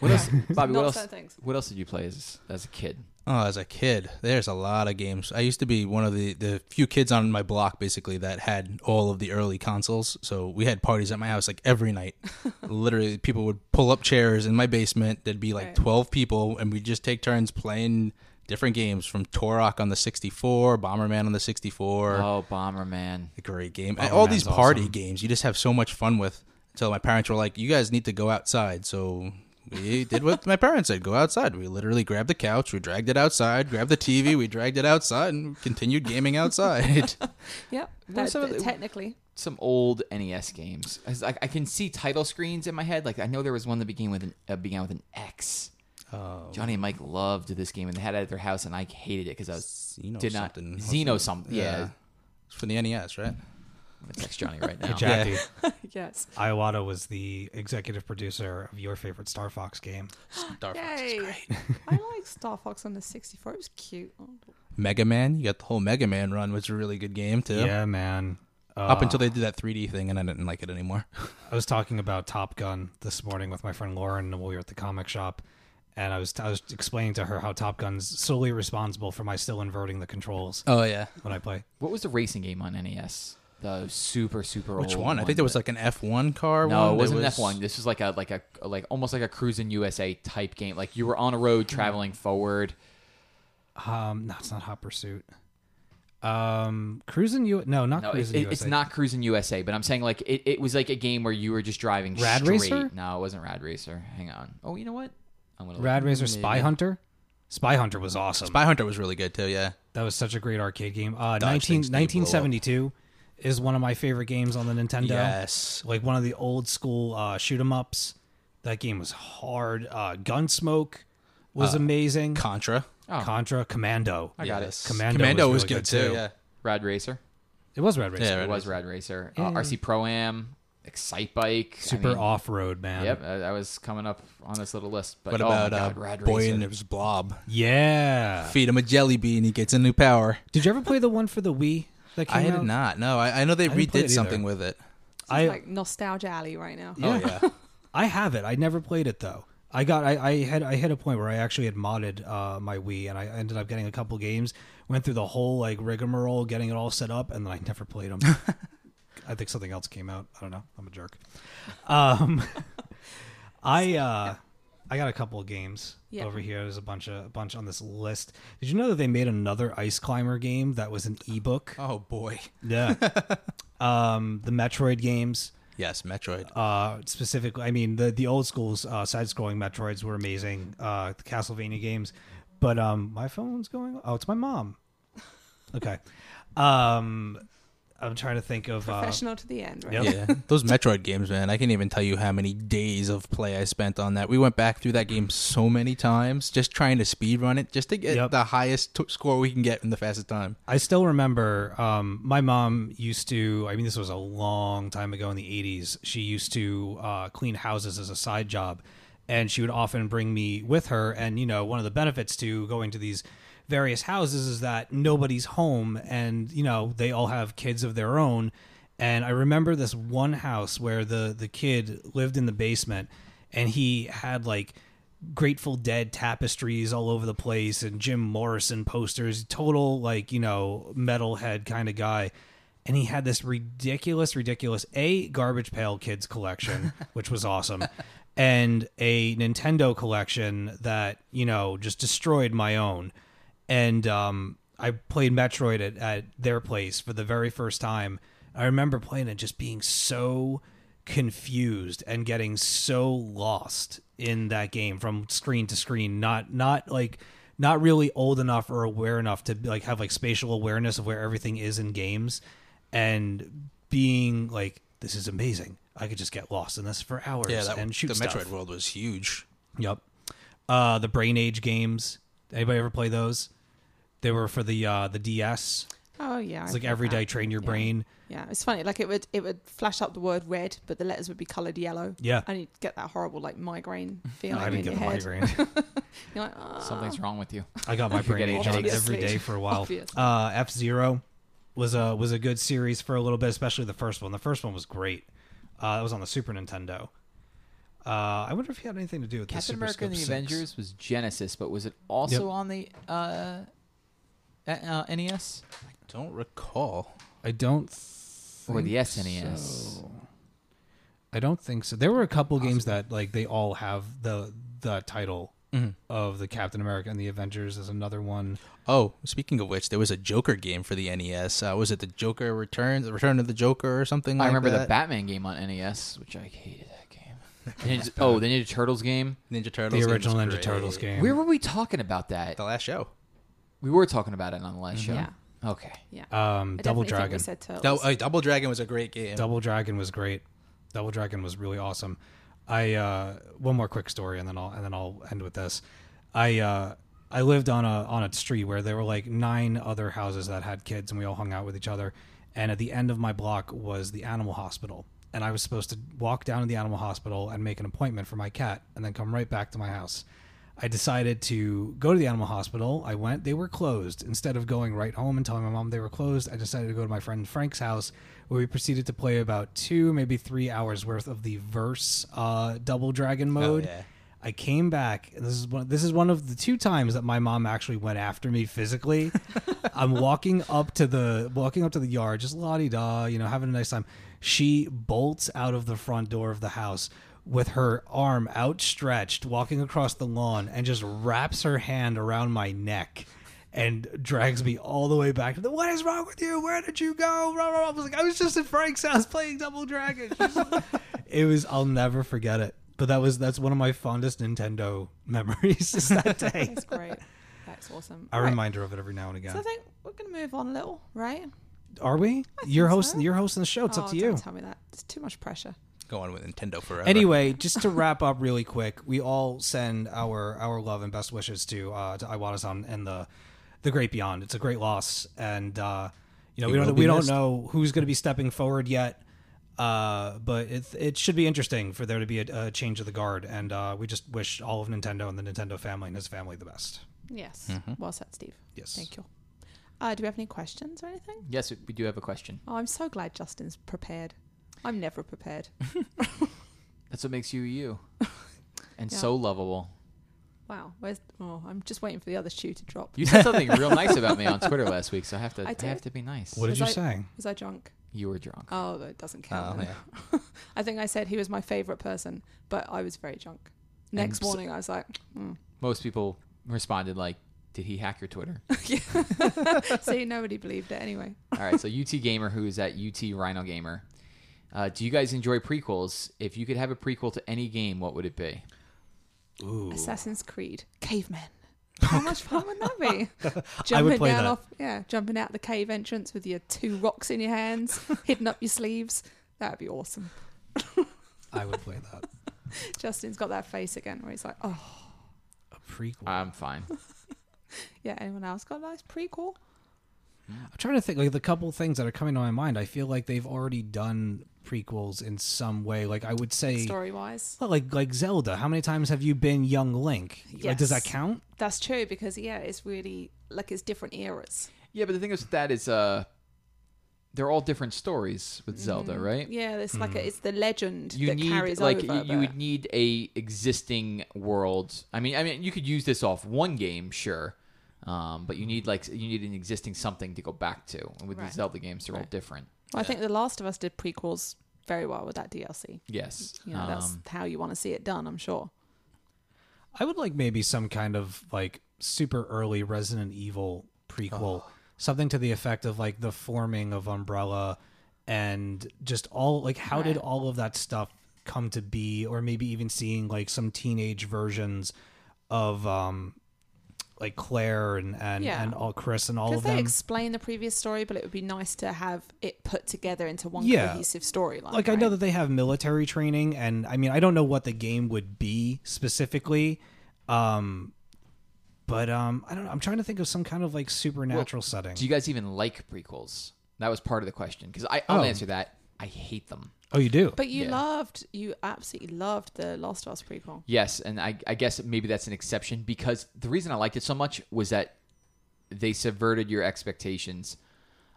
Speaker 3: What else,
Speaker 1: <laughs>
Speaker 3: Bobby?
Speaker 1: Not
Speaker 3: What else?
Speaker 1: certain things.
Speaker 3: What else did you play as as a kid?
Speaker 4: Oh, as a kid, there's a lot of games. I used to be one of the, the few kids on my block basically that had all of the early consoles. So we had parties at my house like every night. Literally, people would pull up chairs in my basement. There'd be like
Speaker 1: Right.
Speaker 4: 12 people, and we'd just take turns playing different games from Torok on the 64, Bomberman on the 64.
Speaker 3: Oh, Bomberman.
Speaker 4: A great game. And all these
Speaker 2: Bomberman's
Speaker 4: party
Speaker 2: awesome.
Speaker 4: games you just have so much fun with until my parents were like, you guys need to go outside. So we did what my parents said go outside. We literally grabbed the couch, we dragged it outside, grabbed the TV, we dragged it outside, and continued gaming outside. <laughs>
Speaker 1: Yep.
Speaker 3: are
Speaker 1: That,
Speaker 3: some of the-
Speaker 1: technically, <laughs>
Speaker 3: some old NES games. I, was like, I can see title screens in my head. Like I know there was one that began with an uh, began with an X.
Speaker 4: Oh.
Speaker 3: Johnny and Mike loved this game, and they had it at their house, and I hated it because I was
Speaker 4: Xeno
Speaker 3: did not
Speaker 4: something,
Speaker 3: Xeno
Speaker 4: wasn't it?
Speaker 3: something. Yeah,
Speaker 4: It's from the NES, right?
Speaker 3: Let's text Johnny right now.
Speaker 2: Jackie
Speaker 1: yes.
Speaker 2: Iwata was the executive producer of your favorite Star Fox game.
Speaker 4: Dark Fox is
Speaker 1: Yay.
Speaker 4: great.
Speaker 1: I like Star Fox on the 64. It was cute. Oh,
Speaker 4: Mega Man, you got the whole Mega Man run, which is a really good game too.
Speaker 2: Yeah, man. Uh,
Speaker 4: Up until they did that 3D thing, and I didn't like it anymore.
Speaker 2: I was talking about Top Gun this morning with my friend Lauren while we were at the comic shop, and I was I was explaining to her how Top Gun's solely responsible for my still inverting the controls
Speaker 4: Oh yeah,
Speaker 2: when I play.
Speaker 3: What was the racing game on NES? The super super
Speaker 4: which
Speaker 3: old
Speaker 4: one? I think there was
Speaker 3: that-
Speaker 4: like an F1 car. one.
Speaker 3: Oh, no, it
Speaker 4: There
Speaker 3: wasn't
Speaker 4: was-
Speaker 3: F one. This was like a like a like almost like a cruising USA type game. Like you were on a road traveling forward.
Speaker 2: Um, no, it's not Hot Pursuit. Um, cruising U. No, not
Speaker 3: No, it's,
Speaker 2: cruising.
Speaker 3: it- it's
Speaker 2: USA.
Speaker 3: not Cruising USA, but I'm saying like it, it was like a game where you were just driving
Speaker 2: Rad
Speaker 3: straight.
Speaker 2: Racer?
Speaker 3: No, it wasn't Rad Racer. Hang on. Oh, you know what? I'm gonna look.
Speaker 2: Rad Racer Spy
Speaker 3: Maybe.
Speaker 2: Hunter. Spy Hunter was awesome.
Speaker 4: Spy Hunter was really good too. Yeah,
Speaker 2: that was such a great arcade game. Uh, 19,
Speaker 4: things till you blow up.
Speaker 2: 1972 is one of my favorite games on the Nintendo.
Speaker 4: yes.
Speaker 2: Like one of the old school uh, shoot 'em ups. That game was hard. Uh, Gunsmoke was amazing.
Speaker 4: Contra.
Speaker 3: Oh.
Speaker 2: Contra Commando.
Speaker 3: I got it.
Speaker 4: Yes.
Speaker 2: Commando was
Speaker 4: was,
Speaker 2: really
Speaker 4: good, too. Yeah.
Speaker 3: Rad Racer.
Speaker 2: It was Red Racer.
Speaker 4: Yeah,
Speaker 3: it
Speaker 4: Rad
Speaker 3: was
Speaker 4: Racer.
Speaker 3: Rad Racer. Uh, RC Pro Am, Excite Bike. I
Speaker 2: Super
Speaker 3: mean,
Speaker 2: off road, man.
Speaker 3: Yep, I, I uh, was coming up on this little list. But
Speaker 4: What
Speaker 3: oh
Speaker 4: about
Speaker 3: my God,
Speaker 4: uh,
Speaker 3: Rad
Speaker 4: Boy
Speaker 3: Racer.
Speaker 4: and his Blob?
Speaker 2: Yeah.
Speaker 4: Feed him a jelly bean, he gets a new power.
Speaker 2: Did you ever play the one for the Wii that came
Speaker 4: I
Speaker 2: out?
Speaker 4: did not. No, I, I know they
Speaker 2: I didn't play it
Speaker 4: redid
Speaker 2: either.
Speaker 4: something with it.
Speaker 2: I-
Speaker 1: I, like nostalgia alley right now.
Speaker 4: Oh yeah,
Speaker 2: <laughs> I have it. I never played it though. I got I, I had I hit a point where I actually had modded uh, my Wii and I ended up getting a couple games. Went through the whole like rigmarole, getting it all set up, and then I never played them. I think something else came out. I don't know. I'm a jerk. Um, <laughs> I uh, I got a couple of games
Speaker 1: Yeah.
Speaker 2: over here. There's a bunch of a bunch on this list. Did you know that they made another Ice Climber game that was an ebook?
Speaker 4: Oh boy.
Speaker 2: Yeah. <laughs> um, the Metroid games
Speaker 4: Yes, Metroid.
Speaker 2: uh specifically i mean the the old schools uh side scrolling metroids were amazing uh the castlevania games but um my phone's going oh it's my mom okay um i'm trying to think of uh
Speaker 1: Professional to the end, right?
Speaker 2: Yep.
Speaker 4: <laughs> yeah, those Metroid games, man. I can't even tell you how many days of play I spent on that. We went back through that game so many times, just trying to speed run it, just to get
Speaker 2: Yep.
Speaker 4: the highest t- score we can get in the fastest time.
Speaker 2: i still remember um my mom used to i mean this was a long time ago in the 80s she used to uh clean houses as a side job and she would often bring me with her and you know one of the benefits to going to these various houses is that nobody's home and you know they all have kids of their own and i remember this one house where the the kid lived in the basement and he had like grateful dead tapestries all over the place and jim morrison posters total like you know metalhead kind of guy and he had this ridiculous ridiculous a garbage pail kids collection which was awesome and a nintendo collection that you know just destroyed my own and um, I played Metroid at, at their place for the very first time. I remember playing it just being so confused and getting so lost in that game from screen to screen. Not not like not really old enough or aware enough to like have like spatial awareness of where everything is in games, and being like, "This is amazing. I could just get lost in this for hours
Speaker 4: Yeah, that
Speaker 2: and shoot
Speaker 4: the
Speaker 2: stuff."
Speaker 4: Metroid world was huge.
Speaker 2: Yep. Uh, the Brain Age games. Anybody ever play those? They were for the uh, the DS.
Speaker 1: Oh yeah.
Speaker 2: It's like every day train your brain.
Speaker 1: Yeah, it's funny. Like it would it would flash up the word red, but the letters would be coloured yellow.
Speaker 2: Yeah.
Speaker 1: And you'd get that horrible like migraine feeling
Speaker 2: <laughs> I didn't
Speaker 1: in
Speaker 2: get
Speaker 1: your head.
Speaker 2: the migraine.
Speaker 1: You're like, "Ah."
Speaker 3: Something's wrong with
Speaker 4: <laughs>
Speaker 3: you.
Speaker 1: <laughs>
Speaker 2: I got my
Speaker 3: could
Speaker 2: brain
Speaker 3: get
Speaker 2: age
Speaker 3: a
Speaker 2: on
Speaker 3: headache.
Speaker 2: every day for a while.
Speaker 1: Obviously.
Speaker 2: Uh, F Zero was a was a good series for a little bit, especially the first one. The first one was great. Uh, it was on the Super Nintendo. Uh, I wonder if he had anything to do with the
Speaker 3: Captain
Speaker 2: Super
Speaker 3: America and the
Speaker 2: Scope 6.
Speaker 3: Avengers was Genesis, but was it also
Speaker 2: Yep.
Speaker 3: on the uh, uh, uh, NES
Speaker 4: Don't recall.
Speaker 2: I don't.
Speaker 3: or the E
Speaker 2: think
Speaker 3: SNES?
Speaker 2: so. I don't think so. There were a couple games that like they all have the the title
Speaker 3: Mm-hmm.
Speaker 2: of the Captain America and the Avengers is another one.
Speaker 4: Oh, speaking of which, there was a Joker game for the NES. Uh, was it the Joker Returns, the Return of the Joker, or something?
Speaker 3: I
Speaker 4: like
Speaker 3: remember the
Speaker 4: that?
Speaker 3: Batman game on NES, which I hated that
Speaker 4: <laughs>
Speaker 3: game. Ninja, oh, the Ninja Turtles game.
Speaker 4: Ninja Turtles.
Speaker 2: The
Speaker 4: game
Speaker 2: original
Speaker 4: was
Speaker 2: Ninja
Speaker 4: great.
Speaker 2: Turtles game.
Speaker 3: Where were we talking about that?
Speaker 4: The Mm-hmm. last show.
Speaker 3: We were talking about it on the last show.
Speaker 1: Yeah.
Speaker 3: Okay.
Speaker 1: Yeah.
Speaker 2: um,
Speaker 1: I definitely
Speaker 2: Double
Speaker 1: think
Speaker 2: Dragon.
Speaker 1: We said turtles.
Speaker 2: <laughs>
Speaker 4: Dou- uh, Double Dragon was a great game.
Speaker 2: Double Dragon was great. Double Dragon was really awesome. I uh, one more quick story and then I'll and then I'll end with this. I uh, I lived on a on a street where there were like nine other houses that had kids and we all hung out with each other. And at the end of my block was the animal hospital. And I was supposed to walk down to the animal hospital and make an appointment for my cat and then come right back to my house. I decided to go to the animal hospital. I went, they were closed. Instead of going right home and telling my mom they were closed, I decided to go to my friend Frank's house where we proceeded to play about two, maybe three hours worth of the verse uh, double dragon mode.
Speaker 4: yeah.
Speaker 2: I came back, and this is one. This is one of the two times that my mom actually went after me physically. I'm walking up to the walking up to the yard, just la di da, you know, having a nice time. She bolts out of the front door of the house with her arm outstretched, walking across the lawn, and just wraps her hand around my neck and drags me all the way back to the what is wrong with you? Where did you go? Rah, rah, rah. I was like, I was just at Frank's house playing Double Dragon.
Speaker 1: <laughs>
Speaker 2: it was I'll never forget it. But that was that's one of my fondest Nintendo <laughs> memories is
Speaker 1: <laughs>
Speaker 2: that day.
Speaker 1: That's great. That's awesome.
Speaker 2: I
Speaker 1: Right.
Speaker 2: remind her of it every now and
Speaker 1: So I
Speaker 2: again.
Speaker 1: think we're gonna move on a little, right?
Speaker 2: Are we? You're
Speaker 1: so.
Speaker 2: hosting you're hosting the show. It's
Speaker 1: Oh,
Speaker 2: up to
Speaker 1: don't
Speaker 2: you.
Speaker 1: Tell me that. It's too much pressure.
Speaker 4: Going with Nintendo forever.
Speaker 2: Anyway, just to wrap up really quick, we all send our our love and best wishes to uh, to Iwata-san and the the Great Beyond. It's a great loss, and uh, you know
Speaker 4: He
Speaker 2: we
Speaker 4: will
Speaker 2: don't
Speaker 4: be
Speaker 2: we don't
Speaker 4: missed.
Speaker 2: know who's going to be stepping forward yet. Uh, but it it should be interesting for there to be a, a change of the guard, and uh, we just wish all of Nintendo and the Nintendo family and his family the best.
Speaker 1: Yes.
Speaker 2: Mm-hmm.
Speaker 1: Well said, Steve.
Speaker 2: Yes.
Speaker 1: Thank you. Uh, do we have any questions or anything?
Speaker 3: Yes, we do have a question.
Speaker 1: Oh, I'm so glad Justin's prepared. I'm never
Speaker 2: <laughs>
Speaker 1: prepared.
Speaker 3: That's what makes you <laughs> you, and
Speaker 1: Yeah.
Speaker 3: so lovable.
Speaker 1: Wow. Where's? Oh, I'm just waiting for the other shoe to drop.
Speaker 3: You said something real nice about me on Twitter last week, so I have to.
Speaker 1: I
Speaker 3: <laughs> I,
Speaker 1: did?
Speaker 3: have to be nice.
Speaker 2: What did
Speaker 1: Was
Speaker 2: you
Speaker 1: I-
Speaker 2: say?
Speaker 1: Was I drunk?
Speaker 3: You were drunk.
Speaker 1: Oh, it doesn't
Speaker 4: Oh,
Speaker 1: count.
Speaker 4: yeah.
Speaker 1: I think I said he was my favorite person, but I was very drunk. Next
Speaker 3: so-
Speaker 1: morning, I was like,
Speaker 3: <laughs>
Speaker 1: mm.
Speaker 3: Most people responded like, "Did he hack your Twitter?" <laughs>
Speaker 1: see, nobody believed it anyway.
Speaker 3: All right, so UT Gamer, who is at UT Rhino Gamer, uh, do you guys enjoy prequels? If you could have a prequel to any game, what would it be?
Speaker 2: Ooh,
Speaker 1: Assassin's Creed,
Speaker 3: <laughs>
Speaker 1: cavemen. How much fun would that be? jumping <laughs>
Speaker 2: play
Speaker 1: down
Speaker 2: that.
Speaker 1: off, yeah, jumping out the cave entrance with your two rocks in your
Speaker 3: <laughs>
Speaker 1: hands, hidden up your sleeves. That'd be awesome.
Speaker 2: I would play that
Speaker 1: Justin's got that face again, where he's like, oh,
Speaker 2: a prequel.
Speaker 3: I'm fine.
Speaker 1: yeah. Anyone else got a nice prequel?
Speaker 2: I'm trying to think like the couple things that are coming to my mind. I feel like they've already done prequels in some way. Like I would say,
Speaker 1: Story wise,
Speaker 2: well, like like Zelda. How many times have you been young Link? Like, does that
Speaker 1: Yes.
Speaker 2: count?
Speaker 1: that's true because yeah, it's really like it's different eras.
Speaker 3: <laughs> Yeah, but the thing is with that is uh, they're all different stories with Zelda, right?
Speaker 1: Mm-hmm. Yeah, it's like a, it's the legend
Speaker 3: Hmm. you
Speaker 1: that
Speaker 3: need
Speaker 1: carries
Speaker 3: like
Speaker 1: over.
Speaker 3: y- you,
Speaker 1: but-
Speaker 3: would need a existing world. I mean, I mean, you could use this off one game, sure, um, but you need like you need an existing something to go back to. And with
Speaker 1: Right.
Speaker 3: the Zelda games, they're all
Speaker 1: Right.
Speaker 3: different.
Speaker 1: Well, I think The Last of Us did prequels very well with that DLC.
Speaker 3: Yes,
Speaker 1: You know, that's
Speaker 3: Um,
Speaker 1: how you want to see it done. I'm sure.
Speaker 2: I would like maybe some kind of like super early Resident Evil prequel, something to the effect of like the forming of Umbrella, and just all like how did
Speaker 1: Right.
Speaker 2: all of that stuff come to be, or maybe even seeing like some teenage versions of um like Claire and and
Speaker 1: Yeah.
Speaker 2: and all Chris and all
Speaker 1: Because
Speaker 2: of
Speaker 1: they
Speaker 2: them.
Speaker 1: explain the previous story, but it would be nice to have it put together into one
Speaker 2: Yeah.
Speaker 1: cohesive storyline.
Speaker 2: like I know that they have military training, and I mean I don't know what the game would be specifically, um, but um, I don't. know. I'm trying to think of some kind of like supernatural setting.
Speaker 3: do you guys even like prequels? That was part of the question because I I'll
Speaker 2: Oh.
Speaker 3: answer that. I hate them.
Speaker 2: oh, you do.
Speaker 1: But you
Speaker 3: Yeah.
Speaker 1: loved, you absolutely loved the Last of Us prequel.
Speaker 3: Yes, and I, I guess maybe that's an exception because the reason I liked it so much was that they subverted your expectations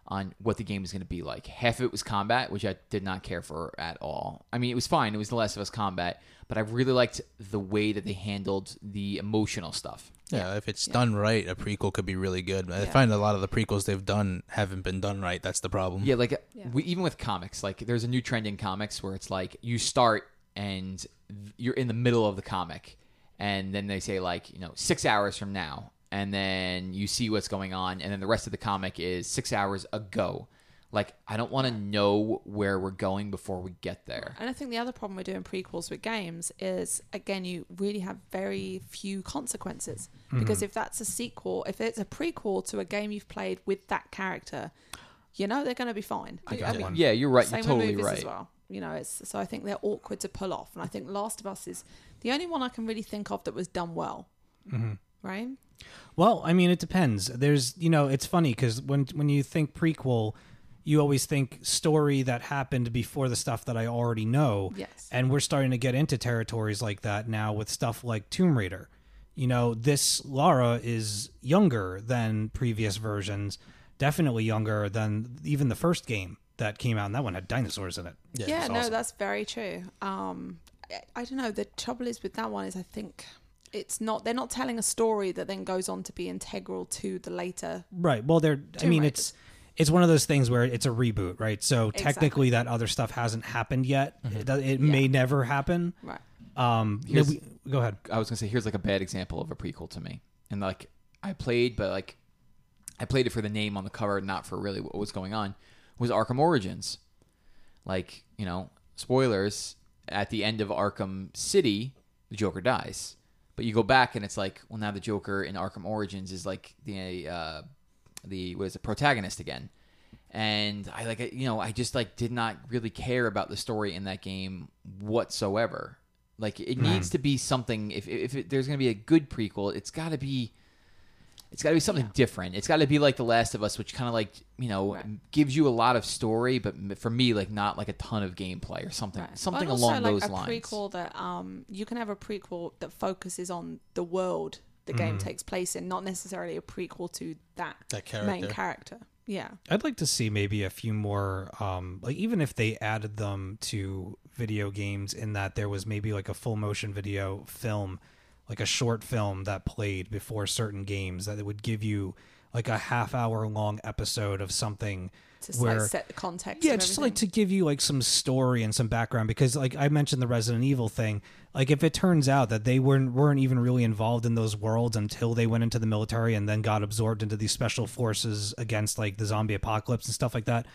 Speaker 3: on what the game was going to be like. Half of it was combat, which I did not care for at all. I mean, it was fine. It was The Last of Us combat, but I really liked the way that they handled the emotional stuff.
Speaker 4: Yeah, if it's done right, a prequel could be really good. I find a lot of the prequels they've done haven't been done right. That's the problem.
Speaker 3: Yeah, like
Speaker 1: Yeah.
Speaker 3: We, even with comics, like there's a new trend in comics where it's like you start and th- you're in the middle of the comic, and then they say like you know six hours from now, and then you see what's going on, and then the rest of the comic is six hours ago. Like I don't want to know where we're going before we get there.
Speaker 1: And I think the other problem we're doing prequels with games is, again, you really have very few consequences.
Speaker 2: Mm-hmm.
Speaker 1: Because if that's a sequel, if it's a prequel to a game you've played with that character, you know they're going to be fine. I
Speaker 2: got
Speaker 1: mean,
Speaker 2: one.
Speaker 3: Yeah, you're right.
Speaker 1: Same
Speaker 3: You're totally
Speaker 1: with movies
Speaker 3: right.
Speaker 1: as well. You know, it's so I think they're awkward to pull off, and I think Last of Us is the only one I can really think of that was done well. Mm-hmm. Right?
Speaker 2: Well, I mean, it depends. There's, you know, it's funny because when when you think prequel, you always think story that happened before the stuff that I already know.
Speaker 1: Yes.
Speaker 2: And we're starting to get into territories like that now with stuff like Tomb Raider. You know, this Lara is younger than previous versions, definitely younger than even the first game that came out, and that one had dinosaurs in it.
Speaker 4: Yeah,
Speaker 1: Yeah,
Speaker 4: it's
Speaker 1: no,
Speaker 4: awesome.
Speaker 1: that's very true. Um, I, I don't know. The trouble is with that one is I think it's not they're not telling a story that then goes on to be integral to the later.
Speaker 2: Right. Well, they're. I mean,
Speaker 1: Raiders.
Speaker 2: it's it's one of those things where it's a reboot, right? So technically, that other stuff hasn't happened yet. It, does- it may never happen.
Speaker 1: Right.
Speaker 2: Um, no,
Speaker 3: Here's-
Speaker 2: we, go ahead.
Speaker 3: I was gonna say here's like a bad example of a prequel to me, and like I played, but like I played it for the name on the cover, not for really what was going on, was Arkham Origins. Like, you know, spoilers, at the end of Arkham City, the Joker dies. But you go back and it's like, well, now the Joker in Arkham Origins is like the, uh, the what is it, protagonist again. And I like, you know, I just like did not really care about the story in that game whatsoever. Like,
Speaker 1: Hmm.
Speaker 3: it needs to be something. If, if it, there's going to be a good prequel, it's got to be it's got to be something different. It's got to be like The Last of Us, which kind of like you know gives you a lot of story, but m- for me, like not like a ton of gameplay or something,
Speaker 1: Right.
Speaker 3: something
Speaker 1: I'd also like
Speaker 3: along those
Speaker 1: a
Speaker 3: lines.
Speaker 1: Prequel that um, you can have a prequel that focuses on the world the game takes place in, not necessarily a prequel to that,
Speaker 4: Mm-hmm.
Speaker 1: main
Speaker 4: That character.
Speaker 1: character. Yeah,
Speaker 2: I'd like to see maybe a few more, um, like even if they added them to video games, in that there was maybe like a full motion video film, like a short film that played before certain games that it would give you like a half hour long episode of something
Speaker 1: to
Speaker 2: where
Speaker 1: like set the context.
Speaker 2: yeah
Speaker 1: of
Speaker 2: just like
Speaker 1: everything.
Speaker 2: to give you like some story and some background because like i mentioned the resident evil thing like if it turns out that they weren't weren't even really involved in those worlds until they went into the military and then got absorbed into these special forces against like the zombie apocalypse and stuff like that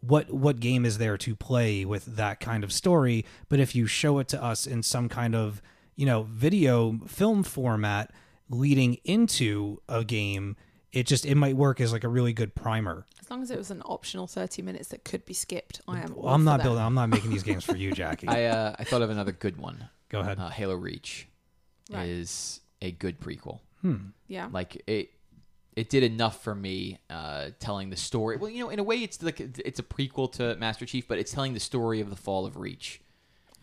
Speaker 2: what what game is there to play with that kind of story but if you show it to us in some kind of you know video film format leading into a game it just it might work as like a really good primer
Speaker 1: as long as it was an optional thirty minutes that could be skipped, I am.
Speaker 2: well,
Speaker 1: all
Speaker 2: I'm
Speaker 1: for
Speaker 2: not
Speaker 1: that.
Speaker 2: building. I'm not making these games for
Speaker 3: <laughs>
Speaker 2: you, Jackie.
Speaker 3: I uh, I thought of another good one.
Speaker 1: <laughs>
Speaker 2: Go ahead.
Speaker 3: Uh, Halo Reach
Speaker 1: Right.
Speaker 3: is a good prequel.
Speaker 1: Yeah,
Speaker 3: Like it, it did enough for me uh, telling the story. Well, you know, in a way, it's like it's a prequel to Master Chief, but it's telling the story of the fall of Reach.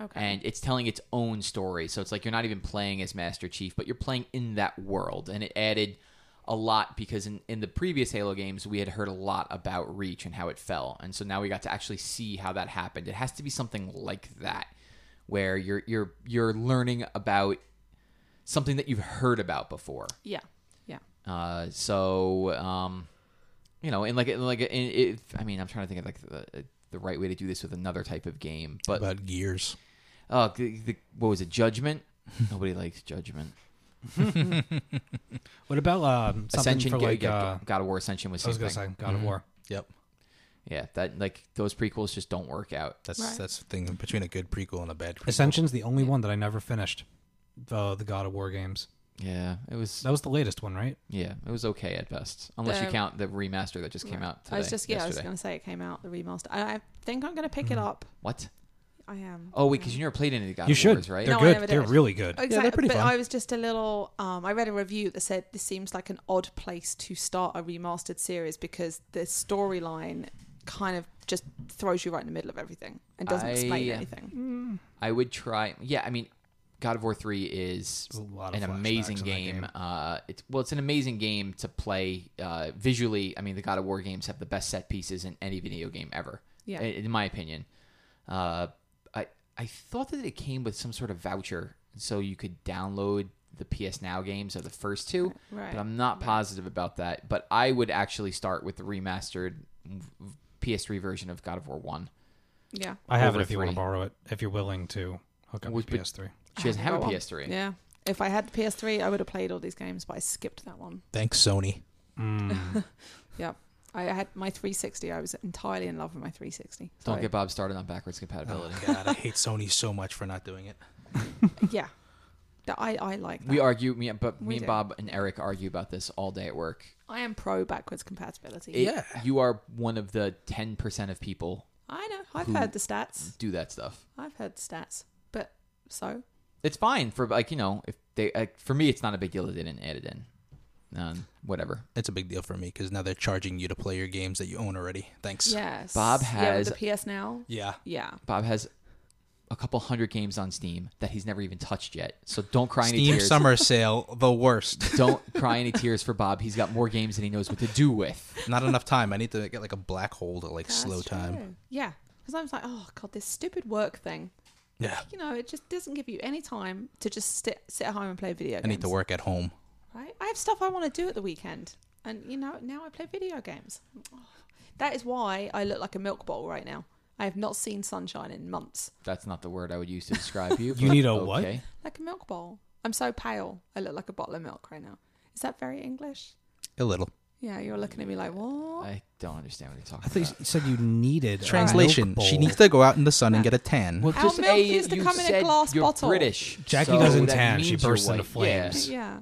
Speaker 1: okay.
Speaker 3: and it's telling its own story. So it's like you're not even playing as Master Chief, but you're playing in that world. And it added a lot because in, in the previous Halo games, we had heard a lot about Reach and how it fell. And so now we got to actually see how that happened. It has to be something like that, where you're you're you're learning about something that you've heard about before.
Speaker 1: yeah, yeah.
Speaker 3: Uh, so um, you know, and like and like and it, I mean, I'm trying to think of like the, uh, the right way to do this with another type of game, but
Speaker 4: About gears.
Speaker 3: Oh, the, the, what was
Speaker 2: <laughs>
Speaker 3: it? Judgment. Nobody likes Judgment.
Speaker 2: what about um, something
Speaker 3: Ascension.
Speaker 2: for
Speaker 3: Ga-
Speaker 2: like?
Speaker 3: Ga-
Speaker 2: uh,
Speaker 3: God of War Ascension was.
Speaker 2: I was
Speaker 3: same
Speaker 2: gonna
Speaker 3: thing. Mm-hmm.
Speaker 2: say God of War.
Speaker 4: Yep.
Speaker 3: Yeah, that like those prequels just don't work out.
Speaker 4: That's
Speaker 1: Right.
Speaker 4: that's the thing between a good prequel and a bad prequel.
Speaker 2: Ascension's the only one that I never finished. The the God of War games.
Speaker 3: Yeah, it was.
Speaker 2: That was the latest one, right?
Speaker 3: Yeah, it was okay at best, unless you
Speaker 1: The-
Speaker 3: count the remaster that just came out. Today,
Speaker 1: I was just yeah, I was
Speaker 3: yesterday.
Speaker 1: going to say it came out the remaster. I, I think I'm going to pick it
Speaker 2: Mm.
Speaker 1: up.
Speaker 3: What?
Speaker 1: I am.
Speaker 3: Oh wait, because you never played any of the God
Speaker 2: you
Speaker 3: of
Speaker 2: should.
Speaker 3: Wars, right?
Speaker 2: They're
Speaker 1: No, I
Speaker 2: good.
Speaker 1: never
Speaker 2: They're
Speaker 1: did.
Speaker 2: really good.
Speaker 1: Exactly.
Speaker 4: pretty
Speaker 1: but
Speaker 4: fun.
Speaker 1: I was just a little. Um, I read a review that said this seems like an odd place to start a remastered series because the storyline kind of just throws you right in the middle of everything and doesn't explain
Speaker 3: I- Mm.
Speaker 1: anything.
Speaker 3: I would try. Yeah, I mean, God of War Three is
Speaker 2: a lot of
Speaker 3: an
Speaker 2: flashbacks
Speaker 3: amazing
Speaker 2: in that
Speaker 3: game.
Speaker 2: game.
Speaker 3: Uh, it's well, it's an amazing game to play uh, visually. I mean, the God of War games have the best set pieces in any video game ever.
Speaker 1: Yeah.
Speaker 3: i- in my opinion. Uh, I I thought that it came with some sort of voucher, so you could download the PS Now games of the first two.
Speaker 1: Right.
Speaker 3: But I'm not positive about that. But I would actually start with the remastered v- PS3 version of God of War One.
Speaker 1: Yeah.
Speaker 2: I have it
Speaker 3: Over
Speaker 2: if you want
Speaker 3: three.
Speaker 2: to borrow it. If you're willing to hook up
Speaker 3: Would
Speaker 2: your
Speaker 3: be- <laughs>
Speaker 2: PS3.
Speaker 3: She doesn't have a
Speaker 1: Got one.
Speaker 3: PS3.
Speaker 1: Yeah. If I had the PS3, I would have played all these games, but I skipped that one.
Speaker 4: Thanks, Sony.
Speaker 2: Mm.
Speaker 1: Yeah. I had my 360. I was entirely in love with my 360. So
Speaker 3: Don't get Bob started on backwards compatibility.
Speaker 4: God, I hate Sony so much for not doing it.
Speaker 1: Yeah. That- I, I like that.
Speaker 3: We argue, me, but me
Speaker 1: We
Speaker 3: and
Speaker 1: do.
Speaker 3: Bob and Eric argue about this all day at work.
Speaker 1: I am pro backwards compatibility.
Speaker 3: It-
Speaker 4: Yeah.
Speaker 3: you are one of the ten percent of people
Speaker 1: I know. I've
Speaker 3: Who-
Speaker 1: heard the stats.
Speaker 3: do that stuff.
Speaker 1: I've heard the stats. But so
Speaker 3: It's fine for like you know if they like, for me it's not a big deal that they didn't add it in, um, whatever.
Speaker 4: It's a big deal for me because now they're charging you to play your games that you own already. Thanks.
Speaker 1: yes,
Speaker 3: Bob
Speaker 1: yeah,
Speaker 3: has-
Speaker 1: with the PS now.
Speaker 4: Yeah.
Speaker 1: Yeah,
Speaker 3: Bob has a couple hundred games on Steam that he's never even touched yet, so don't cry any
Speaker 4: Steam
Speaker 3: tears.
Speaker 4: summer <laughs> sale, the worst.
Speaker 3: <laughs> don't cry any tears for Bob. He's got more games than he knows what to do with.
Speaker 4: Not enough time. I need to get like a black hole to like
Speaker 1: That's
Speaker 4: slow time.
Speaker 1: true. Yeah, because I was like, oh god, this stupid work thing.
Speaker 4: Yeah.
Speaker 1: You know, it just doesn't give you any time to just sit sit at home and play video games.
Speaker 4: I need to work at home.
Speaker 1: Right? I have stuff I want to do at the weekend, and you know, now I play video games. That is why I look like a milk bottle right now. I have not seen sunshine in months.
Speaker 3: That's not the word I would use to describe you.
Speaker 2: You
Speaker 3: but
Speaker 2: need a what?
Speaker 3: okay.
Speaker 1: Like a milk bowl. I'm so pale. I look like a bottle of milk right now. Is that very English?
Speaker 4: A little.
Speaker 1: Yeah, you're looking at me like, what?
Speaker 3: I don't understand what you're
Speaker 2: I
Speaker 3: talking
Speaker 2: thought
Speaker 3: about.
Speaker 2: you said you needed a
Speaker 4: Translation:
Speaker 2: milk
Speaker 4: She
Speaker 2: bowl.
Speaker 4: needs to go out in the sun and get a tan.
Speaker 3: Well,
Speaker 1: Our
Speaker 3: just
Speaker 1: milk
Speaker 3: a,
Speaker 1: used to
Speaker 3: you
Speaker 1: come in a
Speaker 3: said
Speaker 1: glass
Speaker 3: you're
Speaker 1: bottle.
Speaker 3: British.
Speaker 2: Jackie
Speaker 3: so
Speaker 2: doesn't
Speaker 3: that
Speaker 2: tan,
Speaker 3: means
Speaker 2: she
Speaker 3: you're
Speaker 2: bursts into
Speaker 3: white. Yeah.
Speaker 2: flames.
Speaker 1: Yeah.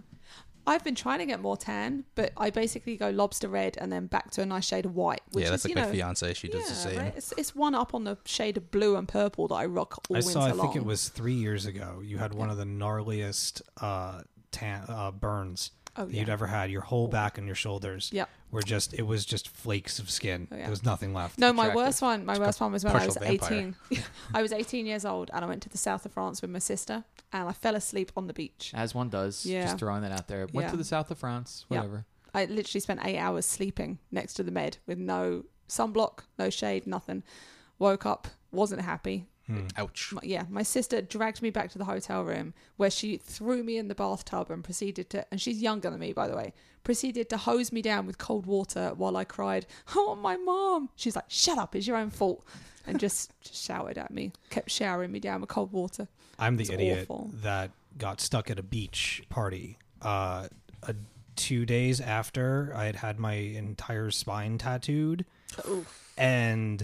Speaker 1: I've been trying to get more tan, but I basically go lobster red and then back to a nice shade of white. Which
Speaker 4: yeah, that's
Speaker 1: is,
Speaker 4: like
Speaker 1: you
Speaker 4: my
Speaker 1: know,
Speaker 4: fiance. She does the same.
Speaker 1: right? It's, it's one up on the shade of blue and purple that I rock all
Speaker 2: I
Speaker 1: winter
Speaker 2: saw. I
Speaker 1: long.
Speaker 2: think it was three years ago. You had one of the gnarliest uh, tan, uh, burns
Speaker 1: Oh,
Speaker 2: that
Speaker 1: yeah.
Speaker 2: you'd ever had. Your whole back and your shoulders
Speaker 1: Yep.
Speaker 2: were just. It was just flakes of skin.
Speaker 1: Oh, yeah.
Speaker 2: There was nothing left.
Speaker 1: No, my
Speaker 3: attractive.
Speaker 1: worst one. My worst one was when I
Speaker 4: partial
Speaker 1: was
Speaker 4: vampire.
Speaker 1: eighteen. <laughs> I was eighteen years old, and I went to the south of France with my sister, and I fell asleep on the beach.
Speaker 3: As one does.
Speaker 1: Yeah.
Speaker 3: Just throwing that out there. Went
Speaker 1: Yeah.
Speaker 3: to the south of France.
Speaker 1: Yeah.
Speaker 3: Whatever.
Speaker 1: I literally spent eight hours sleeping next to the med with no sunblock, no shade, nothing. Woke up, wasn't happy.
Speaker 4: Ouch.
Speaker 1: My- yeah, my sister dragged me back to the hotel room where she threw me in the bathtub and proceeded to, and she's younger than me, by the way, proceeded to hose me down with cold water while I cried, <laughs> I want my mom. She's like, shut up, it's your own fault. And just shouted at me, kept showering me down with cold water.
Speaker 2: I'm the
Speaker 1: It's
Speaker 2: idiot
Speaker 1: awful.
Speaker 2: that got stuck at a beach party. Uh, uh two days after I had had my entire spine tattooed, and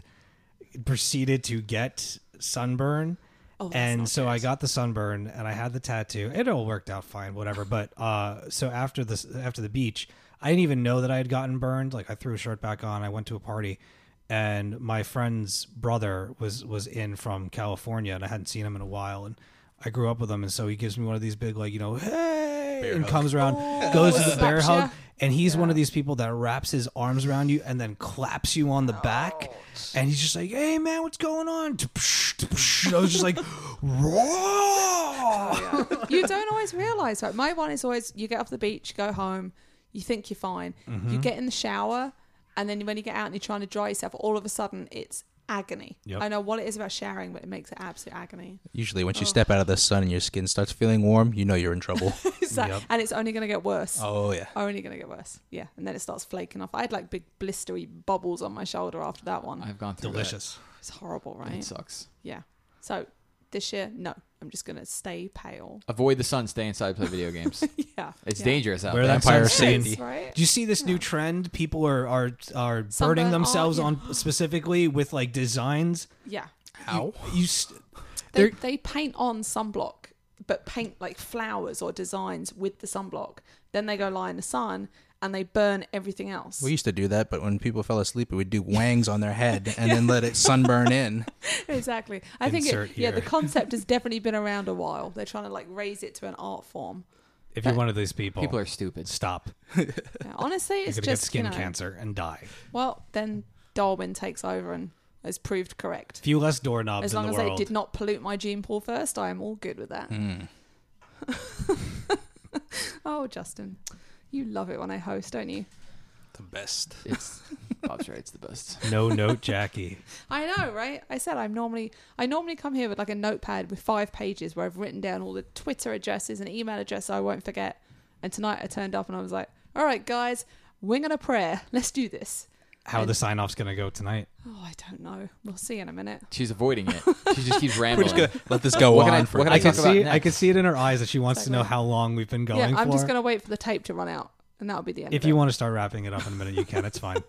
Speaker 2: proceeded to get sunburn.
Speaker 1: Oh, that's
Speaker 2: and
Speaker 1: not
Speaker 2: so
Speaker 1: good.
Speaker 2: I got the sunburn and I had the tattoo. It all worked out fine, whatever. But uh, so after this, after the beach, I didn't even know that I had gotten burned. Like I threw a shirt back on. I went to a party, and my friend's brother was was in from California, and I hadn't seen him in a while. And I grew up with him, and so he gives me one of these big, like you know, hey, and comes around,
Speaker 1: Oh.
Speaker 2: goes to the
Speaker 1: slaps
Speaker 2: bear hug,
Speaker 1: ya.
Speaker 2: and he's one of these people that wraps his arms around you and then claps you on the back. And he's just like, hey, man, what's going on? I
Speaker 1: <laughs>
Speaker 2: was just like, raw.
Speaker 1: you don't always realize right my one is always you get off the beach go home you think you're fine you get in the shower and then when you get out and you're trying to dry yourself all of a sudden it's agony
Speaker 2: Yep.
Speaker 1: i know what it is about showering but it makes it absolute agony
Speaker 4: Usually,
Speaker 1: Oh.
Speaker 4: once you step out of the sun and your skin starts feeling warm, you know you're in
Speaker 1: <laughs>
Speaker 4: trouble.
Speaker 1: It's like-
Speaker 2: Yep.
Speaker 1: and it's only going to get worse
Speaker 4: <laughs> oh yeah.
Speaker 1: only going to get worse yeah and then it starts flaking off i had like big blistery bubbles on my shoulder after that one
Speaker 3: I've gone through
Speaker 2: Delicious.
Speaker 1: it's horrible
Speaker 3: That. It
Speaker 1: right
Speaker 3: sucks.
Speaker 1: yeah so this year no i'm just going to stay pale <laughs>
Speaker 3: Avoid the sun. Stay inside. Play video <laughs> games.
Speaker 1: yeah
Speaker 3: It's
Speaker 1: yeah.
Speaker 3: dangerous out
Speaker 2: Wear
Speaker 3: there.
Speaker 2: that
Speaker 4: Vampire
Speaker 2: sunscreen.
Speaker 4: safety.
Speaker 1: Yes, right
Speaker 2: Do you see this new trend? People are are are burning
Speaker 1: Sunburn.
Speaker 2: themselves
Speaker 1: Oh, yeah. <gasps>
Speaker 2: on specifically with like designs.
Speaker 1: yeah
Speaker 4: Ow.
Speaker 2: You st-
Speaker 1: They,
Speaker 2: They're-
Speaker 1: they paint on sunblock, but paint like flowers or designs with the sunblock. Then they go lie in the sun and they burn everything else.
Speaker 4: We used to do that, but when people fell asleep, we would do wangs on their head and then
Speaker 1: <laughs>
Speaker 4: let it sunburn in.
Speaker 1: <laughs> exactly. I think it,
Speaker 2: Insert
Speaker 1: yeah, the
Speaker 2: here. <laughs>
Speaker 1: concept has definitely been around a while. They're trying to like raise it to an art
Speaker 2: <laughs>
Speaker 1: form.
Speaker 2: if you're one of these people,
Speaker 3: People are stupid.
Speaker 2: stop.
Speaker 1: Yeah, honestly,
Speaker 2: You're
Speaker 1: it's
Speaker 2: gonna
Speaker 1: just
Speaker 2: get skin
Speaker 1: you know,
Speaker 2: cancer and die.
Speaker 1: Well, then Darwin takes over and is proved correct.
Speaker 2: Few less doorknobs
Speaker 1: As
Speaker 2: in
Speaker 1: long
Speaker 2: the
Speaker 1: as
Speaker 2: world. Hmm.
Speaker 1: they did not pollute my gene pool first, I am all good with that. <laughs> oh, Justin, you love it when I host, don't you?
Speaker 4: The best.
Speaker 3: <laughs> It's Bob's right. It's the best.
Speaker 1: <laughs>
Speaker 2: No note, Jackie.
Speaker 1: I know, right? I said I'm normally I normally come here with like a notepad with five pages where I've written down all the Twitter addresses and email addresses I won't forget. And tonight I turned up and I was like, "All right, guys, wing and a prayer. Let's do this."
Speaker 2: How the sign off's gonna go tonight?
Speaker 1: Oh, I don't know. We'll see in a minute.
Speaker 3: She's avoiding it. <laughs> She just keeps
Speaker 4: We're
Speaker 3: rambling.
Speaker 4: just gonna let this go
Speaker 3: What can I-
Speaker 4: on for.
Speaker 3: what can
Speaker 4: I
Speaker 2: I can
Speaker 3: talk about
Speaker 2: see. I
Speaker 3: next?
Speaker 2: can see it in her eyes that she wants to know
Speaker 1: Exactly.
Speaker 2: how long we've been going
Speaker 1: yeah, I'm
Speaker 2: for.
Speaker 1: just gonna wait for the tape to run out, and that'll be the end.
Speaker 2: if
Speaker 1: of
Speaker 2: you
Speaker 1: it.
Speaker 2: want to start wrapping it up in a minute, you can. It's fine.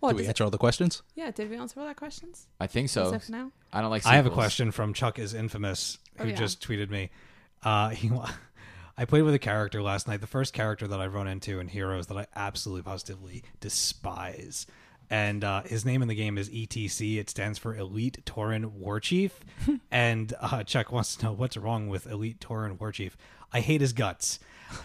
Speaker 1: What,
Speaker 4: Do we
Speaker 1: does it-
Speaker 4: answer all the questions?
Speaker 1: yeah, did we answer all our questions?
Speaker 3: I think so.
Speaker 1: Except for now,
Speaker 3: I don't like.
Speaker 2: I have a
Speaker 3: sequels.
Speaker 2: question from Chuck is infamous, who
Speaker 1: Oh, yeah.
Speaker 2: just tweeted me. Uh, <laughs> he, wa- I played with a character last night, the first character that I've run into in Heroes that I absolutely positively despise. And uh, his name in the game is ETC. It stands for Elite Torin Warchief.
Speaker 1: <laughs>
Speaker 2: and uh, Chuck wants to know what's wrong with Elite Torin Warchief. I hate his guts.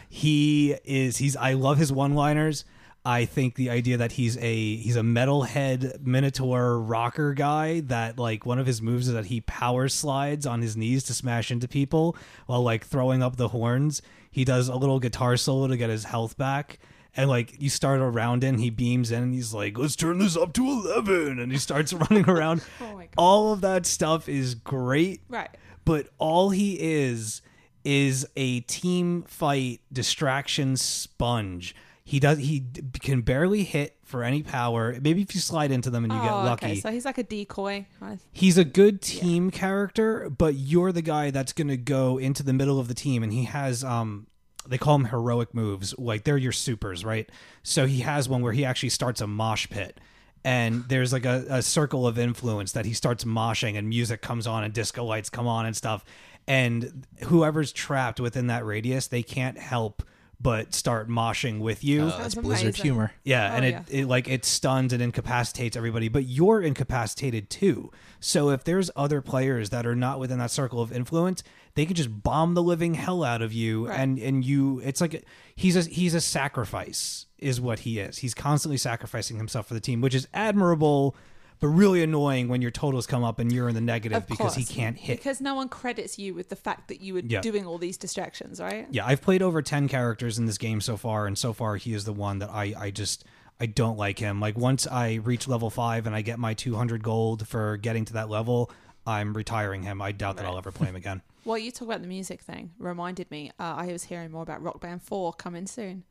Speaker 2: He is. He's. I love his one-liners. I think the idea that he's a he's a metalhead minotaur rocker guy that like one of his moves is that he power slides on his knees to smash into people while like throwing up the horns. He does a little guitar solo to get his health back. And like you start around in, he beams in and he's like, Let's turn this up to eleven and he starts <laughs> running around.
Speaker 1: Oh my God.
Speaker 2: All of that stuff is great
Speaker 1: right?
Speaker 2: but all he is is a team fight distraction sponge. He does he d- can barely hit for any power. Maybe if you slide into them and you get
Speaker 1: oh,
Speaker 2: lucky.
Speaker 1: okay. So he's like a decoy. I-
Speaker 2: He's a good team character, but you're the guy that's going to go into the middle of the team and he has um They call them heroic moves. Like they're your supers, right? So he has one where he actually starts a mosh pit. And there's like a, a circle of influence that he starts moshing, and music comes on, and disco lights come on, and stuff. And whoever's trapped within that radius, they can't help but start moshing with you.
Speaker 4: That's
Speaker 1: That's
Speaker 4: Blizzard
Speaker 1: amazing.
Speaker 4: humor.
Speaker 2: Yeah,
Speaker 1: Oh,
Speaker 2: and it,
Speaker 1: yeah.
Speaker 2: it like it stuns and incapacitates everybody, but you're incapacitated too. So if there's other players that are not within that circle of influence, they could just bomb the living hell out of you,
Speaker 1: Right.
Speaker 2: and and you. It's like a, he's a he's a sacrifice, is what he is. He's constantly sacrificing himself for the team, which is admirable, but really annoying when your totals come up and you're in the negative
Speaker 1: Of
Speaker 2: because he
Speaker 1: course.
Speaker 2: can't hit.
Speaker 1: Because no one credits you with the fact that you were
Speaker 2: Yeah.
Speaker 1: doing all these distractions, right?
Speaker 2: yeah, I've played over 10 characters in this game so far, and so far he is the one that I, I just I don't like him. Like once I reach level five and I get my 200 gold for getting to that level, I'm retiring him. I doubt that I'll ever play
Speaker 1: <laughs>
Speaker 2: him again.
Speaker 1: Well, you talk about the music thing reminded me. Uh, I was hearing more about Rock Band 4 coming soon.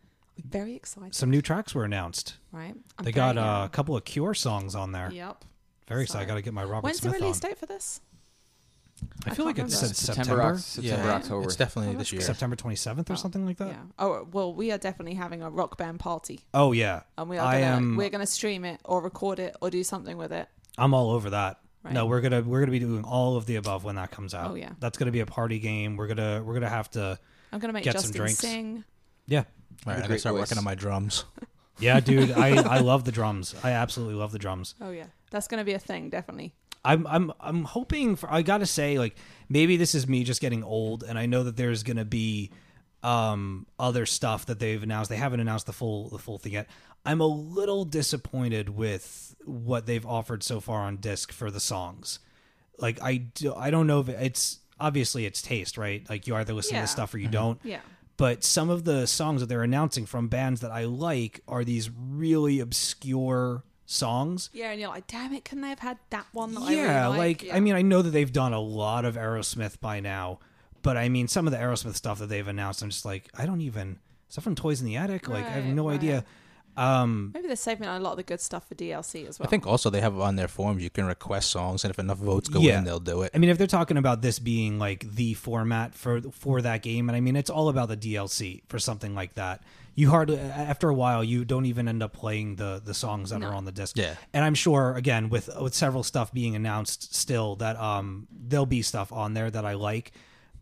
Speaker 1: Very excited,
Speaker 2: Some new tracks were announced.
Speaker 1: right? I'm
Speaker 2: They got
Speaker 1: very,
Speaker 2: uh, a couple of Cure songs on there.
Speaker 1: Yep.
Speaker 2: Very excited. I
Speaker 1: so-
Speaker 2: got to get my Robert
Speaker 1: When's the
Speaker 2: Smith
Speaker 1: release
Speaker 2: on.
Speaker 1: date for this?
Speaker 2: I
Speaker 1: I
Speaker 2: feel like
Speaker 1: can't
Speaker 2: it said
Speaker 1: remember.
Speaker 3: September,
Speaker 2: September.
Speaker 3: Oc- September,
Speaker 1: Yeah.
Speaker 3: October.
Speaker 4: It's definitely
Speaker 1: Oh,
Speaker 4: this
Speaker 1: that's
Speaker 4: year.
Speaker 2: September 27th or
Speaker 1: Oh,
Speaker 2: something like that.
Speaker 1: Yeah. Oh well, we are definitely having a rock band party,
Speaker 2: Oh yeah,
Speaker 1: and we are.
Speaker 2: I
Speaker 1: Gonna,
Speaker 2: am.
Speaker 1: We're going to stream it or record it or do something with it.
Speaker 2: I'm all over that.
Speaker 1: Right.
Speaker 2: No, we're gonna we're gonna be doing all of the above when that comes out.
Speaker 1: Oh, yeah.
Speaker 2: that's gonna be a party game. We're gonna we're gonna have to.
Speaker 1: I'm going to make
Speaker 2: Get some
Speaker 1: Justin
Speaker 2: drinks.
Speaker 1: sing.
Speaker 2: Yeah,
Speaker 4: All right, I gotta
Speaker 3: Great
Speaker 4: start
Speaker 3: voice.
Speaker 4: working on my drums.
Speaker 2: yeah, dude. I I love the drums. I absolutely love the drums.
Speaker 1: Oh yeah, that's going to be a thing, definitely.
Speaker 2: I'm I'm I'm hoping for I gotta say like maybe this is me just getting old and I know that there's gonna be um other stuff that they've announced. They haven't announced the full the full thing yet. I'm a little disappointed with what they've offered so far on disc for the songs. Like I do, I don't know if it's obviously it's taste right. Like you either listen
Speaker 1: Yeah.
Speaker 2: to stuff or you don't
Speaker 1: Yeah.
Speaker 2: but some of the songs that they're announcing from bands that I like are these really obscure songs.
Speaker 1: Yeah, and you're like, damn it, couldn't they have had that one that Oh, I
Speaker 2: yeah,
Speaker 1: really
Speaker 2: like
Speaker 1: like?
Speaker 2: I mean, I know that they've done a lot of Aerosmith by now, but I mean, some of the Aerosmith stuff that they've announced, I'm just like, I don't even. Is that from Toys in the Attic? Like, I have
Speaker 1: Right,
Speaker 2: no
Speaker 1: right.
Speaker 2: idea.
Speaker 1: maybe they're saving a lot of the good stuff for DLC as well.
Speaker 4: I think also they have on their forms you can request songs, and if enough votes go
Speaker 2: Yeah.
Speaker 4: in, they'll do it.
Speaker 2: I mean, if they're talking about this being like the format for for that game, and I mean, it's all about the DLC for something like that. You hardly after a while, you don't even end up playing the the songs that are on the disc.
Speaker 4: Yeah.
Speaker 2: and I'm sure again with with several stuff being announced still that um there'll be stuff on there that I like,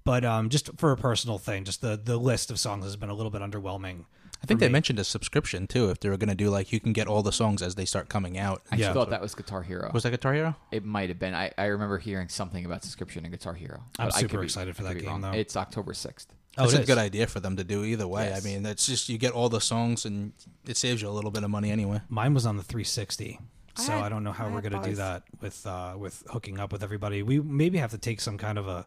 Speaker 2: but um just for a personal thing, just the the list of songs has been a little bit underwhelming.
Speaker 4: I think they mentioned a subscription too. If they were gonna do like, you can get all the songs as they start coming out.
Speaker 3: I
Speaker 2: Yeah.
Speaker 3: thought that was Guitar Hero.
Speaker 4: Was that Guitar Hero?
Speaker 3: It might have been. I, I remember hearing something about subscription and Guitar Hero.
Speaker 2: I'm
Speaker 3: but I could
Speaker 2: super
Speaker 3: be-
Speaker 2: excited for
Speaker 3: I
Speaker 2: that
Speaker 3: could be
Speaker 2: game,
Speaker 3: wrong.
Speaker 2: though.
Speaker 3: It's October sixth.
Speaker 2: Oh,
Speaker 4: That's
Speaker 2: it
Speaker 4: a
Speaker 2: is.
Speaker 4: good idea for them to do either way.
Speaker 3: Yes.
Speaker 4: I mean, that's just you get all the songs and it saves you a little bit of money anyway.
Speaker 2: Mine was on the 360.
Speaker 1: I
Speaker 2: So I,
Speaker 1: had-
Speaker 2: don't know how
Speaker 1: I
Speaker 2: we're
Speaker 1: had
Speaker 2: gonna do
Speaker 1: both.
Speaker 2: that with uh, with hooking up with everybody. We maybe have to take some kind of a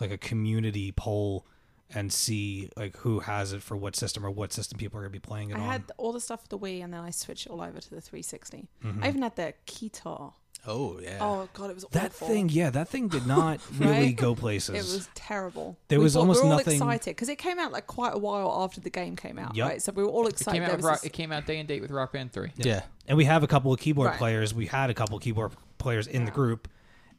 Speaker 2: like a community poll and see like who has it for what system or what system people are gonna be playing it
Speaker 1: I
Speaker 2: on.
Speaker 1: had all the stuff for the Wii, and then I switched it all over to the 360.
Speaker 2: Mm-hmm.
Speaker 1: I even had the Kitar.
Speaker 4: Oh yeah.
Speaker 1: Oh god, it was
Speaker 2: that
Speaker 1: awful.
Speaker 2: thing, yeah, that thing
Speaker 1: <laughs>
Speaker 2: did not really
Speaker 1: Right?
Speaker 2: go
Speaker 1: It
Speaker 2: places.
Speaker 1: was terrible.
Speaker 2: There
Speaker 1: we
Speaker 2: was
Speaker 1: thought-
Speaker 2: almost
Speaker 1: we were all
Speaker 2: nothing-
Speaker 1: excited because it came out like quite a while after the game came out,
Speaker 2: Yep.
Speaker 1: right? So we were all
Speaker 3: It
Speaker 1: excited.
Speaker 3: came out.
Speaker 1: There
Speaker 3: with
Speaker 1: was
Speaker 3: Rock,
Speaker 1: this-
Speaker 3: it came out day and date with Rock Band Three.
Speaker 4: yeah.
Speaker 2: and we have a couple of keyboard
Speaker 1: Right.
Speaker 2: players. We had a couple of keyboard players in the
Speaker 1: Yeah.
Speaker 2: group,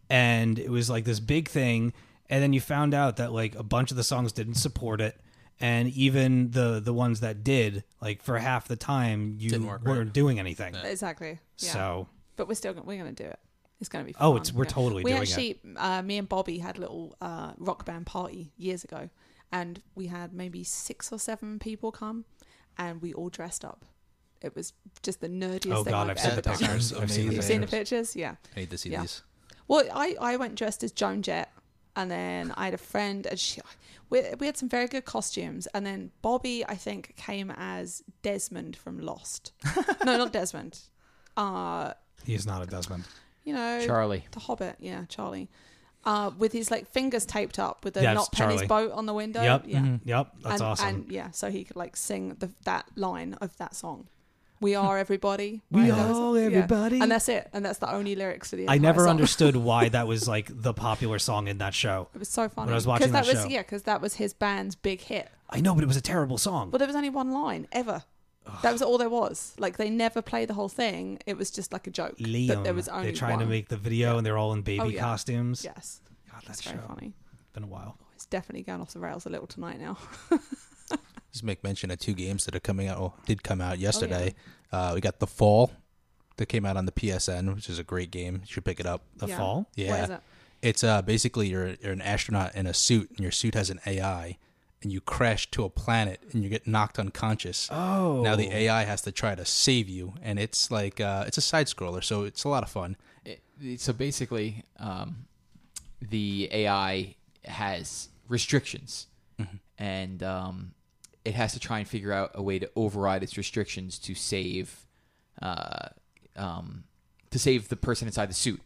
Speaker 2: and it was like this big thing. And then you found out that like a bunch of the songs didn't support it, and even the the ones that did, like for half the time, you
Speaker 4: Didn't work,
Speaker 2: weren't doing anything.
Speaker 1: exactly. Yeah.
Speaker 2: So
Speaker 1: but we're still gonna, we're going to do it. It's going to be. Fun.
Speaker 2: Oh, it's- we're
Speaker 1: Yeah.
Speaker 2: totally
Speaker 1: we
Speaker 2: doing it.
Speaker 1: actually, Uh, me and Bobby had a little uh, rock band party years ago, and we had maybe six or seven people come, and we all dressed up. It was just the nerdiest
Speaker 2: oh
Speaker 1: thing
Speaker 2: god,
Speaker 1: I've,
Speaker 2: I've seen the
Speaker 1: ever done.
Speaker 4: picture.
Speaker 2: pictures.
Speaker 4: Sounds
Speaker 2: I've seen the
Speaker 4: amazing.
Speaker 1: You've seen the
Speaker 2: pictures.
Speaker 1: pictures, yeah.
Speaker 4: I need to see
Speaker 1: Yeah.
Speaker 4: these.
Speaker 1: Well, I, I went dressed as Joan Jett, and then I had a friend, and she, we, we had some very good costumes. And then Bobby, I think, came as Desmond from Lost. <laughs> no, not Desmond. Uh,
Speaker 2: He's not a Desmond.
Speaker 1: you know,
Speaker 3: Charlie.
Speaker 1: the Hobbit, yeah, Charlie. Uh, with his like fingers taped up with a
Speaker 2: Yes,
Speaker 1: not penny's
Speaker 2: Charlie.
Speaker 1: boat on the window.
Speaker 2: Yep, Mm-hmm.
Speaker 1: Yeah.
Speaker 2: yep, that's
Speaker 1: and,
Speaker 2: awesome.
Speaker 1: And yeah, so he could like sing the, that line of that song. We are everybody.
Speaker 2: Hmm. We
Speaker 1: That was-
Speaker 2: are
Speaker 1: yeah.
Speaker 2: everybody.
Speaker 1: And that's it. And that's the only lyrics to the
Speaker 2: I
Speaker 1: entire
Speaker 2: never
Speaker 1: song.
Speaker 2: understood why
Speaker 1: <laughs>
Speaker 2: that was like the popular song in that show.
Speaker 1: It was so funny.
Speaker 2: I was watching
Speaker 1: 'Cause
Speaker 2: that
Speaker 1: was,
Speaker 2: show.
Speaker 1: Yeah, because that was his band's big hit.
Speaker 2: I know, but it was a terrible song.
Speaker 1: Well, there was only one line ever. That was all there was. Like they never played the whole thing. It was just like a joke.
Speaker 2: Liam,
Speaker 1: that there was only
Speaker 2: they're trying
Speaker 1: one.
Speaker 2: to make the video, and they're all in baby
Speaker 1: Oh, yeah.
Speaker 2: costumes.
Speaker 1: Yes,
Speaker 2: God, that
Speaker 1: that's
Speaker 2: show.
Speaker 1: very funny.
Speaker 2: Been a while.
Speaker 1: It's definitely going off the rails a little tonight now. <laughs>
Speaker 4: just make mention of two games that are coming out or did come out yesterday.
Speaker 1: Oh,
Speaker 4: uh, we got The Fall that came out on the PSN, which is a great game. You should pick it up.
Speaker 2: The
Speaker 1: Yeah.
Speaker 2: fall.
Speaker 4: Yeah.
Speaker 1: What is it?
Speaker 4: It's uh, basically you're, you're an astronaut in a suit, and your suit has an AI, and you crash to a planet, and you get knocked unconscious.
Speaker 2: Oh,
Speaker 4: Now the AI has to try to save you, and it's like uh, it's a side scroller, so it's a lot of fun.
Speaker 3: It- it- so basically, um, the AI has restrictions,
Speaker 2: Mm-hmm.
Speaker 3: and um, it has to try and figure out a way to override its restrictions to save, uh, um, to save the person inside the suit.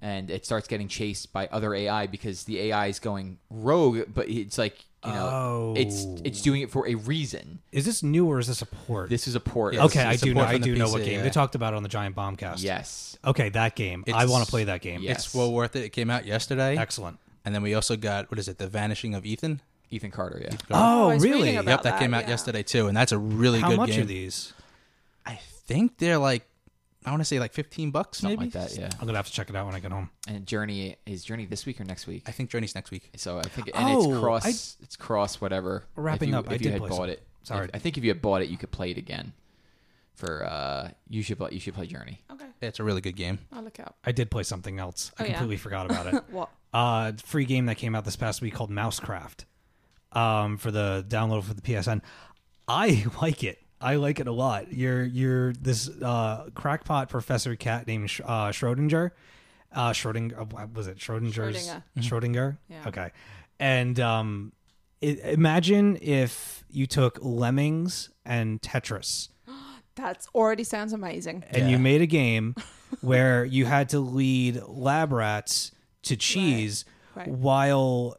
Speaker 3: And it starts getting chased by other AI because the AI is going rogue, but it's like you know, it's
Speaker 2: Oh.
Speaker 3: it's doing it for a reason.
Speaker 2: is this new or is this a port?
Speaker 3: This is a port.
Speaker 4: Yeah,
Speaker 2: okay,
Speaker 4: it's-
Speaker 2: I
Speaker 4: it's a
Speaker 2: do know.
Speaker 4: port
Speaker 2: I
Speaker 4: from the
Speaker 2: do know
Speaker 4: PC,
Speaker 2: what game
Speaker 4: yeah.
Speaker 2: they talked about it on the Giant Bombcast.
Speaker 3: Yes.
Speaker 2: Okay, that game. I
Speaker 4: It's-
Speaker 2: want to play that game.
Speaker 3: Yeah. Yes.
Speaker 4: It's well worth it. It came out yesterday,
Speaker 2: Excellent.
Speaker 4: and then we also got what is it, The Vanishing of Ethan?
Speaker 3: Ethan Carter. Yeah.
Speaker 1: Oh,
Speaker 2: Oh,
Speaker 1: I was reading
Speaker 2: really?
Speaker 1: about
Speaker 4: Yep, that,
Speaker 1: that,
Speaker 4: came out
Speaker 1: yeah.
Speaker 4: yesterday too, and that's a really
Speaker 2: How
Speaker 4: good
Speaker 2: much
Speaker 4: game.
Speaker 2: are these?
Speaker 4: I think they're like I want to say like fifteen bucks,
Speaker 3: Something
Speaker 4: maybe
Speaker 3: like that. Yeah.
Speaker 2: I'm gonna have to check it out when I get home.
Speaker 3: And Journey is Journey this week or next week?
Speaker 4: I think Journey's next week.
Speaker 3: So I think and it's
Speaker 2: Oh,
Speaker 3: cross
Speaker 2: I-
Speaker 3: it's cross whatever.
Speaker 2: Wrapping
Speaker 3: if you,
Speaker 2: up,
Speaker 3: if
Speaker 2: I
Speaker 3: you
Speaker 2: did
Speaker 3: had
Speaker 2: play
Speaker 3: bought
Speaker 2: some-
Speaker 3: it.
Speaker 2: Sorry.
Speaker 3: if- I think if you had bought it, you could play it again. For uh, you should play, you should play Journey.
Speaker 1: Okay,
Speaker 4: It's a really good game.
Speaker 1: I'll look it up.
Speaker 2: I did play something else. I
Speaker 1: Oh, yeah?
Speaker 2: completely forgot
Speaker 1: <laughs>
Speaker 2: about it.
Speaker 1: What?
Speaker 2: uh, free game that came out this past week called Mousecraft um, for the download for the PSN. I <laughs> like it. I like it a lot. You're you're this uh, crackpot professor cat named Sch- uh, Schrodinger. Uh, Schrodinger uh, what was it Schrodinger's
Speaker 1: Schrodinger.
Speaker 2: Schrodinger?
Speaker 1: Yeah.
Speaker 2: Okay, and um, i imagine if you took Lemmings and Tetris
Speaker 1: That's already sounds amazing.
Speaker 2: and you made a game where you had to lead lab rats to cheese
Speaker 1: Right.
Speaker 2: while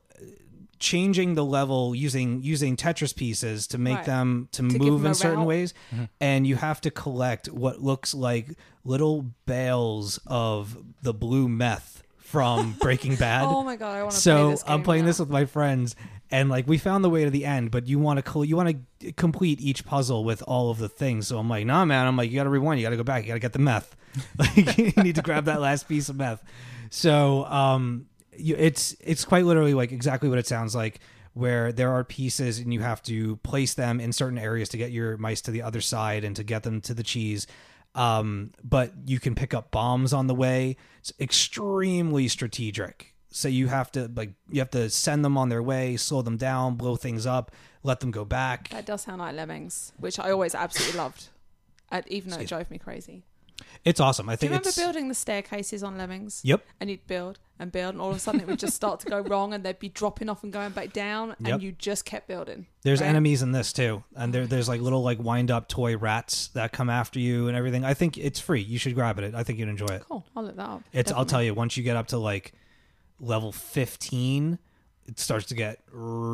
Speaker 2: changing the level using using tetris pieces to make
Speaker 1: Right.
Speaker 2: them to,
Speaker 1: give
Speaker 2: move
Speaker 1: them
Speaker 2: in
Speaker 1: a
Speaker 2: certain
Speaker 1: route.
Speaker 2: ways and you have to collect what looks like little bales of the blue meth from
Speaker 1: <laughs>
Speaker 2: breaking bad
Speaker 1: Oh my god, I want to
Speaker 2: so
Speaker 1: play this.
Speaker 2: I'm
Speaker 1: game
Speaker 2: playing
Speaker 1: now.
Speaker 2: this with my friends, and like we found the way to the end, but you want to col- you want to complete each puzzle with all of the things. So I'm like, nah, man. I'm like, you got to rewind. You got to go back. You got to get the meth. <laughs> Like you need to grab that last piece of meth. So um, you, it's it's quite literally like exactly what it sounds like. Where there are pieces and you have to place them in certain areas to get your mice to the other side and to get them to the cheese um, but you can pick up bombs on the way. It's extremely strategic. So you have to like you have to send them on their way, slow them down, blow things up, let them go back.
Speaker 1: That does sound like Lemmings, which I always absolutely loved, and even though it drove me crazy.
Speaker 2: It's awesome. I
Speaker 1: Do you
Speaker 2: think
Speaker 1: remember
Speaker 2: it's
Speaker 1: building the staircases on Lemmings?
Speaker 2: Yep.
Speaker 1: And you'd build and build, and all of a sudden it would just start
Speaker 2: <laughs>
Speaker 1: to go wrong, and they'd be dropping off and going back down,
Speaker 2: Yep.
Speaker 1: and you just kept building.
Speaker 2: There's
Speaker 1: right?
Speaker 2: enemies in this too, and there there's like little like wind up toy rats that come after you and everything. I think it's free. You should grab it. I think you'd enjoy it.
Speaker 1: Cool. I'll look that up.
Speaker 2: It's I'll tell you once you get up to like level 15, it starts to get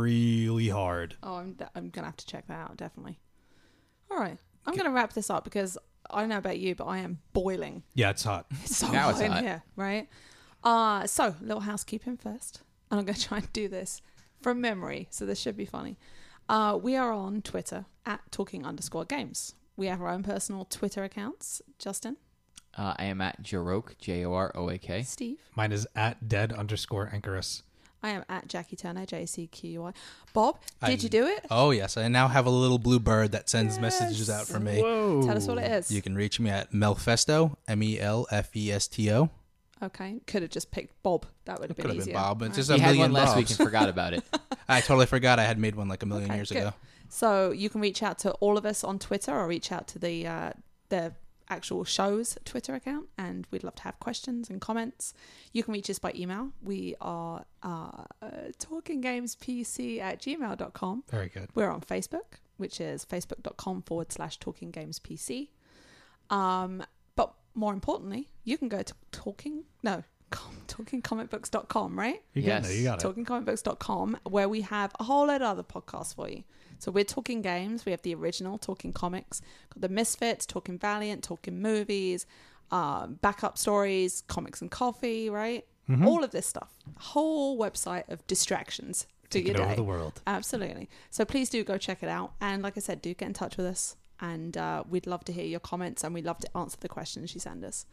Speaker 2: really hard.
Speaker 1: Oh, I'm, de- I'm going to have to check that out, definitely. All right. I'm going to wrap this up because I don't know about you, but I am boiling.
Speaker 2: Yeah, it's hot.
Speaker 1: It's so
Speaker 3: Now
Speaker 1: hot
Speaker 3: it's
Speaker 1: in
Speaker 3: hot.
Speaker 1: here, right? Uh, so, little housekeeping first. And I'm going to <laughs> try and do this from memory, so this should be funny. Uh, we are on Twitter at talking underscore games. We have our own personal Twitter accounts. Justin,
Speaker 3: Uh, I am at Jorok J O R O A K.
Speaker 1: Steve.
Speaker 2: <laughs> Mine is at dead underscore anchorus.
Speaker 1: I am at Jackie Turner, J C Q U I. Bob, did
Speaker 4: I'm-
Speaker 1: you do it?
Speaker 4: Oh yes, I now have a little blue bird that sends messages out for me.
Speaker 2: Whoa.
Speaker 1: Tell us what it is.
Speaker 4: You can reach me at Melfesto, M E L F E S T O.
Speaker 1: Okay. Could have just picked Bob. That would have been
Speaker 4: Could have
Speaker 1: easier.
Speaker 4: been Bob, but it's
Speaker 1: Right.
Speaker 4: just a
Speaker 3: He had one
Speaker 4: million
Speaker 3: last week
Speaker 4: Bobs.
Speaker 3: and forgot about it.
Speaker 4: I totally forgot I had made one like a million years
Speaker 1: good.
Speaker 4: ago.
Speaker 1: So you can reach out to all of us on Twitter or reach out to the uh, the actual show's Twitter account, and we'd love to have questions and comments. You can reach us by email. We are uh, talkinggamespc at gmail.com.
Speaker 2: Very good.
Speaker 1: We're on Facebook, which is facebook.com forward slash talkinggamespc. Um, but more importantly, you can go to talking, no, <laughs> com, talkingcomicbooks.com, right?
Speaker 2: You
Speaker 3: Yes.
Speaker 2: got it. You got it.
Speaker 1: talkingcomicbooks.com where we have a whole load of other podcasts for you. So we're talking games, we have the original Talking Comics, got the Misfits, Talking Valiant, Talking Movies, um, backup stories, comics and coffee, right?
Speaker 2: Mm-hmm.
Speaker 1: All of this stuff. Whole website of distractions for
Speaker 2: Take
Speaker 1: your
Speaker 2: it over
Speaker 1: day.
Speaker 2: the world.
Speaker 1: Absolutely. So please do go check it out. And like I said, do get in touch with us. And uh, we'd love to hear your comments and we'd love to answer the questions you send us.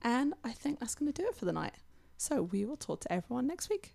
Speaker 1: And I think that's going to do it for the night. So we will talk to everyone next week.